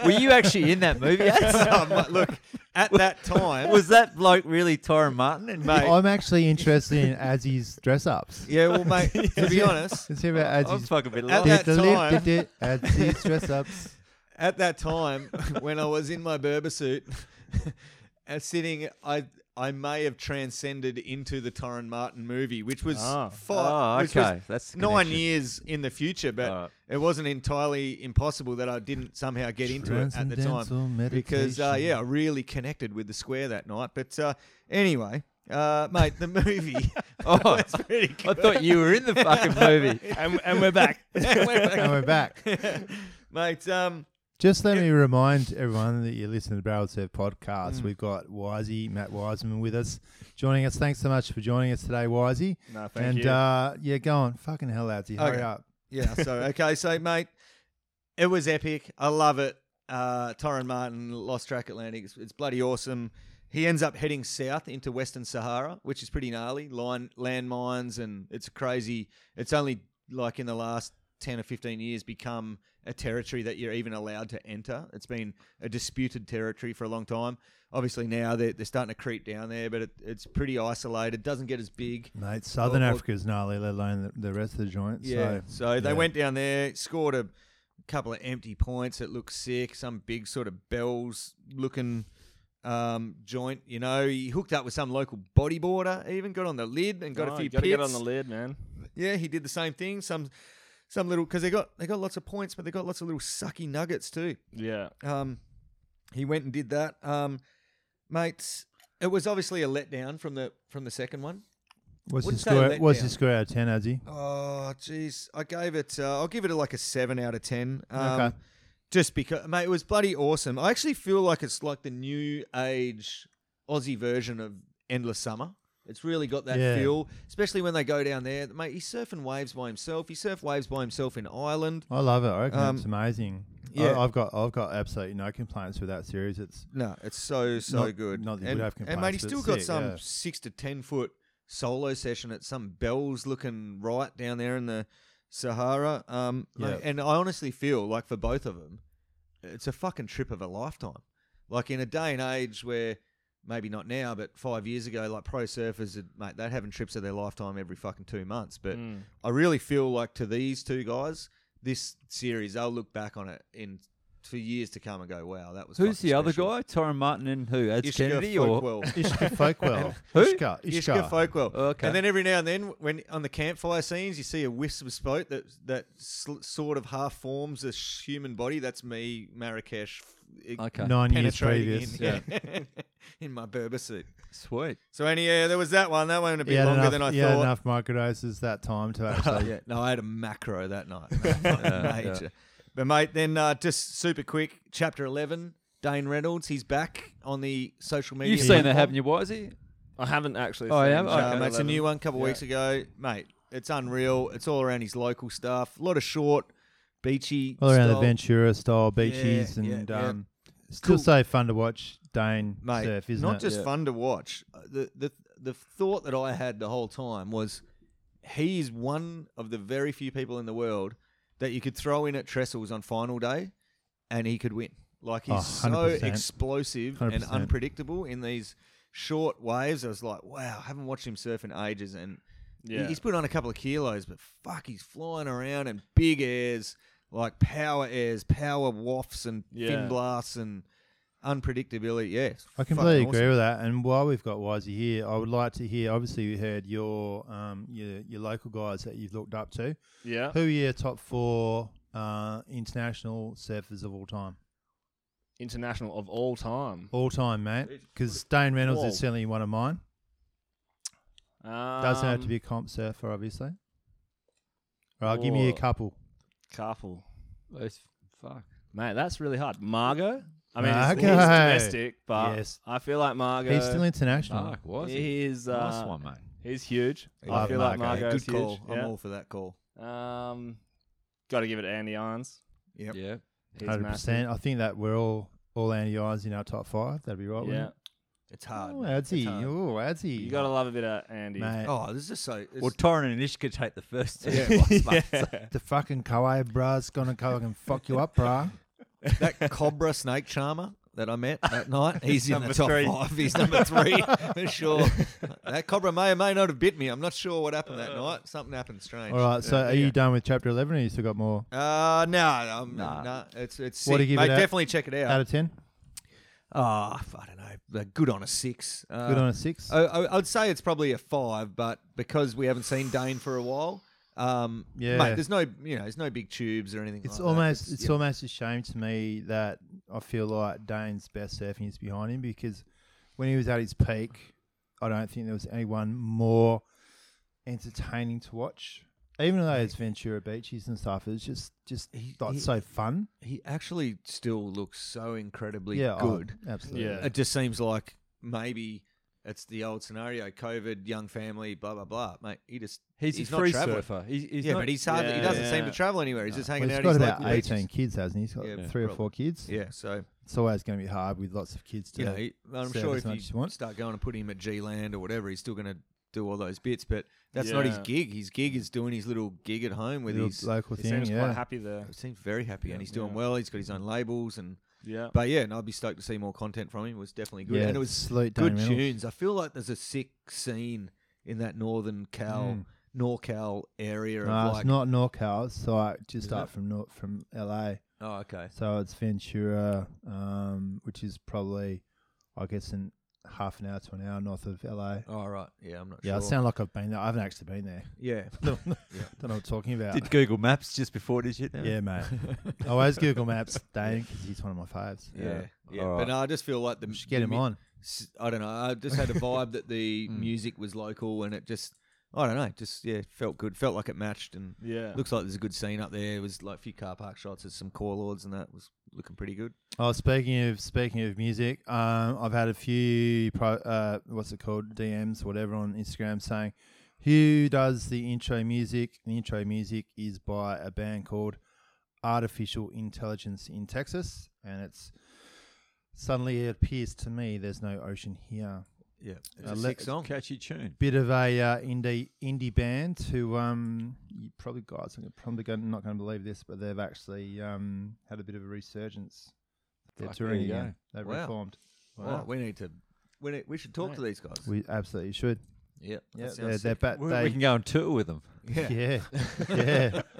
Speaker 3: Were you actually in that movie?
Speaker 2: Oh, mate, look, at that time,
Speaker 3: Was that bloke really Torrin Martin? And
Speaker 2: mate,
Speaker 1: I'm actually interested in Azzy's dress ups.
Speaker 2: yeah, well, mate, to be honest,
Speaker 1: Let's hear about
Speaker 3: I'm
Speaker 1: Azzy's
Speaker 3: fucking bit
Speaker 2: At
Speaker 3: lost.
Speaker 2: that
Speaker 1: Did the lip,
Speaker 2: time-
Speaker 1: did it, Azzy's dress ups.
Speaker 2: at that time when I was in my Berber suit and sitting I I may have transcended into the Torrin Martin movie, which was
Speaker 4: Ah.
Speaker 2: fi-
Speaker 3: Oh,
Speaker 2: which was
Speaker 3: okay. That's the
Speaker 2: nine
Speaker 3: connection. Ah.
Speaker 2: years in the future, but
Speaker 3: Alright.
Speaker 2: it wasn't entirely impossible that I didn't somehow get into it at the
Speaker 1: Transcendental
Speaker 2: time because uh,
Speaker 1: meditation.
Speaker 2: yeah, I really connected with the square that night. But uh, anyway, uh, mate, the movie
Speaker 3: Oh,
Speaker 2: was pretty
Speaker 3: I
Speaker 2: good.
Speaker 3: thought you were in the fucking movie.
Speaker 4: And, and we're back.
Speaker 1: and we're back.
Speaker 2: mate. Um,
Speaker 1: Just let me remind everyone that you listen to the Barrel Surf podcast.
Speaker 2: Mm.
Speaker 1: We've got Wisey, Matt Wiseman, with us, joining us. Thanks so much for joining us today, Wisey.
Speaker 4: No, thank
Speaker 1: and,
Speaker 4: you.
Speaker 1: uh, yeah, go on. Fucking hell, Azzy. Hurry
Speaker 2: Okay.
Speaker 1: up.
Speaker 2: Yeah. So okay. So mate, it was epic. I love it. Uh, Torrin Martin lost track Atlantic. It's, it's bloody awesome. He ends up heading south into Western Sahara, which is pretty gnarly. Line landmines and it's crazy. It's only like in the last ten or fifteen years become a territory that you're even allowed to enter. It's been a disputed territory for a long time. Obviously now they're, they're starting to creep down there, but it, it's pretty isolated. Doesn't get as big.
Speaker 1: Mate, Southern
Speaker 2: Or- or-
Speaker 1: Africa's gnarly, let alone the, the rest of the joint.
Speaker 2: Yeah.
Speaker 1: So,
Speaker 2: So, they
Speaker 1: yeah.
Speaker 2: went down there, scored a couple of empty points. It looked sick. Some big sort of bells looking um, joint. You know, he hooked up with some local bodyboarder. Even got on the lid and got
Speaker 4: Oh,
Speaker 2: a few
Speaker 4: you gotta
Speaker 2: pits.
Speaker 4: get on the lid, man.
Speaker 2: Yeah, he did the same thing. Some some little because they got they got lots of points, but they got lots of little sucky nuggets too.
Speaker 4: Yeah.
Speaker 2: Um, he went and did that. Um, mates, it was obviously a letdown from the from the second one.
Speaker 1: What's your
Speaker 2: Wouldn't say
Speaker 1: score?
Speaker 2: let
Speaker 1: What's your
Speaker 2: down.
Speaker 1: score out of ten, Azzy?
Speaker 2: Oh, jeez. I gave it, uh, I'll give it a, like a 7 out of 10. Um,
Speaker 1: Okay.
Speaker 2: Just because, mate, it was bloody awesome. I actually feel like it's like the new age Aussie version of Endless Summer. It's really got that
Speaker 1: Yeah.
Speaker 2: feel, especially when they go down there. Mate, he's surfing waves by himself. He surfed waves by himself in Ireland.
Speaker 1: I love it. I reckon
Speaker 2: Um,
Speaker 1: it's amazing.
Speaker 2: yeah.
Speaker 1: I, I've got I've got absolutely no complaints with that series. It's
Speaker 2: No, it's so so
Speaker 1: Not-
Speaker 2: good.
Speaker 1: not that you
Speaker 2: and,
Speaker 1: would have
Speaker 2: and mate,
Speaker 1: complaints,
Speaker 2: he's
Speaker 1: but
Speaker 2: still
Speaker 1: it's
Speaker 2: got
Speaker 1: sick,
Speaker 2: some
Speaker 1: yeah.
Speaker 2: six to ten foot solo session at some bells looking right down there in the Sahara. Um,
Speaker 1: Yeah.
Speaker 2: mate, and I honestly feel like for both of them, it's a fucking trip of a lifetime. Like in a day and age where maybe not now, but five years ago, like pro surfers, had- mate, they're having trips of their lifetime every fucking two months. But
Speaker 4: Mm.
Speaker 2: I really feel like to these two guys, this series, they'll look back on it in. For years to come and go, wow, that was.
Speaker 3: Who's
Speaker 2: fucking
Speaker 3: the other
Speaker 2: special."
Speaker 3: guy? Torrin Martin and who? Ed
Speaker 2: Ishka
Speaker 3: Kennedy or?
Speaker 2: Folkwell.
Speaker 1: Ishka Folkwell.
Speaker 3: Who?
Speaker 1: Ishka.
Speaker 2: Ishka Folkwell.
Speaker 3: Okay.
Speaker 2: And then every now and then, when on the campfire scenes, you see a wisp of smoke that that sl- sort of half forms a sh- human body. That's me, Marrakesh. f- i-
Speaker 3: Okay.
Speaker 1: Nine years
Speaker 2: penetrating
Speaker 1: previous.
Speaker 2: in, in my Berber suit.
Speaker 3: Sweet.
Speaker 2: So any, yeah, there was that one. That one a
Speaker 1: He
Speaker 2: bit
Speaker 1: had,
Speaker 2: longer
Speaker 1: enough,
Speaker 2: than I
Speaker 1: he had
Speaker 2: thought. Oh,
Speaker 1: enough microdoses that time to actually
Speaker 2: yeah, no, I had a macro that night. Major. But mate, then uh, just super quick, chapter eleven. Dane Reynolds, he's back on the social media.
Speaker 3: You've seen that,
Speaker 2: platform.
Speaker 3: haven't you, Wisey?
Speaker 4: I haven't actually.
Speaker 3: Oh,
Speaker 4: seen
Speaker 3: yeah? Okay.
Speaker 2: Um,
Speaker 4: Channel
Speaker 2: it's a
Speaker 4: 11.
Speaker 2: new one a couple
Speaker 4: Yeah.
Speaker 2: weeks ago, mate. It's unreal. It's all around his local stuff. A lot of short, beachy.
Speaker 1: all around the
Speaker 2: style.
Speaker 1: Ventura style beaches
Speaker 2: yeah,
Speaker 1: and
Speaker 2: yeah.
Speaker 1: um, still
Speaker 2: Cool.
Speaker 1: so fun to watch Dane
Speaker 2: mate.
Speaker 1: surf, isn't
Speaker 2: not
Speaker 1: it?
Speaker 2: just
Speaker 3: Yeah.
Speaker 2: fun to watch. Uh, The the the thought that I had the whole time was, he is one of the very few people in the world that you could throw in at trestles on final day, and he could win. Like he's
Speaker 1: Oh,
Speaker 2: so
Speaker 1: 100%.
Speaker 2: explosive and
Speaker 1: 100%.
Speaker 2: unpredictable in these short waves. I was like, wow, I haven't watched him surf in ages, and He-
Speaker 4: Yeah.
Speaker 2: He's put on a couple of kilos, but fuck, he's flying around in big airs, like power airs, power wafts, and
Speaker 4: Yeah.
Speaker 2: fin blasts, and unpredictability. Yeah, it's
Speaker 1: I
Speaker 2: fucking
Speaker 1: completely
Speaker 2: awesome.
Speaker 1: agree with that. And while we've got Wisey here, I would like to hear. Obviously, we heard your um, your your local guys that you've looked up to.
Speaker 4: Yeah.
Speaker 1: Who are your top four uh, international surfers of all time?
Speaker 4: International of all time.
Speaker 1: All time, mate. Because Dane Reynolds
Speaker 4: Whoa.
Speaker 1: is certainly one of mine. Doesn't have to be a comp surfer, obviously. All right, give me a
Speaker 4: Whoa.
Speaker 1: couple.
Speaker 4: Carpool.
Speaker 3: Let's- fuck.
Speaker 4: Mate, that's really hard. Margot? I mean, he's- he's,
Speaker 1: Margot.
Speaker 4: domestic, but
Speaker 1: Yes.
Speaker 4: I feel like Margot.
Speaker 1: He's still international.
Speaker 3: Mark, was he?
Speaker 4: he is, uh,
Speaker 3: Nice one, mate.
Speaker 4: He's huge. I
Speaker 1: Love
Speaker 4: feel like
Speaker 1: Margot.
Speaker 4: Margot
Speaker 2: Good
Speaker 4: is huge.
Speaker 2: call. I'm
Speaker 4: yeah.
Speaker 2: all for that call.
Speaker 4: Um, got to give it to Andy Irons.
Speaker 2: Yep.
Speaker 3: Yeah.
Speaker 4: He's
Speaker 1: Hundred
Speaker 4: massive.
Speaker 1: percent. I think that we're all all Andy Irons in our top five. That'd be right.
Speaker 4: Yeah,
Speaker 1: wouldn't
Speaker 2: It's
Speaker 1: it?
Speaker 2: hard.
Speaker 1: Oh,
Speaker 2: mate. It's
Speaker 1: Adsy.
Speaker 2: hard.
Speaker 1: Oh, Adsy.
Speaker 4: you got to love a bit of Andy.
Speaker 1: mate.
Speaker 2: Oh, this is just so. It's,
Speaker 3: Well, Torrin and Ishka take the first two.
Speaker 2: Yeah.
Speaker 3: spots, mate.
Speaker 1: The fucking Kauai bra's gonna come and fuck you up, brah.
Speaker 2: that cobra snake charmer that I met that night, he's in the
Speaker 3: Number
Speaker 2: top
Speaker 3: three.
Speaker 2: five. He's number three for sure. That cobra may or may not have bit me. I'm not sure what happened
Speaker 3: Uh.
Speaker 2: that night. Something happened strange.
Speaker 1: All right. So, are
Speaker 2: yeah.
Speaker 1: you done with chapter eleven, or you still got more?
Speaker 2: Uh, no, I'm,
Speaker 3: Nah.
Speaker 2: nah, it's it's
Speaker 1: What do
Speaker 2: sick.
Speaker 1: you give
Speaker 2: Mate,
Speaker 1: it out-
Speaker 2: definitely check it
Speaker 1: Out
Speaker 2: out.
Speaker 1: of ten,
Speaker 2: Ah, I don't know, Like, good on a six. Uh,
Speaker 1: good on a six.
Speaker 2: I, I, I'd say it's probably a five, but because we haven't seen Dane for a while, um,
Speaker 1: Yeah.
Speaker 2: mate, there's no you know, there's no big tubes or anything.
Speaker 1: It's
Speaker 2: like that.
Speaker 1: almost it's
Speaker 2: uh, yeah.
Speaker 1: almost a shame to me that I feel like Dane's best surfing is behind him because when he was at his peak, I don't think there was anyone more entertaining to watch. Even though it's Ventura Beaches and stuff, it's just just
Speaker 2: He-
Speaker 1: like
Speaker 2: he-
Speaker 1: so fun.
Speaker 2: he actually still looks so incredibly
Speaker 1: Yeah, oh,
Speaker 2: good.
Speaker 1: absolutely.
Speaker 4: Yeah.
Speaker 2: It just seems like maybe it's the old scenario: COVID, young family, blah blah blah. Mate, he just
Speaker 3: He's,
Speaker 2: He's
Speaker 3: a
Speaker 2: not
Speaker 3: free
Speaker 2: traveling.
Speaker 3: surfer. He's, he's
Speaker 2: yeah,
Speaker 3: not,
Speaker 2: but he's hardly he
Speaker 4: Yeah,
Speaker 2: doesn't
Speaker 4: yeah.
Speaker 2: seem to travel anywhere. He's just
Speaker 1: Well,
Speaker 2: hanging
Speaker 1: he's
Speaker 2: out.
Speaker 1: got
Speaker 2: at his
Speaker 1: about
Speaker 2: local beaches.
Speaker 1: eighteen kids, hasn't he? He's got
Speaker 2: Yeah,
Speaker 1: three or
Speaker 2: probably.
Speaker 1: four kids.
Speaker 2: Yeah, so
Speaker 1: It's always going to be hard with lots of kids to.
Speaker 2: you know, he- I'm
Speaker 1: serve
Speaker 2: sure
Speaker 1: as
Speaker 2: if
Speaker 1: much
Speaker 2: you
Speaker 1: as you want.
Speaker 2: start going and put him at G Land or whatever, he's still going to do all those bits. But that's not his
Speaker 4: Yeah.
Speaker 2: gig. His gig is doing his little gig at home with
Speaker 1: little
Speaker 2: his.
Speaker 1: local
Speaker 4: He
Speaker 1: thing,
Speaker 4: seems
Speaker 1: yeah.
Speaker 4: quite happy there.
Speaker 2: he seems very happy and he's doing
Speaker 4: yeah.
Speaker 2: well. He's got his own labels and.
Speaker 4: Yeah.
Speaker 2: But yeah, and I'd be stoked to see more content from him. It was definitely good,
Speaker 1: Yeah,
Speaker 2: and it was
Speaker 1: salute Dane
Speaker 2: good
Speaker 1: Reynolds.
Speaker 2: tunes. I feel like there's a sick scene in that northern Cal, NorCal area.
Speaker 1: No,
Speaker 2: of like,
Speaker 1: Mm. it's not NorCal. It's like just
Speaker 2: Is
Speaker 1: up
Speaker 2: it?
Speaker 1: from nor- from LA.
Speaker 2: oh, okay.
Speaker 1: So it's Ventura, um, which is probably, I guess, in half an hour to an hour north of LA.
Speaker 2: All right. yeah, I'm not
Speaker 1: Yeah,
Speaker 2: Oh, sure.
Speaker 1: I sound like I've been there. I haven't actually been there.
Speaker 2: yeah,
Speaker 1: Don't know what I'm talking about.
Speaker 3: did Google Maps just before, did you? No.
Speaker 1: yeah, mate. I always Google Maps Dane because he's one of my faves.
Speaker 2: yeah, yeah.
Speaker 3: All
Speaker 2: But
Speaker 3: right.
Speaker 2: no, I just feel like the
Speaker 1: We should get
Speaker 2: the
Speaker 1: him
Speaker 2: mu-
Speaker 1: on.
Speaker 2: s- I don't know. I just had a vibe that the
Speaker 1: Mm.
Speaker 2: music was local, and it just I don't know. Just yeah, felt good. Felt like it matched, and
Speaker 4: Yeah.
Speaker 2: looks like there's a good scene up there. It was like a few car park shots of some core lords, and that was looking pretty good.
Speaker 1: Oh, speaking of speaking of music, um, I've had a few pro, uh, what's it called DMs, whatever, on Instagram saying who does the intro music. The intro music is by a band called Artificial Intelligence in Texas, and it's suddenly it appears to me there's no ocean here.
Speaker 2: Yeah, it's
Speaker 1: Uh,
Speaker 2: a
Speaker 1: let-
Speaker 2: sick song.
Speaker 3: Catchy tune.
Speaker 1: Bit of a uh, indie indie band who um, you probably guys are probably going, not going to believe this, but they've actually um, had a bit of a resurgence. They're
Speaker 3: Fuck, there
Speaker 1: touring
Speaker 3: you go.
Speaker 1: again. They've
Speaker 2: Wow.
Speaker 1: reformed.
Speaker 2: Wow, Oh, we need to. We, need, we should talk to these guys.
Speaker 1: We absolutely should.
Speaker 2: yeah,
Speaker 1: Yeah, they're, they're back.
Speaker 3: We,
Speaker 1: They,
Speaker 3: we can go on tour with him.
Speaker 2: yeah.
Speaker 1: yeah, yeah.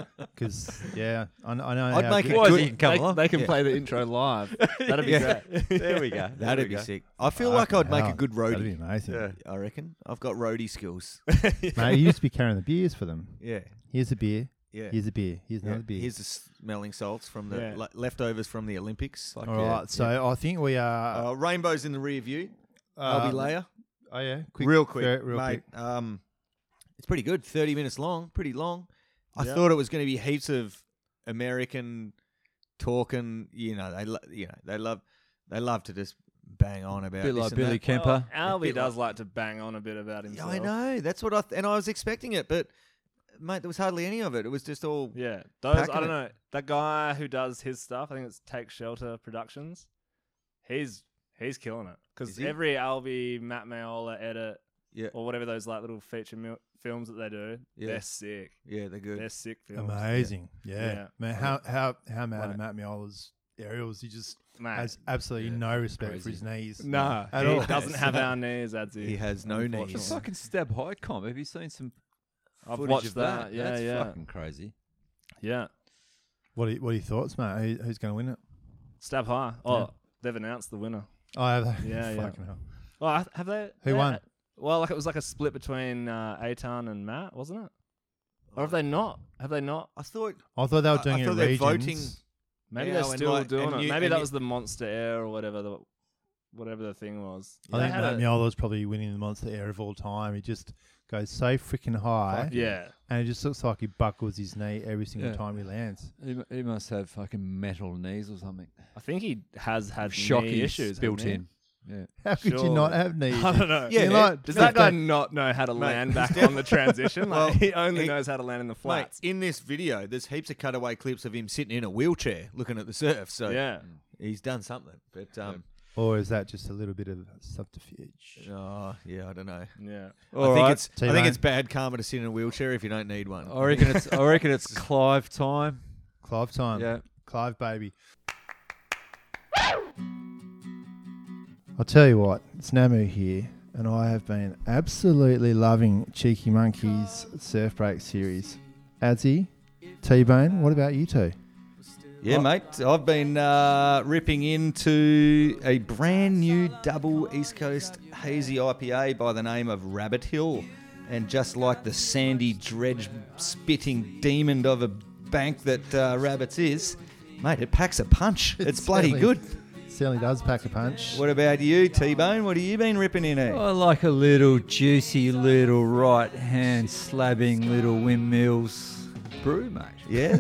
Speaker 1: Because yeah, I, kn- I know.
Speaker 2: I'd
Speaker 1: how
Speaker 2: make
Speaker 1: good-
Speaker 2: it Boys, good. you
Speaker 3: can come
Speaker 4: they,
Speaker 3: along.
Speaker 4: they can
Speaker 2: Yeah.
Speaker 4: play the intro live. That'd be
Speaker 2: Yeah.
Speaker 4: great.
Speaker 3: There we go.
Speaker 2: That'd be sick. I feel like I'd make a
Speaker 1: Wow,
Speaker 2: good
Speaker 1: oh, That'd be
Speaker 2: roadie.
Speaker 1: amazing.
Speaker 2: I reckon I've got roadie skills.
Speaker 1: Mate, you used to be carrying the beers for them.
Speaker 2: yeah,
Speaker 1: Here's a beer.
Speaker 2: yeah.
Speaker 1: Here's a beer. Here's
Speaker 2: yeah.
Speaker 1: another beer.
Speaker 2: Here's the smelling salts from the
Speaker 4: Yeah.
Speaker 2: le- leftovers from the Olympics.
Speaker 1: All right. So I think we are.
Speaker 2: Uh, rainbows in the rear view.
Speaker 1: uh,
Speaker 2: I'll be later.
Speaker 1: Oh yeah. Quick,
Speaker 2: real quick,
Speaker 1: very- real
Speaker 2: mate.
Speaker 1: quick.
Speaker 2: Um, it's pretty good. Thirty minutes long. Pretty long. I
Speaker 4: Yeah.
Speaker 2: thought it was going to be heaps of American talking. You know, they lo- you know they love they love to just bang on about
Speaker 3: bit
Speaker 2: this
Speaker 3: like
Speaker 2: and
Speaker 3: Billy
Speaker 2: that.
Speaker 3: Kemper.
Speaker 4: Well, Albie
Speaker 2: bit like-
Speaker 4: does like to bang on a bit about
Speaker 2: Yeah,
Speaker 4: himself.
Speaker 2: I know. That's what I th- and I was expecting it, but mate, there was hardly any of it. It was just all
Speaker 4: Yeah, those I
Speaker 2: Packing
Speaker 4: don't
Speaker 2: it.
Speaker 4: know. That guy who does his stuff, I think it's Take Shelter Productions. He's he's killing it
Speaker 2: Is
Speaker 4: because
Speaker 2: he?
Speaker 4: every Albie Matt Maiola edit,
Speaker 2: Yeah.
Speaker 4: or whatever those like little feature mil- films that they do,
Speaker 2: Yeah.
Speaker 4: they're sick.
Speaker 2: yeah, they're good.
Speaker 4: They're sick films.
Speaker 1: Amazing. Yeah.
Speaker 4: Yeah.
Speaker 1: Man, how how how mad
Speaker 4: Mate.
Speaker 1: at Matt Miola's aerials? He just
Speaker 4: Mate.
Speaker 1: has absolutely
Speaker 3: Yeah.
Speaker 1: no respect for
Speaker 3: Crazy.
Speaker 1: his knees.
Speaker 4: Nah,
Speaker 1: At
Speaker 4: he
Speaker 1: all.
Speaker 4: doesn't have our knees, Adzi.
Speaker 2: he has no
Speaker 4: Unfortunately.
Speaker 2: knees.
Speaker 4: Yeah.
Speaker 3: Fucking stab high comp. Have you seen some?
Speaker 4: I've
Speaker 3: footage
Speaker 4: watched
Speaker 3: of that.
Speaker 4: that. Yeah,
Speaker 3: That's
Speaker 4: yeah,
Speaker 3: fucking crazy.
Speaker 4: yeah.
Speaker 1: What are, what are your thoughts, mate? Who, who's going to win it?
Speaker 4: Stab high. Oh, they've announced the winner.
Speaker 1: Oh, yeah,
Speaker 4: Yeah, yeah.
Speaker 1: fucking hell.
Speaker 4: Oh, I- have they?
Speaker 1: Who
Speaker 4: they-
Speaker 1: won?
Speaker 4: Well, like it was like a split between uh, Aton and Matt, wasn't it? Or have they not? Have they not?
Speaker 2: I thought
Speaker 1: I thought they were
Speaker 2: I-
Speaker 1: doing
Speaker 2: I
Speaker 1: it
Speaker 2: thought
Speaker 1: in
Speaker 2: they're
Speaker 1: regions.
Speaker 2: voting-
Speaker 4: Maybe
Speaker 2: Yeah,
Speaker 4: they're
Speaker 2: and
Speaker 4: still
Speaker 2: like-
Speaker 4: doing
Speaker 2: and
Speaker 4: it.
Speaker 2: you-
Speaker 4: Maybe
Speaker 2: and
Speaker 4: that
Speaker 2: you-
Speaker 4: was the Monster Air or whatever. The, whatever the thing was.
Speaker 1: I
Speaker 3: They
Speaker 1: think
Speaker 3: had
Speaker 1: Matt
Speaker 3: a-
Speaker 1: Miola's probably winning the monster air of all time. He just goes so freaking high,
Speaker 4: Yeah,
Speaker 1: and it just looks like he buckles his knee every single
Speaker 3: Yeah.
Speaker 1: time he lands.
Speaker 3: He, mu- he must have fucking metal knees or something.
Speaker 4: I think he has had
Speaker 3: Shocking
Speaker 4: knee issues hasn't
Speaker 3: built
Speaker 4: he?
Speaker 3: in. Yeah.
Speaker 1: How could you not
Speaker 4: Surely.
Speaker 1: have knees?
Speaker 4: I don't know.
Speaker 2: Yeah,
Speaker 1: You
Speaker 2: mate.
Speaker 1: like-
Speaker 4: Does
Speaker 1: no,
Speaker 4: that guy
Speaker 1: don't-
Speaker 4: not know how to
Speaker 2: Mate,
Speaker 4: land
Speaker 2: he's
Speaker 4: back on the transition? Like,
Speaker 2: Well,
Speaker 4: he only
Speaker 2: he-
Speaker 4: knows how to land in the
Speaker 2: Mate,
Speaker 4: flats.
Speaker 2: in this video, there's heaps of cutaway clips of him sitting in a wheelchair looking at the surf. So
Speaker 4: yeah.
Speaker 2: he's done something. But um,
Speaker 1: Or is that just a little bit of subterfuge?
Speaker 2: oh, yeah, I don't know.
Speaker 4: Yeah.
Speaker 3: All
Speaker 2: I think
Speaker 3: right.
Speaker 2: it's I
Speaker 1: T-Bone.
Speaker 2: think it's bad karma to sit in a wheelchair if you don't need one.
Speaker 3: I reckon it's. I reckon it's Clive time.
Speaker 1: Clive time.
Speaker 3: Yeah.
Speaker 1: Clive baby. I'll tell you what, it's Namu here, and I have been absolutely loving Cheeky Monkey's Surf Break series. Adzi, T Bone, what about you two?
Speaker 2: Yeah, mate. I've been uh, ripping into a brand new double East Coast hazy IPA by the name of Rabbit Hill. And just like the sandy, dredge spitting demon of a bank that uh, Rabbits is, mate, it packs a punch. It's bloody
Speaker 1: certainly-
Speaker 2: good.
Speaker 1: Certainly does pack a punch.
Speaker 2: What about you, T Bone? What have you been ripping in at?
Speaker 3: I like a little juicy little right hand slabbing little windmills brew, mate.
Speaker 2: Yeah,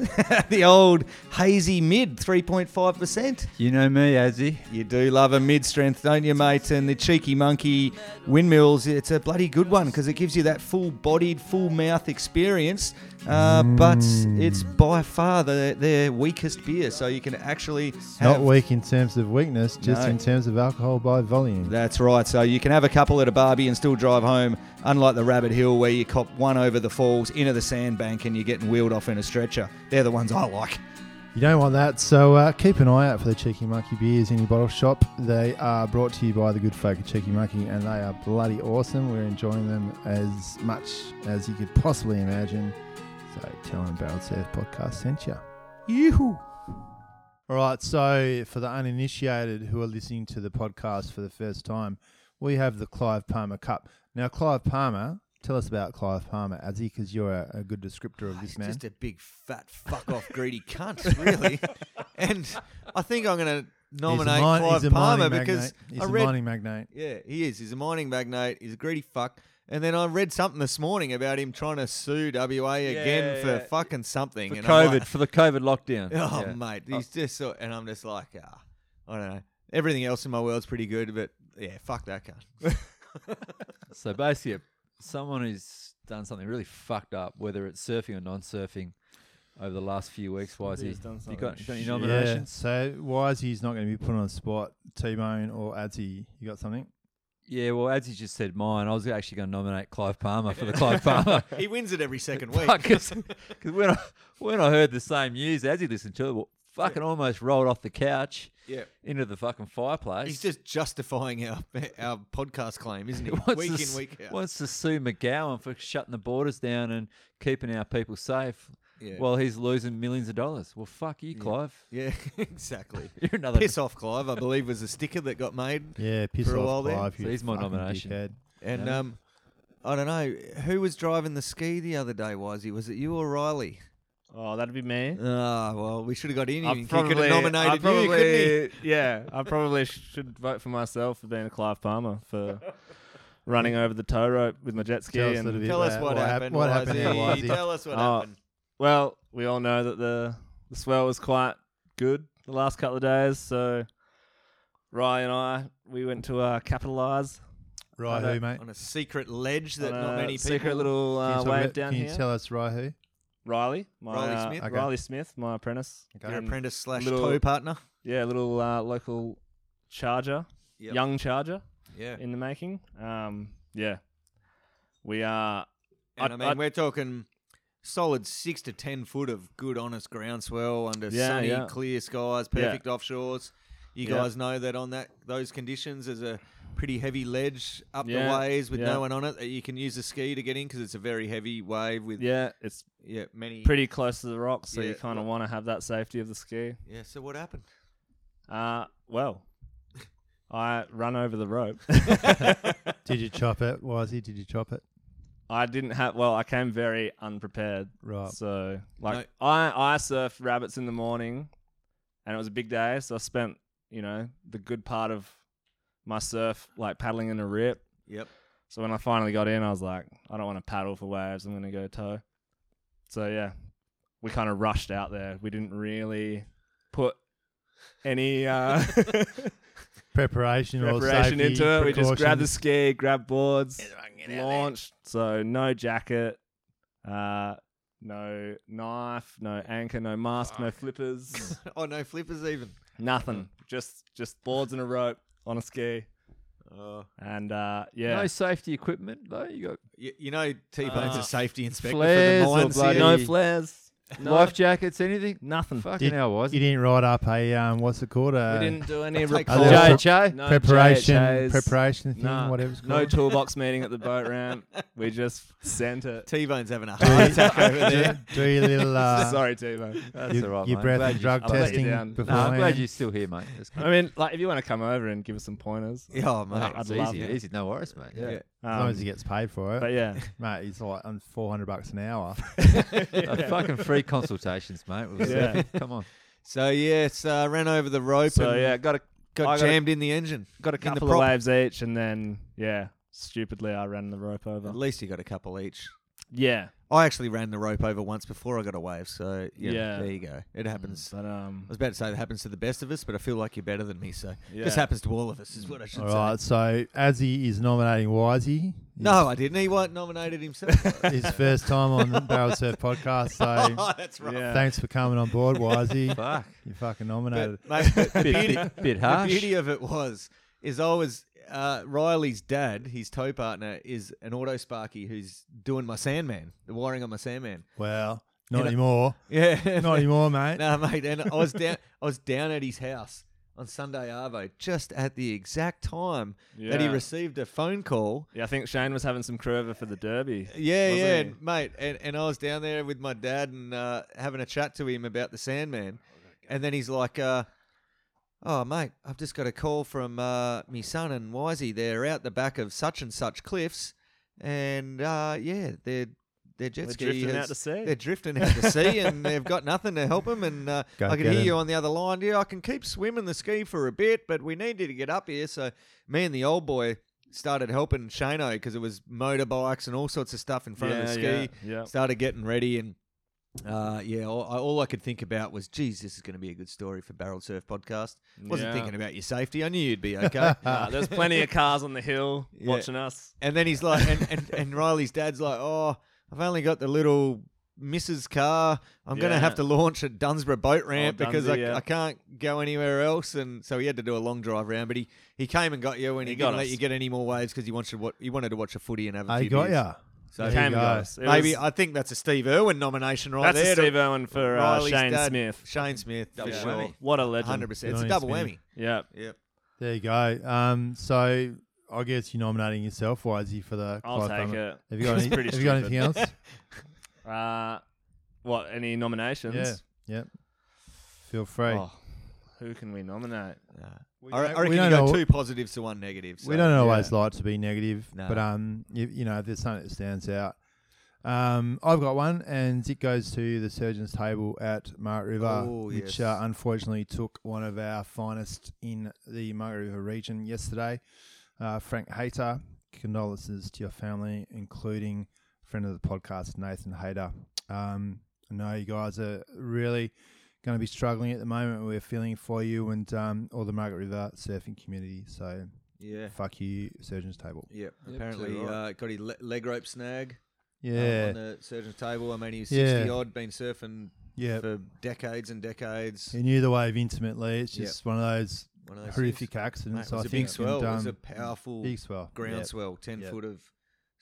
Speaker 2: the old hazy mid, 3.5%.
Speaker 3: You know me, Azzy.
Speaker 2: You do love a mid strength, don't you, mate? And the cheeky monkey windmills, it's a bloody good one because it gives you that full bodied, full mouth experience. Uh, But it's by far the, their weakest beer, so you can actually have.
Speaker 1: Not weak in terms of weakness, just
Speaker 2: No.
Speaker 1: in terms of alcohol by volume.
Speaker 2: That's right, so you can have a couple at a barbie and still drive home, unlike the Rabbit Hill where you cop one over the falls into the sandbank and you're getting wheeled off in a stretcher. They're the ones I like.
Speaker 1: You don't want that, so uh, keep an eye out for the Cheeky Monkey beers in your bottle shop. They are brought to you by the good folk at Cheeky Monkey, and they are bloody awesome. We're enjoying them as much as you could possibly imagine. So tell them Barrel Surf Podcast sent you.
Speaker 2: Yoo-hoo.
Speaker 1: All right, so for the uninitiated who are listening to the podcast for the first time, we have the Clive Palmer Cup. Now, Clive Palmer, tell us about Clive Palmer, Azzy, because you're a, a good descriptor of this
Speaker 2: He's
Speaker 1: man.
Speaker 2: just a big fat fuck off greedy cunt, really. and I think I'm going to nominate
Speaker 1: he's a mine-
Speaker 2: Clive
Speaker 1: he's a
Speaker 2: Palmer
Speaker 1: mining
Speaker 2: because
Speaker 1: magnate. he's
Speaker 2: I
Speaker 1: a
Speaker 2: read.
Speaker 1: mining magnate.
Speaker 2: Yeah, he is. He's a mining magnate. He's a greedy fuck. And then I read something this morning about him trying to sue WA again
Speaker 3: yeah,
Speaker 2: for
Speaker 3: yeah.
Speaker 2: fucking something.
Speaker 3: For
Speaker 2: and I'm
Speaker 3: COVID,
Speaker 2: like,
Speaker 3: for the COVID lockdown.
Speaker 2: oh
Speaker 3: Yeah.
Speaker 2: mate, he's just so. And I'm just like, ah, I don't know. Everything else in my world's pretty good, but yeah, fuck that cunt.
Speaker 3: So basically, someone who's done something really fucked up, whether it's surfing or non-surfing, over the last few weeks, why is he?
Speaker 4: Somebody's done
Speaker 3: You
Speaker 4: something
Speaker 3: got, you got any
Speaker 4: shit.
Speaker 1: Yeah.
Speaker 3: nominations?
Speaker 1: So why is he's not going to be put on the spot? T Bone or Adzi, you got something?
Speaker 3: Yeah. well, as you just said, mine. I was actually going to nominate Clive Palmer for the Clive Palmer.
Speaker 2: he wins it every second week.
Speaker 3: Because when I, when I heard the same news as he listened to it, well, fucking almost rolled off the couch
Speaker 2: Yeah.
Speaker 3: into the fucking fireplace.
Speaker 2: He's just justifying our our podcast claim, isn't he?
Speaker 3: wants
Speaker 2: week
Speaker 3: to,
Speaker 2: in,
Speaker 3: s-
Speaker 2: week out.
Speaker 3: Wants to sue McGowan for shutting the borders down and keeping our people safe
Speaker 2: Yeah.
Speaker 3: while he's losing millions of dollars. Well, fuck you, Clive.
Speaker 2: Yeah, exactly.
Speaker 3: You're another.
Speaker 2: Piss off, Clive. I believe was a sticker that got made,
Speaker 1: Yeah, piss
Speaker 2: For a while
Speaker 1: off,
Speaker 2: there.
Speaker 1: Clive.
Speaker 3: So
Speaker 1: you
Speaker 3: he's my
Speaker 1: fucking
Speaker 3: nomination.
Speaker 1: dickhead.
Speaker 2: and
Speaker 3: Yeah.
Speaker 2: um, I don't know who was driving the ski the other day. Was he? Was it you or Riley?
Speaker 4: Oh, that'd be me.
Speaker 2: Ah, well, we should have got in.
Speaker 4: I
Speaker 2: You could have
Speaker 4: I
Speaker 2: nominated you, couldn't he?
Speaker 4: probably- yeah, I probably should vote for myself for being a Clive Palmer for running over the tow rope with my jet ski.
Speaker 1: Tell us a
Speaker 4: and-
Speaker 1: little bit
Speaker 2: Tell us
Speaker 1: about
Speaker 2: what,
Speaker 1: hap-
Speaker 2: happened.
Speaker 1: What happened?
Speaker 2: Wisey.
Speaker 1: to Wisey.
Speaker 2: Tell us what
Speaker 4: Oh,
Speaker 2: happened.
Speaker 4: Well, we all know that the the swell was quite good the last couple of days, so Ryan and I we went to uh, capitalise
Speaker 1: Right, who, mate?
Speaker 2: On a secret ledge that
Speaker 4: on
Speaker 2: not
Speaker 4: a
Speaker 2: many people.
Speaker 4: secret little
Speaker 1: Can you
Speaker 4: uh,
Speaker 1: talk
Speaker 4: wave
Speaker 1: about-
Speaker 4: down
Speaker 1: Can you
Speaker 4: here.
Speaker 1: tell us right who?
Speaker 4: Riley, my
Speaker 2: Riley
Speaker 4: uh,
Speaker 2: Smith?
Speaker 1: Okay.
Speaker 4: Riley Smith, my apprentice,
Speaker 2: Your
Speaker 4: And,
Speaker 2: apprentice slash
Speaker 4: little-
Speaker 2: tow partner.
Speaker 4: yeah, little uh, local charger,
Speaker 2: Yep.
Speaker 4: young charger
Speaker 2: Yeah.
Speaker 4: in the making. Um, yeah, we are.
Speaker 2: And I,
Speaker 4: I'd-
Speaker 2: mean,
Speaker 4: I'd-
Speaker 2: we're talking solid six to ten foot of good, honest groundswell under
Speaker 4: Yeah,
Speaker 2: sunny,
Speaker 4: yeah.
Speaker 2: clear skies,
Speaker 4: Yeah.
Speaker 2: perfect offshores. You
Speaker 4: Yeah.
Speaker 2: guys know that on that those conditions, there's a pretty heavy ledge up the
Speaker 4: Yeah,
Speaker 2: ways with
Speaker 4: yeah.
Speaker 2: no one on it that you can use a ski to get in because it's a very heavy wave with yeah,
Speaker 4: Yeah, it's
Speaker 2: many.
Speaker 4: pretty close to the rocks, so you
Speaker 2: Yeah.
Speaker 4: kind of want to have that safety of the ski.
Speaker 2: Yeah. So what happened?
Speaker 4: Uh, well, I run over the rope.
Speaker 1: Did you chop it, Wisey? Did you chop it?
Speaker 4: I didn't have. Well, I came very unprepared.
Speaker 1: Right.
Speaker 4: So, like, I I surf rabbits in the morning, and it was a big day. So I spent you know the good part of my surf like paddling in a rip.
Speaker 2: Yep.
Speaker 4: So when I finally got in, I was like, I don't want to paddle for waves. I'm going to go tow. So yeah, we kind of rushed out there. We didn't really put any uh,
Speaker 1: Preparation, or
Speaker 4: preparation
Speaker 1: safety
Speaker 4: into it. We just grabbed the
Speaker 1: precautions.
Speaker 4: ski, grabbed boards, launched. So no jacket, uh, no knife, no anchor, no mask, no flippers,
Speaker 2: Oh no, flippers even.
Speaker 4: nothing. Just just boards and a rope on a ski.
Speaker 2: Oh,
Speaker 4: And uh, yeah,
Speaker 3: No safety equipment though. You got
Speaker 2: you, you know, T Bone's
Speaker 4: Uh,
Speaker 2: a safety inspector
Speaker 3: flares or
Speaker 2: for the mines.
Speaker 3: bloody-
Speaker 2: here.
Speaker 4: no flares, no-
Speaker 3: life jackets, anything?
Speaker 4: nothing.
Speaker 3: Fucking
Speaker 1: Did-
Speaker 3: hell, was
Speaker 1: You
Speaker 3: it?
Speaker 1: didn't write up a um, what's it called? A
Speaker 4: We didn't do any
Speaker 2: I'll take
Speaker 4: report.
Speaker 1: that.
Speaker 4: No
Speaker 3: JHA?
Speaker 4: No
Speaker 1: preparation,
Speaker 4: JHAs.
Speaker 1: preparation thing,
Speaker 4: Nah.
Speaker 1: whatever it's
Speaker 4: No
Speaker 1: called.
Speaker 4: toolbox meeting at the boat ramp. We just sent it.
Speaker 2: T Bone's having a
Speaker 1: Do
Speaker 2: heart
Speaker 1: you-
Speaker 2: attack over
Speaker 1: do-
Speaker 2: there.
Speaker 1: Do your little uh,
Speaker 4: Sorry, T-Bone.
Speaker 3: That's
Speaker 1: your,
Speaker 3: all right,
Speaker 1: your
Speaker 3: mate.
Speaker 1: breath
Speaker 3: Glad
Speaker 1: and
Speaker 3: you-
Speaker 1: drug
Speaker 4: I'll let you
Speaker 1: testing
Speaker 4: down. Nah, I'm
Speaker 1: before.
Speaker 3: Nah, I'm glad you're still here, mate. That's good.
Speaker 4: I mean, like, if you want to come over and give us some pointers,
Speaker 2: Oh mate.
Speaker 4: I'd
Speaker 3: Mate, it's
Speaker 4: love
Speaker 3: easy,
Speaker 4: it.
Speaker 3: easy, no worries, mate. Yeah.
Speaker 1: as long
Speaker 4: um,
Speaker 1: as he gets paid for
Speaker 4: but
Speaker 1: it,
Speaker 4: yeah,
Speaker 1: mate. He's like on four hundred bucks an hour.
Speaker 3: Uh, fucking free consultations, mate. with
Speaker 4: Yeah.
Speaker 3: Steph. Come on.
Speaker 2: So yes, uh, ran over the rope
Speaker 4: so
Speaker 2: and
Speaker 4: yeah, got a I
Speaker 2: got
Speaker 4: got a-
Speaker 2: jammed in the engine.
Speaker 4: got a
Speaker 2: in the
Speaker 4: couple of
Speaker 2: prop.
Speaker 4: waves each, and then yeah, stupidly I ran the rope over.
Speaker 2: At least you got a couple each.
Speaker 4: Yeah,
Speaker 2: I actually ran the rope over once before I got a wave, so yeah,
Speaker 4: Yeah.
Speaker 2: there you go. It happens.
Speaker 4: but um,
Speaker 2: I was about to say it happens to the best of us, but I feel like you're better than me, so
Speaker 4: yeah.
Speaker 2: this happens to all of us, is what I should
Speaker 1: All
Speaker 2: say.
Speaker 1: right, so Azzy is nominating Wisey.
Speaker 2: No, I didn't. He weren't nominated himself.
Speaker 1: his first time on the Barrel Surf podcast. So
Speaker 2: oh, that's right.
Speaker 4: Yeah.
Speaker 1: thanks for coming on board, Wisey.
Speaker 3: Fuck.
Speaker 1: You're fucking
Speaker 2: But,
Speaker 1: nominated.
Speaker 2: mate, the, the
Speaker 3: Bit,
Speaker 2: beauty,
Speaker 3: bit, bit
Speaker 2: the
Speaker 3: harsh.
Speaker 2: beauty of it was is I was uh, Riley's dad, his tow partner, is an auto sparky who's doing my Sandman, the wiring on my Sandman.
Speaker 1: well, not
Speaker 2: You know-
Speaker 1: anymore.
Speaker 2: Yeah,
Speaker 1: Not anymore, mate.
Speaker 2: No, mate, and I was down. I was down at his house on Sunday Arvo, just at the exact time that he
Speaker 4: Yeah.
Speaker 2: received a phone call.
Speaker 4: yeah, I think Shane was having some crew over for the Derby.
Speaker 2: Yeah,
Speaker 4: Wasn't
Speaker 2: yeah,
Speaker 4: he?
Speaker 2: and, mate, and, and I was down there with my dad and uh, having a chat to him about the Sandman,
Speaker 4: Oh,
Speaker 2: and then he's like, uh, "Oh, mate, I've just got a call from uh, me son and Wisey. They're out the back of such and such cliffs, and uh, yeah, they're." Their jet
Speaker 4: They're
Speaker 2: ski
Speaker 4: drifting out
Speaker 2: has-
Speaker 4: to sea."
Speaker 2: They're drifting out to sea, and they've got nothing to help them. And uh,
Speaker 1: Go
Speaker 2: I could
Speaker 1: get
Speaker 2: hear
Speaker 1: 'em.
Speaker 2: you on the other line. Yeah, I can keep swimming the ski for a bit, but we needed to get up here. So me and the old boy started helping Shano because it was motorbikes and all sorts of stuff in front of the ski.
Speaker 4: yeah, yeah,
Speaker 2: Started getting ready and. Uh, yeah, all I, all I could think about was, geez, this is going to be a good story for Barrel Surf Podcast. Wasn't
Speaker 4: Yeah.
Speaker 2: thinking about your safety. I knew you'd be okay.
Speaker 4: Nah, there's plenty of cars on the hill
Speaker 2: Yeah.
Speaker 4: watching us.
Speaker 2: And then he's like, and, and, and Riley's dad's like, oh, I've only got the little Mrs. car. I'm going to
Speaker 4: Yeah.
Speaker 2: have to launch at Dunsborough boat ramp
Speaker 4: Oh,
Speaker 2: because
Speaker 4: Dunsey,
Speaker 2: I,
Speaker 4: yeah.
Speaker 2: I can't go anywhere else. And so he had to do a long drive round, but he, he came and got you and he,
Speaker 4: He got
Speaker 2: didn't let
Speaker 4: us.
Speaker 2: you get any more waves because he, wants you to wa- he wanted to watch a footy and have a
Speaker 1: I
Speaker 2: few
Speaker 1: got
Speaker 2: beers.
Speaker 1: ya.
Speaker 2: So
Speaker 1: There
Speaker 4: Came and
Speaker 1: you
Speaker 4: got
Speaker 1: go.
Speaker 4: us. It
Speaker 2: Maybe
Speaker 4: was-
Speaker 2: I think that's a Steve Irwin nomination right
Speaker 4: that's
Speaker 2: there.
Speaker 4: a
Speaker 2: to
Speaker 4: Steve Irwin for uh,
Speaker 2: Riley's
Speaker 4: Shane
Speaker 2: dad,
Speaker 4: Smith.
Speaker 2: Shane Smith,
Speaker 3: Double
Speaker 2: for
Speaker 3: whammy.
Speaker 2: sure.
Speaker 4: What a legend!
Speaker 2: 100%. It's a
Speaker 1: Nice
Speaker 2: double
Speaker 1: man.
Speaker 2: whammy.
Speaker 4: Yeah,
Speaker 2: Yep.
Speaker 1: There you go. Um, so I guess you're nominating yourself, Wisey, for the.
Speaker 4: I'll
Speaker 1: Clive
Speaker 4: take
Speaker 1: Plummer.
Speaker 4: it.
Speaker 1: Have you got,
Speaker 4: It's
Speaker 1: any,
Speaker 4: pretty
Speaker 1: have you got
Speaker 4: stupid.
Speaker 1: anything else?
Speaker 4: Uh, what? Any nominations?
Speaker 1: yeah. Yep. Feel free.
Speaker 4: Oh, who can we nominate?
Speaker 2: Uh,
Speaker 1: We
Speaker 2: I, re-
Speaker 1: don't-
Speaker 2: I
Speaker 1: we
Speaker 2: reckon
Speaker 1: don't
Speaker 2: you got
Speaker 1: know-
Speaker 2: two positives to one negative. So.
Speaker 1: we don't always
Speaker 4: yeah.
Speaker 1: like to be negative,
Speaker 2: No.
Speaker 1: but um, you, you know, if there's something that stands out, um, I've got one, and it goes to the surgeon's table at Mark River,
Speaker 2: Oh,
Speaker 1: which
Speaker 2: yes.
Speaker 1: uh, unfortunately took one of our finest in the Margaret River region yesterday. Uh, Frank Hayter, condolences to your family, including friend of the podcast Nathan Hayter. Um, I know you guys are really going to be struggling at the moment. We're feeling for you and um, all the Margaret River surfing community. So
Speaker 2: Yeah.
Speaker 1: fuck you, surgeon's table.
Speaker 2: Yep.
Speaker 3: Yep,
Speaker 2: Apparently,
Speaker 3: too right.
Speaker 2: uh, got his le- leg rope snag um,
Speaker 1: Yeah,
Speaker 2: on the surgeon's table. I mean, he was
Speaker 1: Yeah.
Speaker 2: 60 odd, been surfing
Speaker 1: yeah.
Speaker 2: for decades and decades.
Speaker 1: He knew the wave intimately. It's
Speaker 2: Yep.
Speaker 1: just one of those
Speaker 2: One of those
Speaker 1: horrific
Speaker 2: things. Mate,
Speaker 1: accidents.
Speaker 2: it was
Speaker 1: I
Speaker 2: a
Speaker 1: think
Speaker 2: big swell.
Speaker 1: And,
Speaker 2: it was
Speaker 1: um,
Speaker 2: a powerful
Speaker 1: big swell.
Speaker 2: ground
Speaker 1: Yep.
Speaker 2: swell, 10
Speaker 1: Yep.
Speaker 2: foot of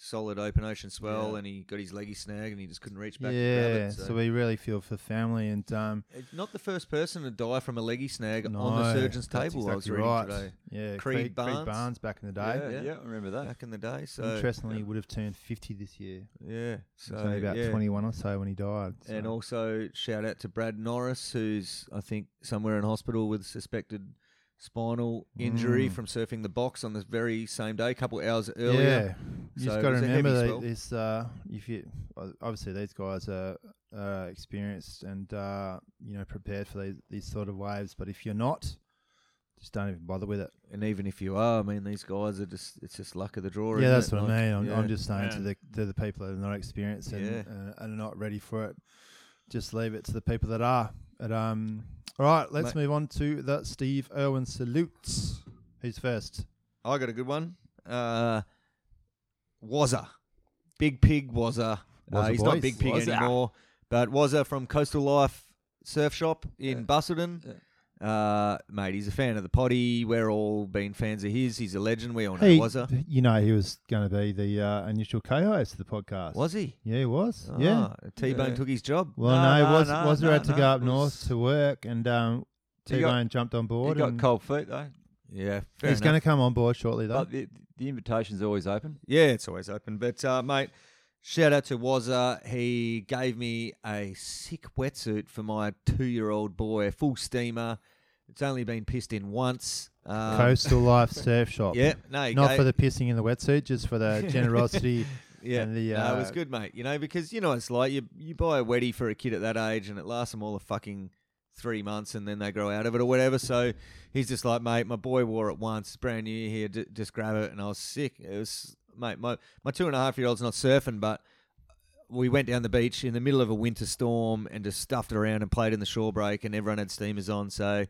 Speaker 2: solid open ocean swell,
Speaker 4: Yeah.
Speaker 2: and he got his leggy snag and he just couldn't reach
Speaker 1: Yeah,
Speaker 2: back to grab it.
Speaker 1: so.
Speaker 2: So.
Speaker 1: we really feel for the family and um,
Speaker 2: It's not the first person to die from a leggy snag
Speaker 1: no,
Speaker 2: on the surgeon's
Speaker 1: that's
Speaker 2: table. I was
Speaker 1: exactly
Speaker 2: reading
Speaker 1: right.
Speaker 2: today.
Speaker 1: Yeah,
Speaker 2: Creed Barnes.
Speaker 1: Barnes back in the day.
Speaker 3: Yeah,
Speaker 2: Yeah.
Speaker 3: yeah, I remember that.
Speaker 2: Back in the day, so
Speaker 1: Interestingly, would have turned 50 this year.
Speaker 2: yeah,
Speaker 1: He
Speaker 2: so
Speaker 1: was only about
Speaker 2: yeah.
Speaker 1: 21 or so when he died.
Speaker 2: And
Speaker 1: so.
Speaker 2: also shout out to Brad Norris, who's I think somewhere in hospital with suspected spinal injury
Speaker 1: Mm.
Speaker 2: from surfing the box on this very same day, a couple hours
Speaker 1: Yeah,
Speaker 2: earlier.
Speaker 1: you
Speaker 2: So
Speaker 1: just
Speaker 2: it
Speaker 1: got to
Speaker 2: was a heavy
Speaker 1: remember
Speaker 2: swell.
Speaker 1: that this. Uh, if you o- obviously these guys are uh, experienced and uh, you know prepared for these, these sort of waves, but if you're not, Just don't even bother with it.
Speaker 2: And even if you are, I mean, these guys are just, it's just luck of the
Speaker 1: yeah,
Speaker 2: draw. isn't
Speaker 1: that's
Speaker 2: it?
Speaker 1: what
Speaker 2: Like,
Speaker 1: I mean. I'm,
Speaker 2: yeah.
Speaker 1: I'm just saying to
Speaker 4: Yeah.
Speaker 1: the to the people that are not experienced and,
Speaker 2: Yeah.
Speaker 1: uh, and are not ready for it, just leave it to the people that are. But, um, all right, let's move on to the Steve Irwin salutes. Who's first?
Speaker 2: I got a good one. Uh, Wazza. Big Pig Wazza. Uh,
Speaker 1: Wazza
Speaker 2: he's
Speaker 1: boys.
Speaker 2: not Big Pig
Speaker 3: Wazza.
Speaker 2: anymore, but Wazza from Coastal Life Surf Shop in Busselton. Uh, mate, he's a fan of the potty. We're all been fans of his. He's a legend. We all know Wazza.
Speaker 1: you know, he was going to be the uh, initial co-host of the podcast.
Speaker 2: Was he?
Speaker 1: Yeah, he was. Yeah.
Speaker 2: Ah, T-Bone
Speaker 3: Yeah.
Speaker 2: took his job.
Speaker 1: Well,
Speaker 3: No,
Speaker 1: no,
Speaker 3: no,
Speaker 1: was
Speaker 3: no,
Speaker 1: was
Speaker 3: no,
Speaker 1: had to
Speaker 3: no,
Speaker 1: go up
Speaker 3: it
Speaker 1: north
Speaker 3: was-
Speaker 1: to work, and um,
Speaker 3: He
Speaker 1: T
Speaker 3: got-
Speaker 1: Bone jumped on
Speaker 3: He
Speaker 1: board.
Speaker 3: got
Speaker 1: and
Speaker 3: cold feet though,
Speaker 2: Yeah, fair
Speaker 1: he's
Speaker 2: enough.
Speaker 1: going to come on board shortly, though.
Speaker 3: but the the invitation's always open.
Speaker 2: Yeah, it's always open. But uh, mate, shout out to Wazza. He gave me a sick wetsuit for my two-year-old boy, full steamer. It's only been pissed in once. Um,
Speaker 1: Coastal Life Surf Shop.
Speaker 2: Yeah, no, he
Speaker 1: Not
Speaker 2: gave-
Speaker 1: for the pissing in the wetsuit, just for the generosity.
Speaker 2: yeah.
Speaker 1: and the,
Speaker 2: no, it was
Speaker 1: uh,
Speaker 2: good, mate. You know, because you know it's like you you buy a wedgie for a kid at that age, and it lasts them all a fucking three months, and then they grow out of it or whatever. So he's just like, mate, my boy wore it once, it's brand new here, d- just grab it, and I was sick. It was, mate, my my two and a half year old's not surfing, but we went down the beach in the middle of a winter storm and just stuffed around and played in the shore break, and everyone had steamers on. So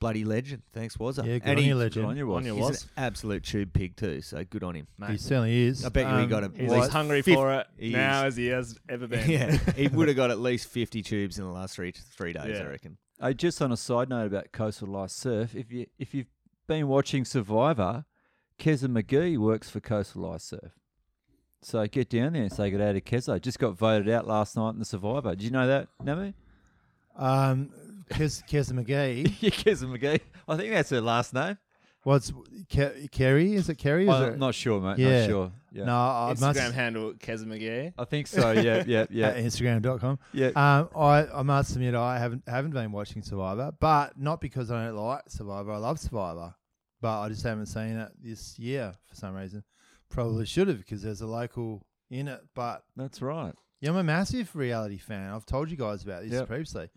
Speaker 2: bloody legend, thanks, was
Speaker 1: yeah, good
Speaker 2: and
Speaker 1: on
Speaker 2: he-
Speaker 1: you,
Speaker 3: Good on
Speaker 1: legend.
Speaker 3: you,
Speaker 4: On
Speaker 3: was.
Speaker 4: your
Speaker 2: He's
Speaker 4: was.
Speaker 2: an absolute tube pig too, so good on him,
Speaker 1: He
Speaker 2: mate.
Speaker 1: certainly is. Um,
Speaker 2: I bet you he got a-
Speaker 4: He's
Speaker 2: Well,
Speaker 4: as hungry
Speaker 2: fif-
Speaker 4: for it
Speaker 2: he
Speaker 4: now
Speaker 2: is.
Speaker 4: as he has ever been.
Speaker 2: Yeah, he would have got at least fifty tubes in the last three three days,
Speaker 4: Yeah.
Speaker 2: I reckon.
Speaker 3: Hey, just on a side note about coastal life surf, if you if you've been watching Survivor, Keza McGee works for Coastal Life Surf. So get down there and say good day to Keza. Just got voted out last night in the Survivor. Did you know that, Namu?
Speaker 1: Um, Kes, Kes McGee.
Speaker 3: yeah, Keza McGee. I think that's her last name.
Speaker 1: What's Ke- Kerry? Is it Kerry? Is
Speaker 3: I'm
Speaker 1: it?
Speaker 3: not sure, mate.
Speaker 1: Yeah.
Speaker 3: Not sure. Yeah.
Speaker 1: No, I must.
Speaker 4: Instagram handle Kez McGee.
Speaker 3: I think so. Yeah, yeah,
Speaker 1: At
Speaker 3: yeah,
Speaker 1: Instagram.com.
Speaker 3: yeah.
Speaker 1: Um, I, I must admit I haven't haven't been watching Survivor, but not because I don't like Survivor. I love Survivor, but I just haven't seen it this year for some reason. Probably should have because there's a local in it. But
Speaker 3: That's right.
Speaker 1: yeah, I'm a massive reality fan. I've told you guys about this
Speaker 3: Yep.
Speaker 1: previously.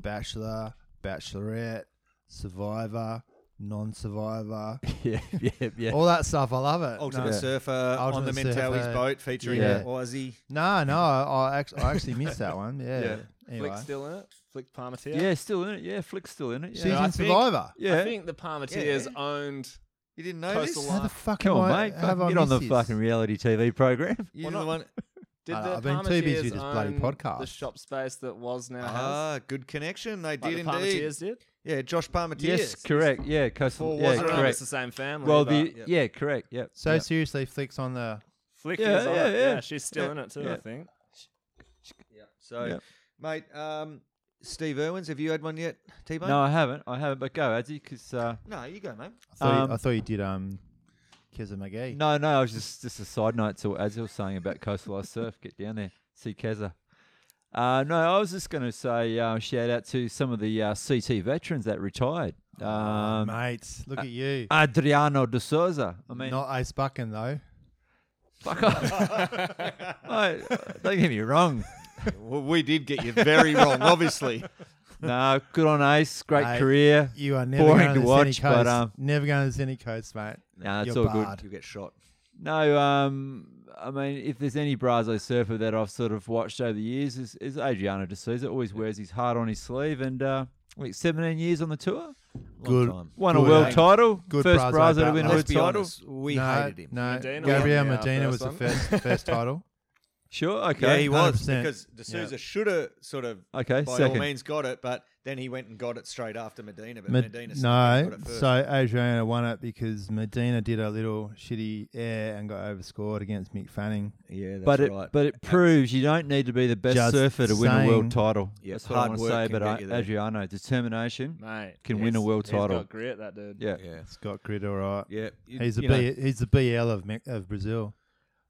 Speaker 1: Bachelor, Bachelorette, Survivor, Non-Survivor,
Speaker 3: Yeah, yeah, yeah.
Speaker 1: all that stuff. I love it.
Speaker 2: Ultimate
Speaker 1: No.
Speaker 3: Yeah.
Speaker 2: Surfer on
Speaker 1: Ultimate
Speaker 2: the Mentawai's
Speaker 1: Surfer.
Speaker 2: boat featuring
Speaker 3: Yeah.
Speaker 2: that Aussie.
Speaker 1: No, no, I, I, actually, I actually missed that one. Yeah.
Speaker 2: Yeah.
Speaker 1: Anyway,
Speaker 4: Flick's still in it. Flick Palmatier.
Speaker 3: Yeah, still in it. Yeah, Flick's still in it.
Speaker 1: she's
Speaker 3: Yeah,
Speaker 4: I
Speaker 1: in
Speaker 4: think-
Speaker 1: Survivor.
Speaker 3: yeah. Oh,
Speaker 4: I think the Palmatiers
Speaker 2: Yeah.
Speaker 4: owned.
Speaker 2: You didn't know
Speaker 4: Coastal
Speaker 2: this?
Speaker 4: Line.
Speaker 1: How the fuck
Speaker 3: Come
Speaker 1: am
Speaker 3: on,
Speaker 1: I,
Speaker 3: mate.
Speaker 1: have
Speaker 3: Fucking
Speaker 1: I
Speaker 3: Get
Speaker 1: missed
Speaker 3: on the
Speaker 1: this?
Speaker 3: fucking reality TV program.
Speaker 2: You
Speaker 4: Well,
Speaker 2: the
Speaker 4: not-
Speaker 2: one.
Speaker 4: Did
Speaker 1: I-
Speaker 4: the
Speaker 1: I've been too busy
Speaker 4: Palmatiers
Speaker 1: with this bloody
Speaker 4: own
Speaker 1: podcast.
Speaker 4: The shop space that was
Speaker 3: Uh,
Speaker 4: now has.
Speaker 2: Ah, good connection. They
Speaker 4: Like
Speaker 2: did
Speaker 4: the
Speaker 2: indeed.
Speaker 4: Palmatiers did.
Speaker 2: Yeah, Josh Palmatier.
Speaker 3: Yes, correct. Yeah, coastal.
Speaker 2: Four
Speaker 3: yeah,
Speaker 4: I don't know if it's
Speaker 3: correct.
Speaker 4: the same family.
Speaker 3: Well,
Speaker 4: but
Speaker 3: the
Speaker 2: yeah.
Speaker 3: yeah. correct. Yeah.
Speaker 1: So
Speaker 3: yeah.
Speaker 1: seriously, flicks on the.
Speaker 4: Flick
Speaker 3: Yeah,
Speaker 4: is on
Speaker 3: yeah,
Speaker 4: it.
Speaker 3: yeah.
Speaker 4: Yeah, she's still
Speaker 3: Yeah,
Speaker 4: in it too.
Speaker 3: yeah.
Speaker 4: I think.
Speaker 2: Yeah. So,
Speaker 3: Yeah.
Speaker 2: mate, um, Steve Irwins, have you had one yet? T Bone.
Speaker 3: No, I haven't. I haven't. But go, Adzi, because uh,
Speaker 2: No, you go, mate.
Speaker 1: I thought,
Speaker 3: Um,
Speaker 1: you, I thought you did um, Keza McGee.
Speaker 3: no, no. I was just just a side note to what Adzi was saying about coastal ice surf. Get down there, see Keza. Uh, no, I was just going to say uh, shout out to some of the uh, CT veterans that retired.
Speaker 1: Ah,
Speaker 3: Um, uh,
Speaker 1: mates, look at you.
Speaker 3: Adriano de Souza. I mean,
Speaker 1: Not Ace Bucking though.
Speaker 3: fuck off. Mate, don't get me wrong.
Speaker 2: well, we did get you very wrong, obviously.
Speaker 3: No, good on Ace. Great
Speaker 1: Mate,
Speaker 3: career.
Speaker 1: You are never
Speaker 3: Boring
Speaker 1: going
Speaker 3: to
Speaker 1: the
Speaker 3: watch,
Speaker 1: Sunny
Speaker 3: but,
Speaker 1: coast.
Speaker 3: um,
Speaker 1: never going to the Sunny coast, mate.
Speaker 3: No, it's
Speaker 1: You're
Speaker 3: all good.
Speaker 1: barred.
Speaker 2: You get shot.
Speaker 3: No, um, I mean, if there's any Brazo surfer that I've sort of watched over the years, is, is Adriano De Souza. Always wears his heart on his sleeve, and uh, like 17 years on the tour,
Speaker 1: Good.
Speaker 2: time.
Speaker 3: won a
Speaker 1: Good
Speaker 3: world
Speaker 2: eh?
Speaker 1: aim.
Speaker 3: title,
Speaker 1: Good
Speaker 3: first
Speaker 1: Brazo
Speaker 3: Brazo to
Speaker 1: battler.
Speaker 3: win
Speaker 1: Let's
Speaker 3: a world
Speaker 2: Let's be
Speaker 3: title.
Speaker 2: honest, we
Speaker 1: no,
Speaker 2: hated him.
Speaker 1: No,
Speaker 4: Medina
Speaker 1: Gabriel
Speaker 4: won our first
Speaker 1: Medina was the
Speaker 4: one.
Speaker 1: first first title.
Speaker 3: Sure,
Speaker 2: Yeah,
Speaker 3: okay,
Speaker 2: he was
Speaker 1: 100%.
Speaker 2: because D'Souza should have sort of
Speaker 3: okay,
Speaker 2: by all
Speaker 3: second.
Speaker 2: means got it, but then he went and got it straight after Medina. But
Speaker 1: Med-
Speaker 2: Medina
Speaker 1: no,
Speaker 2: got it first.
Speaker 1: so Adriana won it because Medina did a little shitty air and got overscored against Mick Fanning.
Speaker 2: yeah, that's
Speaker 3: but it but it proves you don't need to be the best
Speaker 1: Just
Speaker 3: surfer to win a
Speaker 1: saying-
Speaker 3: world title.
Speaker 2: Yeah,
Speaker 3: That's what I
Speaker 2: hard
Speaker 3: want to
Speaker 2: work
Speaker 3: say
Speaker 2: can
Speaker 3: about
Speaker 2: get you there.
Speaker 3: Adriano determination.
Speaker 4: Mate,
Speaker 3: Can win a
Speaker 4: he's-
Speaker 3: world title.
Speaker 4: He's got grit, that dude.
Speaker 3: Yeah,
Speaker 2: yeah,
Speaker 1: Scott Grid, all right.
Speaker 2: yeah, you-
Speaker 1: He's a
Speaker 3: you know.
Speaker 1: B, he's the BL of Me- of Brazil.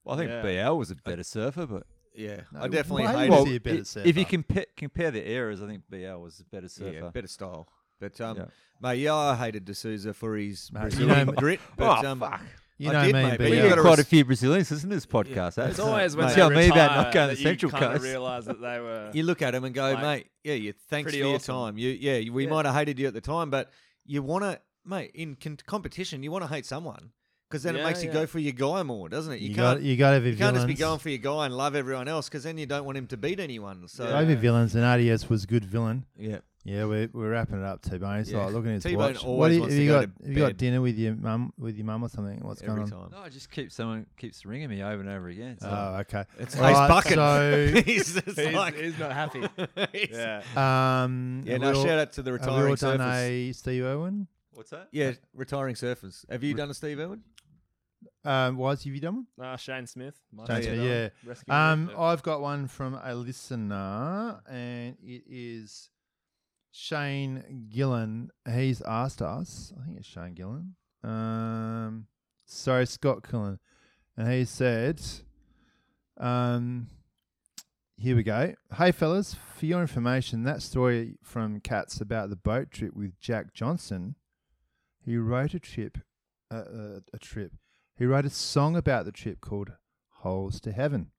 Speaker 3: Well, I think
Speaker 4: Yeah.
Speaker 3: BL was a better surfer, but
Speaker 2: yeah.
Speaker 1: No,
Speaker 2: I definitely
Speaker 1: why
Speaker 2: hated
Speaker 1: was
Speaker 3: well,
Speaker 1: he a better
Speaker 3: i- if you
Speaker 1: surfer?
Speaker 3: compare compare the eras, I think BL was a better surfer.
Speaker 2: yeah, better style. But um,
Speaker 3: Yeah.
Speaker 2: mate, yeah, I hated D'Souza for his
Speaker 1: Mate,
Speaker 2: Brazilian
Speaker 1: you know-
Speaker 2: grit. But,
Speaker 3: Oh,
Speaker 2: um,
Speaker 3: fuck.
Speaker 1: You
Speaker 2: I
Speaker 1: know
Speaker 2: did,
Speaker 1: me and BL.
Speaker 2: mate, but
Speaker 3: We
Speaker 2: you
Speaker 3: get
Speaker 2: gotta res-
Speaker 3: quite a few Brazilians listening to this podcast. eh?
Speaker 4: It's always when
Speaker 2: Mate.
Speaker 4: they
Speaker 3: Tell me
Speaker 4: retire
Speaker 3: about not going
Speaker 4: that
Speaker 3: to Central
Speaker 4: you kind
Speaker 3: Coast.
Speaker 4: of realise that they were.
Speaker 2: you look at him and go,
Speaker 4: Like,
Speaker 2: mate, yeah, you thanks for
Speaker 4: pretty
Speaker 2: your
Speaker 4: awesome.
Speaker 2: time. You yeah, you- we
Speaker 4: Yeah.
Speaker 2: might have hated you at the time, but you want to. mate, in con- competition, you want to hate someone because then it
Speaker 3: Yeah,
Speaker 2: makes you
Speaker 3: yeah.
Speaker 2: go for your guy more, doesn't it? You,
Speaker 1: You,
Speaker 2: can't.
Speaker 1: got you got to be
Speaker 2: you can't
Speaker 1: villains.
Speaker 2: just be going for your guy and love everyone else because then you don't want him to beat anyone. So
Speaker 1: Gotta be villains, and RDS was a good villain.
Speaker 2: yeah.
Speaker 1: Yeah, we're, we're wrapping it up, T Bone. He's
Speaker 2: Yeah.
Speaker 1: like looking at his
Speaker 2: T-Bone
Speaker 1: watch.
Speaker 2: always
Speaker 1: do
Speaker 2: wants
Speaker 1: have
Speaker 2: to
Speaker 1: you got?
Speaker 2: go to
Speaker 1: have you got
Speaker 2: bed.
Speaker 1: dinner with your mum with your mum or something? What's
Speaker 2: every
Speaker 1: going on?
Speaker 2: time.
Speaker 3: No, I just keep someone keeps ringing me over and over again. So.
Speaker 1: Oh, okay.
Speaker 2: It's
Speaker 1: All right,
Speaker 2: he's bucking. he's just like,
Speaker 4: not happy.
Speaker 2: he's-
Speaker 4: yeah.
Speaker 2: yeah.
Speaker 1: So, um, have
Speaker 2: no,
Speaker 1: we all-
Speaker 2: shout out to the
Speaker 1: Have we all
Speaker 2: retiring
Speaker 1: done
Speaker 2: surfers.
Speaker 1: a Steve Irwin?
Speaker 3: What's that?
Speaker 2: Yeah, retiring surfers. Have you done a Steve Irwin?
Speaker 1: Um, Wise, have you done one?
Speaker 4: Uh, Shane Smith. my
Speaker 1: Shane
Speaker 4: hero.
Speaker 1: Smith, yeah.
Speaker 4: Rescue
Speaker 1: Um,
Speaker 4: Rangers.
Speaker 1: I've got one from a listener, and it is Shane Gillen. He's asked us, I think it's Shane Gillen. Um, sorry, Scott Gillen. And he said, um, here we go. Hey, fellas, for your information, that story from Cats about the boat trip with Jack Johnson, he wrote a trip, uh, uh, a trip. He wrote a song about the trip called Holes to Heaven.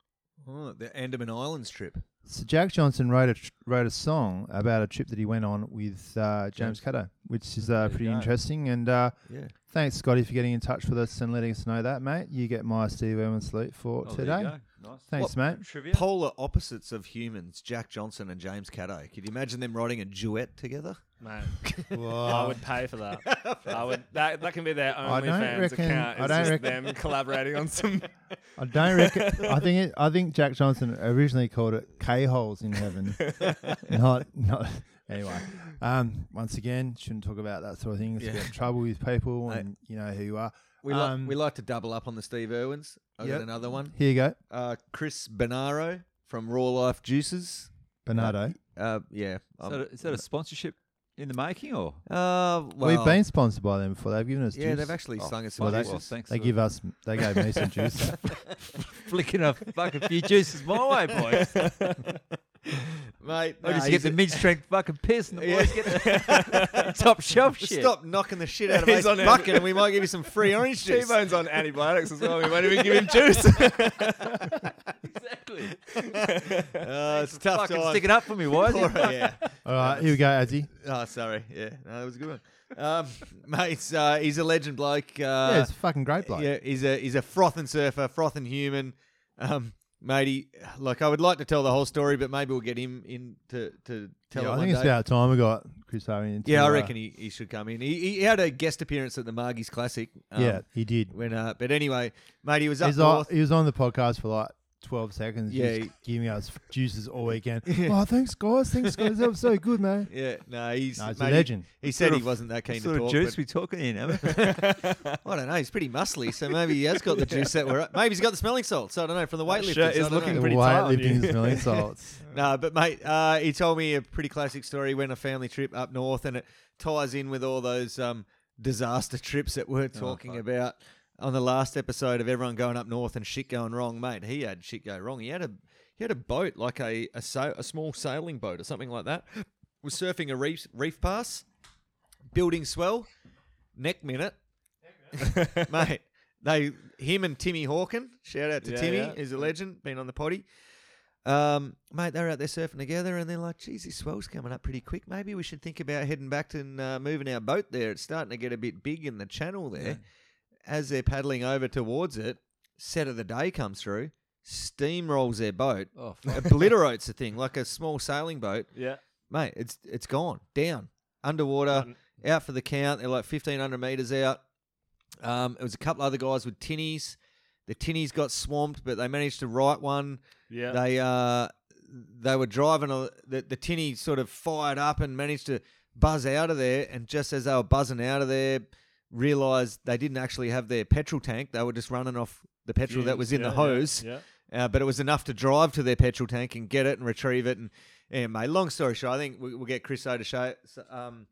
Speaker 2: Oh, the Andaman Islands trip.
Speaker 1: So Jack Johnson wrote a tr- wrote a song about a trip that he went on with uh, James Caddo, which is uh,
Speaker 3: you
Speaker 1: pretty
Speaker 3: go.
Speaker 1: interesting. And uh,
Speaker 2: Yeah.
Speaker 1: thanks, Scotty, for getting in touch with us and letting us know that, mate. You get my Steve Irwin salute for
Speaker 3: Oh, there you
Speaker 1: today.
Speaker 3: go. Nice.
Speaker 1: Thanks, mate.
Speaker 3: Trivia.
Speaker 2: Polar opposites of humans, Jack Johnson and James Caddo. Could you imagine them writing a duet together?
Speaker 4: Mate, I
Speaker 1: Wow.
Speaker 4: would pay for that. I would. That, that can be their
Speaker 1: oh. I don't
Speaker 4: OnlyFans
Speaker 1: reckon-
Speaker 4: account.
Speaker 1: I
Speaker 4: It's
Speaker 1: don't
Speaker 4: just
Speaker 1: reckon-
Speaker 4: them collaborating on some.
Speaker 1: I don't reckon. I think it, I think Jack Johnson originally called it K holes in heaven, not not. Anyway, um, once again, shouldn't talk about that sort of thing. It's
Speaker 2: Yeah.
Speaker 1: about trouble with people,
Speaker 2: I-
Speaker 1: and you know who you are.
Speaker 2: We, li-
Speaker 1: Um,
Speaker 2: we like to double up on the Steve Irwins. I got
Speaker 1: Yep.
Speaker 2: another one.
Speaker 1: Here you go,
Speaker 2: Uh, Chris Bonaro from Raw Life Juices.
Speaker 1: Bernardo.
Speaker 2: Uh, yeah.
Speaker 3: Is
Speaker 2: um,
Speaker 3: that, a, is that a sponsorship in the making or?
Speaker 2: uh, well,
Speaker 1: We've been sponsored by them before. They've given us.
Speaker 2: Yeah,
Speaker 1: juice.
Speaker 2: they've actually sung us some
Speaker 1: well, that-
Speaker 2: juices.
Speaker 3: thanks.
Speaker 1: They
Speaker 3: for
Speaker 1: give us. They gave me some juice.
Speaker 3: flicking a fucking few juices my way, boys.
Speaker 2: Mate,
Speaker 3: I
Speaker 2: nah,
Speaker 3: just get
Speaker 2: he's
Speaker 3: the
Speaker 2: a-
Speaker 3: mid-strength fucking piss, and the
Speaker 2: Yeah.
Speaker 3: boys get the top shelf shit.
Speaker 2: Stop knocking the shit out of
Speaker 4: He's
Speaker 2: us
Speaker 4: on it.
Speaker 2: bucket and we might give you some free orange juice.
Speaker 4: T-Bone's on antibiotics as well. We won't even give him juice.
Speaker 3: Exactly.
Speaker 2: Uh, it's a tough
Speaker 3: fucking
Speaker 2: time.
Speaker 3: stick it up for me, boys.
Speaker 2: All right, yeah.
Speaker 1: All right, here we go, Azzy.
Speaker 2: Oh, sorry. Yeah, no, that was a good one. Um, mate, uh, he's a legend bloke. Uh,
Speaker 1: yeah, it's a fucking great bloke.
Speaker 2: Yeah, he's a he's a frothing surfer, frothing human. Um, mate, he, like I would like to tell the whole story, but maybe we'll get him in to, to tell
Speaker 1: Yeah,
Speaker 2: it
Speaker 1: I
Speaker 2: one
Speaker 1: think it's
Speaker 2: day.
Speaker 1: about time we got Chris Owen. into,
Speaker 2: yeah, I
Speaker 1: uh,
Speaker 2: reckon he, he should come in. He, he had a guest appearance at the Margie's Classic. um,
Speaker 1: yeah, he did.
Speaker 2: When, uh, but anyway, mate, he was up
Speaker 1: He's on,
Speaker 2: north.
Speaker 1: he was on the podcast for like 12 seconds.
Speaker 2: Yeah,
Speaker 1: just
Speaker 2: he-
Speaker 1: giving us juices all weekend. Oh, thanks, guys. Thanks, guys. That was so good, man.
Speaker 2: Yeah, no, he's,
Speaker 1: No, he's a
Speaker 2: mate, he-
Speaker 1: legend.
Speaker 2: He, said
Speaker 3: Sort
Speaker 2: he
Speaker 3: of-
Speaker 2: wasn't that keen
Speaker 3: sort
Speaker 2: to talk. but-
Speaker 3: of juice we talking in, haven't
Speaker 2: I don't know. He's pretty muscly, so maybe he has got the juice that we're. Maybe he's got the smelling salts. I don't know from the
Speaker 4: That
Speaker 2: weightlifters.
Speaker 4: shirt is
Speaker 2: I don't
Speaker 4: looking
Speaker 2: know.
Speaker 4: pretty tight on
Speaker 1: Weightlifting
Speaker 4: you.
Speaker 1: is really salts.
Speaker 2: No, but mate, uh, he told me a pretty classic story. He Went on a family trip up north, and it ties in with all those um, disaster trips that we're talking about on the last episode of everyone going up north and shit going wrong. Mate, he had shit go wrong. He had a he had a boat like a a, sa- a small sailing boat or something like that. Was surfing a reef reef pass, building swell, neck minute, mate. They him and Timmy Hawken. Shout out to
Speaker 4: Yeah,
Speaker 2: Timmy,
Speaker 4: yeah.
Speaker 2: who's a legend, been on the potty. Um, mate, they're out there surfing together, and they're like, "Geez, this swell's coming up pretty quick. Maybe we should think about heading back and uh, moving our boat there. It's starting to get a bit big in the channel there." As they're paddling over towards it, set of the day comes through, steamrolls their boat,
Speaker 3: Oh,
Speaker 2: obliterates the thing like a small sailing boat.
Speaker 4: yeah.
Speaker 2: Mate, it's it's gone down underwater, out for the count. They're like fifteen hundred meters out. Um, it was a couple other guys with tinnies. The tinnies got swamped, but they managed to right one.
Speaker 4: Yeah.
Speaker 2: They uh, they were driving a, the the tinny sort of fired up and managed to buzz out of there. And just as they were buzzing out of there, realized they didn't actually have their petrol tank. They were just running off the petrol that was in the
Speaker 4: Yeah, yeah,
Speaker 2: hose.
Speaker 4: Yeah.
Speaker 2: Uh, but it was enough to drive to their petrol tank and get it and retrieve it. And, and mate, long story short, I think we, we'll get Chris O to show, s- um,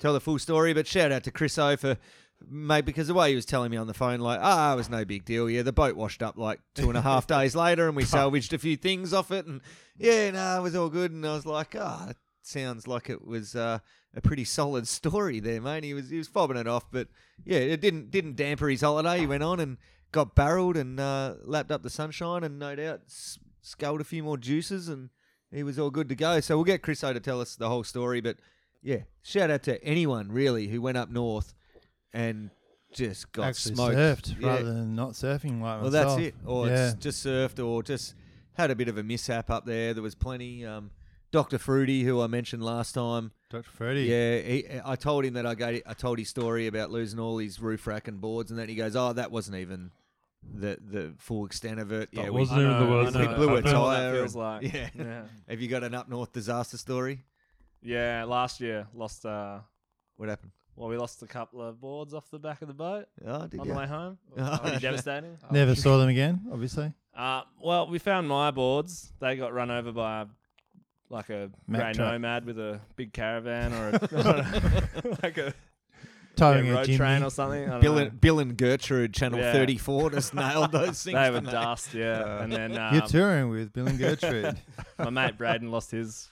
Speaker 2: tell the full story. But shout out to Chris O for, mate, because the way he was telling me on the phone, like, ah, it was no big deal. Yeah, the boat washed up like two and a half days later and we salvaged a few things off it. And yeah, no, it was all good. And I was like, ah, that sounds like it was. Uh, a pretty solid story there, mate. He was he was fobbing it off, but yeah, it didn't didn't damper his holiday. He went on and got barreled and uh, lapped up the sunshine, and no doubt s- sculled a few more juices, and he was all good to go. So we'll get Chris O to tell us the whole story, but yeah, shout out to anyone really who went up north and just got
Speaker 1: actually
Speaker 2: smoked.
Speaker 1: surfed
Speaker 2: Yeah.
Speaker 1: rather than not surfing like
Speaker 2: Well,
Speaker 1: myself.
Speaker 2: that's it. Or
Speaker 1: yeah.
Speaker 2: it's just surfed, or just had a bit of a mishap up there. There was plenty. Um, Doctor Fruity, who I mentioned last time,
Speaker 1: Dr. Freddy.
Speaker 2: yeah, he, I told him that I gave, I told his story about losing all his roof rack and boards, and then he goes, "Oh, that wasn't even the the full extent of it." yeah, we-
Speaker 5: wasn't even the worst.
Speaker 2: know,
Speaker 5: of
Speaker 2: I
Speaker 5: it.
Speaker 2: blew
Speaker 5: I
Speaker 2: a
Speaker 5: felt-
Speaker 4: what that
Speaker 2: tire
Speaker 4: feels
Speaker 2: and-
Speaker 4: like.
Speaker 2: yeah.
Speaker 4: yeah.
Speaker 2: Have you got an up north disaster story?
Speaker 4: Yeah, last year lost uh
Speaker 2: What happened?
Speaker 4: well we lost a couple of boards off the back of the boat
Speaker 2: Oh, did
Speaker 4: on
Speaker 2: you?
Speaker 4: the way home.
Speaker 2: Oh,
Speaker 4: Pretty
Speaker 2: okay.
Speaker 4: devastating.
Speaker 1: Never saw them again, obviously.
Speaker 4: Uh well we found my boards. They got run over by a like a
Speaker 1: Mack
Speaker 4: grey
Speaker 1: truck.
Speaker 4: nomad with a big caravan or a, like a yeah,
Speaker 1: Towing a
Speaker 4: road
Speaker 1: jimmy.
Speaker 4: train or something. I don't
Speaker 2: Bill
Speaker 4: know.
Speaker 2: and, Bill and Gertrude, Channel
Speaker 4: Yeah.
Speaker 2: 34, just nailed those things.
Speaker 4: They were
Speaker 2: didn't
Speaker 4: dust, yeah.
Speaker 2: Uh,
Speaker 4: and then
Speaker 1: You're
Speaker 4: um,
Speaker 1: touring with Bill and Gertrude.
Speaker 4: my mate Braden lost his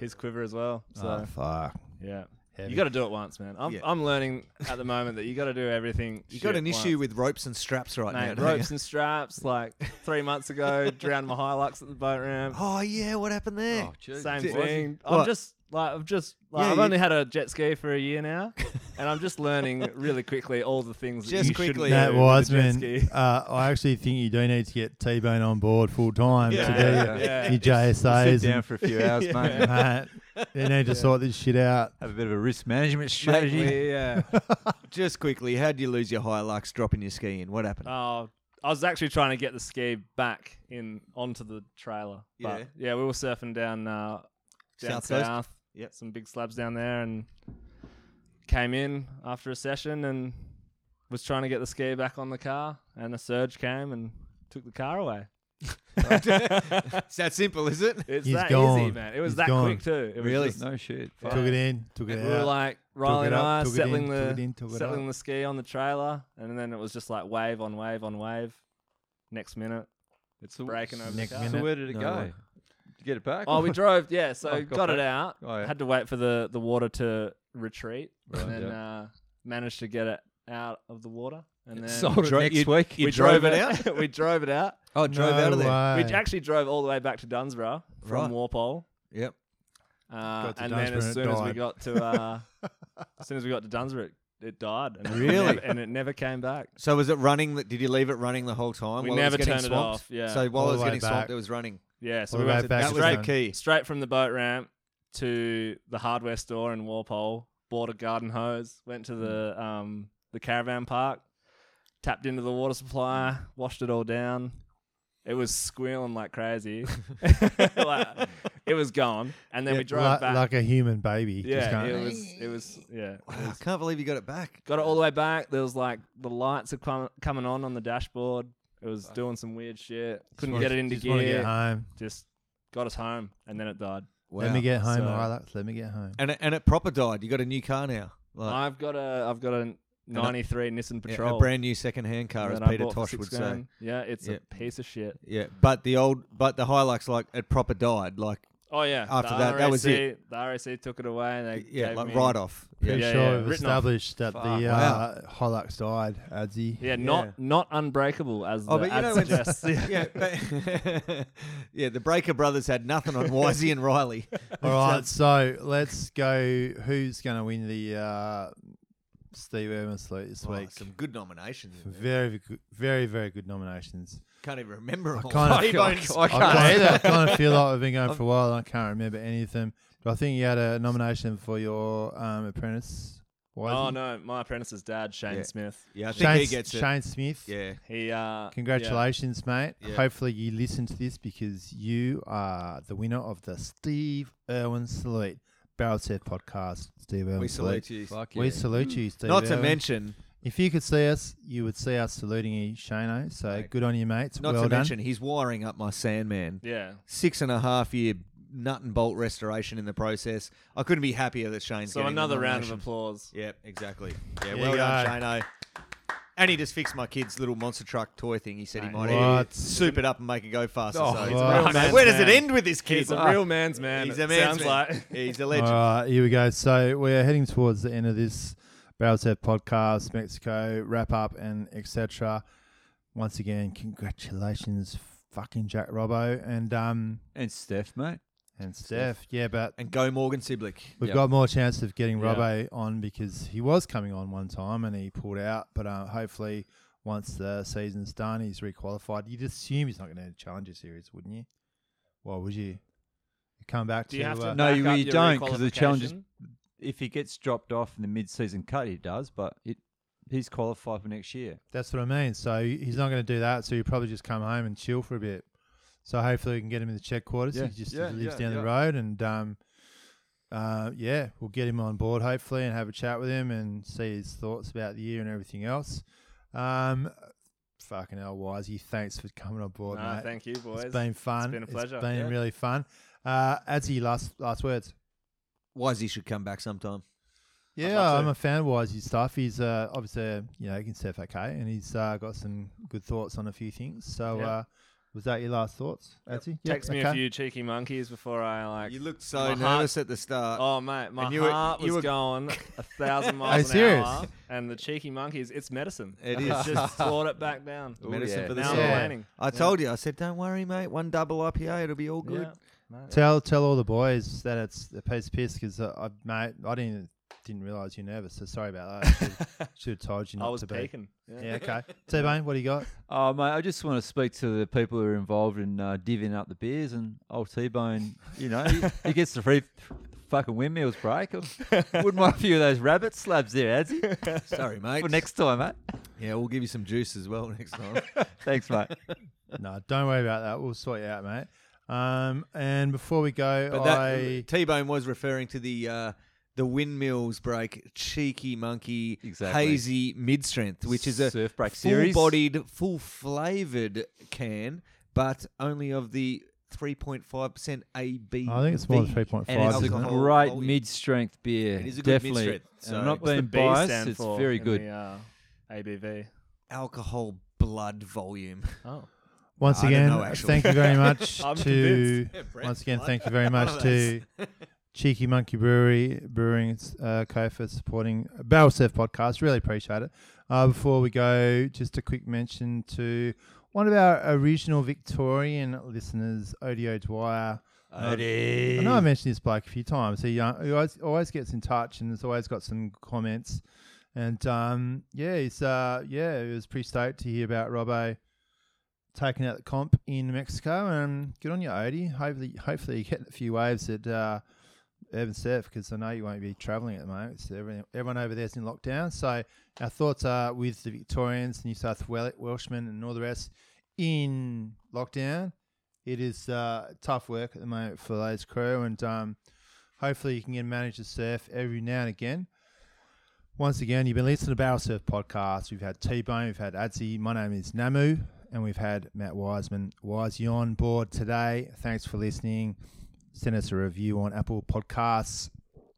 Speaker 4: his quiver as well. So
Speaker 1: oh, fuck.
Speaker 4: yeah.
Speaker 1: Heavy.
Speaker 4: You got to do it once, man. I'm,
Speaker 2: Ah. Yeah.
Speaker 4: I'm learning at the moment that you got to do everything.
Speaker 2: You got
Speaker 4: shit
Speaker 2: an issue
Speaker 4: once.
Speaker 2: with ropes and straps right now.
Speaker 4: Mate,
Speaker 2: don't you?
Speaker 4: ropes and straps. Like three months ago, drowned my Hilux at the boat ramp.
Speaker 2: Oh yeah, what happened there?
Speaker 3: Oh, Jesus.
Speaker 4: Same
Speaker 2: Did-
Speaker 4: thing.
Speaker 2: What?
Speaker 4: I'm just like I've just like
Speaker 2: Yeah,
Speaker 4: I've
Speaker 2: you-
Speaker 4: only had a jet ski for a year now, and I'm just learning really quickly all the things. that
Speaker 2: Just
Speaker 4: you shouldn't
Speaker 2: quickly.
Speaker 4: do
Speaker 2: Yeah,
Speaker 1: That
Speaker 4: with a jet
Speaker 1: Wiseman,
Speaker 4: ski.
Speaker 1: uh, I actually think you do need to get T Bone on board full time
Speaker 2: Yeah,
Speaker 1: to do
Speaker 4: yeah,
Speaker 1: your,
Speaker 4: yeah.
Speaker 1: your JSAs.
Speaker 3: Sit down for a few hours, mate.
Speaker 1: and, mate, you need to sort this shit out.
Speaker 3: Have a bit of a risk management
Speaker 4: Mate,
Speaker 3: strategy.
Speaker 4: we, yeah.
Speaker 2: Just quickly, how'd you lose your Hilux dropping your ski in? What happened?
Speaker 4: Oh, I was actually trying to get the ski back in onto the trailer. But
Speaker 2: Yeah.
Speaker 4: yeah, we were surfing down uh, down
Speaker 2: South
Speaker 4: south.
Speaker 2: coast? Yep.
Speaker 4: Some big slabs down there, and came in after a session and was trying to get the ski back on the car, and a surge came and took the car away.
Speaker 2: it's that simple, is it?
Speaker 4: It's
Speaker 1: He's
Speaker 4: that easy,
Speaker 1: gone.
Speaker 4: man. It was
Speaker 1: He's
Speaker 4: that
Speaker 1: gone.
Speaker 4: quick too. It was
Speaker 2: Really?
Speaker 4: just-
Speaker 3: No shit.
Speaker 4: Yeah.
Speaker 1: Took it in, took it
Speaker 4: we were
Speaker 1: out.
Speaker 4: like Riley
Speaker 1: it
Speaker 4: and
Speaker 1: up,
Speaker 4: I
Speaker 1: took it
Speaker 4: settling
Speaker 1: in,
Speaker 4: the
Speaker 1: took it in, took it
Speaker 4: settling
Speaker 1: up.
Speaker 4: the ski on the trailer, and then it was just like wave on wave on wave. Next minute, it's
Speaker 3: So-
Speaker 4: breaking over.
Speaker 1: Next
Speaker 4: the car.
Speaker 1: minute.
Speaker 3: So where did it
Speaker 2: No
Speaker 3: go?
Speaker 2: way.
Speaker 3: Did you get it back?
Speaker 4: Oh, we drove. Yeah, so
Speaker 3: Oh, got
Speaker 4: got, it
Speaker 3: back.
Speaker 4: out.
Speaker 3: Oh, yeah.
Speaker 4: Had to wait for the the water to retreat,
Speaker 3: Right,
Speaker 4: and then
Speaker 3: yeah.
Speaker 4: uh, managed to get it out of the water. And then
Speaker 3: sold it
Speaker 2: Dro-
Speaker 3: next
Speaker 2: you-
Speaker 3: week.
Speaker 2: you drove it
Speaker 4: out. we drove it out.
Speaker 2: Oh, drove out of there.
Speaker 1: No
Speaker 4: We
Speaker 1: way.
Speaker 4: actually drove all the way back to Dunsborough from
Speaker 2: Right.
Speaker 4: Warpole.
Speaker 2: Yep.
Speaker 4: Uh,
Speaker 1: Got to
Speaker 4: and then
Speaker 1: Dunsborough,
Speaker 4: as
Speaker 1: it
Speaker 4: soon as we
Speaker 1: died.
Speaker 4: got to uh, as soon as we got to Dunsborough, it, it died. And it
Speaker 2: Really?
Speaker 4: never- and it never came back.
Speaker 2: So was it running? That Did you leave it running the whole time?
Speaker 4: We
Speaker 2: while
Speaker 4: never
Speaker 2: it was getting
Speaker 4: turned it
Speaker 2: swamped?
Speaker 4: off, yeah.
Speaker 2: So while
Speaker 1: All
Speaker 2: it
Speaker 1: the
Speaker 2: was
Speaker 1: way
Speaker 2: getting
Speaker 1: back.
Speaker 2: swamped, it was running.
Speaker 4: Yeah, so
Speaker 1: All
Speaker 4: we
Speaker 1: the
Speaker 4: went
Speaker 1: way
Speaker 4: to
Speaker 1: back
Speaker 2: That
Speaker 1: to
Speaker 2: was
Speaker 1: Straight-
Speaker 2: the key.
Speaker 4: straight from the boat ramp to the hardware store in Walpole. Bought a garden hose. Went to
Speaker 1: Mm.
Speaker 4: the um, the caravan park. Tapped into the water supply. Washed it all down. It was squealing like crazy. Like, it was gone, and then we drove
Speaker 1: like,
Speaker 4: back.
Speaker 1: like a human baby. just
Speaker 4: yeah,
Speaker 1: can't-
Speaker 4: it was. It was. Yeah.
Speaker 2: Wow, I can't believe you got it back.
Speaker 4: Got it all the way back. There was like the lights are com- coming on on the dashboard. It was doing some weird shit. Couldn't
Speaker 1: Just
Speaker 4: get it into
Speaker 1: just wanna
Speaker 4: gear.
Speaker 1: get home.
Speaker 4: Just got us home, and then it died.
Speaker 2: Wow.
Speaker 1: Let me get home,
Speaker 4: So-
Speaker 1: Hilux. Let me get home.
Speaker 2: and it, and it proper died. You got a new car now. Like,
Speaker 4: I've got a I've got a '93 Nissan
Speaker 2: yeah,
Speaker 4: Patrol.
Speaker 2: a brand new second hand car, as
Speaker 4: that I
Speaker 2: Peter
Speaker 4: bought for
Speaker 2: Tosh
Speaker 4: six
Speaker 2: would say.
Speaker 4: grand. Yeah, it's
Speaker 2: Yeah.
Speaker 4: a piece of shit.
Speaker 2: Yeah, but the old, but the Hilux, like it proper died. Like
Speaker 4: Oh yeah.
Speaker 2: After
Speaker 4: the
Speaker 2: that,
Speaker 4: RAC,
Speaker 2: that was it.
Speaker 4: The RAC took it away and they
Speaker 2: yeah,
Speaker 4: gave
Speaker 2: like
Speaker 4: me,
Speaker 2: right off. Yeah.
Speaker 1: Pretty
Speaker 4: yeah,
Speaker 1: sure
Speaker 4: yeah,
Speaker 1: we've
Speaker 4: written off.
Speaker 1: established that
Speaker 3: Fuck.
Speaker 1: the uh, Hilux died, Adzi.
Speaker 4: Yeah, not
Speaker 2: Yeah.
Speaker 4: not unbreakable as
Speaker 2: Oh,
Speaker 4: the
Speaker 2: but you
Speaker 4: ad
Speaker 2: know when-
Speaker 4: suggests.
Speaker 2: yeah, but yeah, the Breaker brothers had nothing on Wisey and Riley.
Speaker 1: All right, so let's go. Who's going to win the uh, Steve Irwin Salute this
Speaker 2: Wow,
Speaker 1: week?
Speaker 2: some good nominations. in there.
Speaker 1: Oh, Very, good- very, very good nominations.
Speaker 2: Can't even remember. all.
Speaker 1: kinda-
Speaker 2: T-Bone's-
Speaker 3: I
Speaker 1: I can't either. I kind of feel like I've been going for a while and I can't remember any of them. But I think you had a nomination for your um, apprentice. Why
Speaker 4: Oh no, my apprentice's dad, Shane
Speaker 2: Yeah.
Speaker 4: Smith.
Speaker 2: Yeah, I think
Speaker 1: Shane,
Speaker 2: he gets it.
Speaker 1: Shane Smith.
Speaker 2: Yeah,
Speaker 4: He uh
Speaker 1: Congratulations, mate.
Speaker 2: Yeah.
Speaker 1: Hopefully, you listen to this because you are the winner of the Steve Irwin Salute Barrel Surf Podcast. Steve Irwin
Speaker 2: we salute you.
Speaker 3: Fuck
Speaker 1: We
Speaker 3: yeah.
Speaker 1: salute you, Steve.
Speaker 2: Not to
Speaker 1: Irwin.
Speaker 2: mention,
Speaker 1: if you could see us, you would see us saluting you, Shano. So
Speaker 2: Mate.
Speaker 1: good on you, mates.
Speaker 2: not
Speaker 1: well
Speaker 2: to
Speaker 1: done.
Speaker 2: mention, he's wiring up my Sandman.
Speaker 4: Yeah.
Speaker 2: Six and a half year nut and bolt restoration in the process. I couldn't be happier that Shane's.
Speaker 4: So
Speaker 2: getting
Speaker 4: another
Speaker 2: the
Speaker 4: round of
Speaker 2: nomination.
Speaker 4: applause.
Speaker 2: Yep, exactly. Yeah,
Speaker 1: you
Speaker 2: well
Speaker 1: go.
Speaker 2: done, Shano. And he just fixed my kid's little monster truck toy thing. He said he might
Speaker 1: Mate.
Speaker 2: even
Speaker 1: What?
Speaker 2: soup it up and make it go faster.
Speaker 3: Oh,
Speaker 2: so
Speaker 1: he's
Speaker 2: he's
Speaker 1: a
Speaker 2: a
Speaker 1: real
Speaker 2: real man.
Speaker 4: man's
Speaker 2: Where does it
Speaker 4: man.
Speaker 2: end with this kid?
Speaker 4: He's a real man's man.
Speaker 2: He's
Speaker 4: it
Speaker 2: a man.
Speaker 4: Sounds like Uh,
Speaker 2: he's a legend.
Speaker 1: All right, here we go. So we're heading towards the end of this Barrel Surf podcast, Mexico wrap up, and etc. Once again, congratulations, fucking Jack Robbo, and um,
Speaker 3: And Steph, mate.
Speaker 1: and Steph. Yeah, but
Speaker 2: and go Morgan Siblick.
Speaker 1: we've
Speaker 3: Yep.
Speaker 1: got more chance of getting
Speaker 3: Yeah.
Speaker 1: Robbo on because he was coming on one time and he pulled out. But uh, hopefully, once the season's done, he's requalified. You'd assume he's not going to challenge a series, wouldn't you? Why would you? You Come back
Speaker 4: Do
Speaker 1: to,
Speaker 4: you have to
Speaker 1: uh,
Speaker 3: No,
Speaker 4: back
Speaker 3: you-
Speaker 4: up
Speaker 3: you
Speaker 4: your
Speaker 3: don't, 'cause the challenge is-
Speaker 4: requalification?
Speaker 3: If he gets dropped off in the mid-season cut, he does, but it, he's qualified for next year.
Speaker 1: That's what I mean. So he's not going to do that. So he'll probably just come home and chill for a bit. So hopefully we can get him in the Czech quarters.
Speaker 3: Yeah.
Speaker 1: He just
Speaker 3: Yeah,
Speaker 1: lives
Speaker 3: yeah,
Speaker 1: down
Speaker 3: yeah.
Speaker 1: the road, and um, uh, yeah, we'll get him on board hopefully and have a chat with him and see his thoughts about the year and everything else. Um, fucking hell, Wisey, thanks for coming on board,
Speaker 4: No,
Speaker 1: mate.
Speaker 4: thank you, boys.
Speaker 1: It's been fun.
Speaker 4: been a pleasure.
Speaker 1: It's been
Speaker 3: Yeah.
Speaker 1: really fun. Uh, Adzi, last last words.
Speaker 2: Wisey should come back sometime.
Speaker 1: Yeah,
Speaker 4: love to.
Speaker 1: I'm a fan of Wisey's stuff. He's uh, obviously, uh, you know, he can surf okay, and he's uh, got some good thoughts on a few things. So,
Speaker 4: Yep.
Speaker 1: uh, was that your last thoughts, Adzi? Yep,
Speaker 4: Text me a
Speaker 1: okay.
Speaker 4: few cheeky monkeys before I like.
Speaker 2: You looked
Speaker 4: my
Speaker 2: so
Speaker 4: heart-
Speaker 2: nervous at the start.
Speaker 4: Oh mate, my
Speaker 2: And you were-
Speaker 4: heart
Speaker 2: you
Speaker 4: was
Speaker 2: were-
Speaker 4: going a thousand miles an
Speaker 1: serious?
Speaker 4: hour, and the cheeky monkeys—it's medicine.
Speaker 2: It
Speaker 4: It's
Speaker 2: is.
Speaker 4: just brought it back down.
Speaker 3: Ooh,
Speaker 2: Medicine
Speaker 3: yeah.
Speaker 2: for the
Speaker 4: now
Speaker 2: soul.
Speaker 1: Yeah.
Speaker 4: I'm landing.
Speaker 2: I told you. I said, don't worry, mate. One double IPA, it'll be all good.
Speaker 4: Yeah.
Speaker 1: Tell tell all the boys that it's a piece of piss because uh, I mate, I didn't didn't realize you're nervous. So sorry about that. Should have told you not
Speaker 4: I was
Speaker 1: to be.
Speaker 4: peeking.
Speaker 1: Yeah, okay. T Bane, what do you got?
Speaker 3: Oh, mate, I just want to speak to the people who are involved in uh, divvying up the beers and old T-Bone, you know, he, he gets the free fucking windmills break. Wouldn't mind a few of those rabbit slabs there, has he?
Speaker 2: Sorry, mate.
Speaker 3: For next time, mate.
Speaker 2: Yeah, we'll give you some juice as well next time.
Speaker 3: Thanks, mate.
Speaker 1: no, don't worry about that. We'll sort you out, mate. Um, and before we go,
Speaker 2: But
Speaker 1: I
Speaker 2: that T Bone was referring to the uh, the windmills break, cheeky monkey,
Speaker 3: Exactly.
Speaker 2: hazy mid strength, which is a
Speaker 3: Surf break
Speaker 2: full
Speaker 3: series.
Speaker 2: bodied, full flavored can, but only of the three point five percent ABV.
Speaker 1: I think it's more than three point
Speaker 3: And
Speaker 1: five.
Speaker 3: it's a
Speaker 1: isn't it?
Speaker 2: alcohol.
Speaker 3: great
Speaker 2: volume.
Speaker 3: mid-strength beer.
Speaker 2: It is a good
Speaker 3: definitely.
Speaker 2: mid-strength,
Speaker 3: And
Speaker 2: so-
Speaker 3: I'm not
Speaker 4: What's the
Speaker 3: being
Speaker 4: B
Speaker 3: biased.
Speaker 4: stand
Speaker 3: It's
Speaker 4: for
Speaker 3: very
Speaker 4: in
Speaker 3: good.
Speaker 4: The, uh, ABV.
Speaker 2: alcohol blood volume.
Speaker 4: Oh,
Speaker 1: Once
Speaker 2: I don't
Speaker 1: again,
Speaker 2: know, actually.
Speaker 1: thank you very much
Speaker 4: I'm
Speaker 1: to.
Speaker 2: Yeah, Brett,
Speaker 1: Once again,
Speaker 2: blood.
Speaker 1: thank you very
Speaker 2: One
Speaker 1: much
Speaker 2: of
Speaker 1: to
Speaker 2: those.
Speaker 1: Cheeky Monkey Brewery Brewing uh, Co for supporting uh, Barrel Surf Podcast. Really appreciate it. Uh, before we go, just a quick mention to one of our original Victorian listeners, Odio Dwyer.
Speaker 2: Um,
Speaker 1: I know I mentioned this bloke a few times. He, uh, he always, always gets in touch and has always got some comments. And um, yeah, he's uh, yeah, he was pretty stoked to hear about Robbo taking out the comp in Mexico. And good on you, Odie. Hopefully, hopefully you get a few waves at uh, Urban Surf because I know you won't be travelling at the moment. So everything, everyone over there's in lockdown. So our thoughts are with the Victorians, New South Wel- Welshmen, and all the rest in lockdown it is uh, tough work at the moment for those crew, and um, hopefully you can get managed to surf every now and again. Once again, you've been listening to Barrel Surf Podcast. We've had T Bone, we've had Adzi. My name is Namu, and we've had Matt Wiseman. Wisey on board today. Thanks for listening. Send us a review on Apple Podcasts.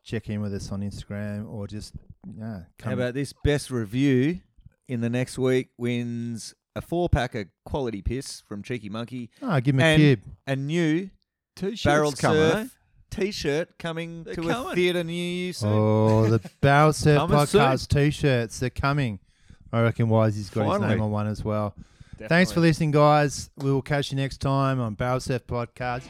Speaker 1: Check in with us on Instagram, or just yeah,
Speaker 2: How
Speaker 1: come
Speaker 2: about this best review in the next week wins a four pack of quality piss from Cheeky Monkey,
Speaker 1: Ah, give me a
Speaker 2: and
Speaker 1: cube.
Speaker 2: a new
Speaker 3: Two shirts
Speaker 2: barrel
Speaker 3: coming, eh?
Speaker 2: surf T-shirt coming
Speaker 3: They're
Speaker 2: to a
Speaker 3: coming.
Speaker 2: theatre near you soon.
Speaker 1: Oh, the Barrel Surf
Speaker 3: Coming soon.
Speaker 1: Podcast t shirts, they're coming. I reckon Wisey's got his
Speaker 3: Finally.
Speaker 1: name on one as well. Thanks for
Speaker 4: definitely.
Speaker 1: listening, guys. We will catch you next time on Barrel Surf Podcast.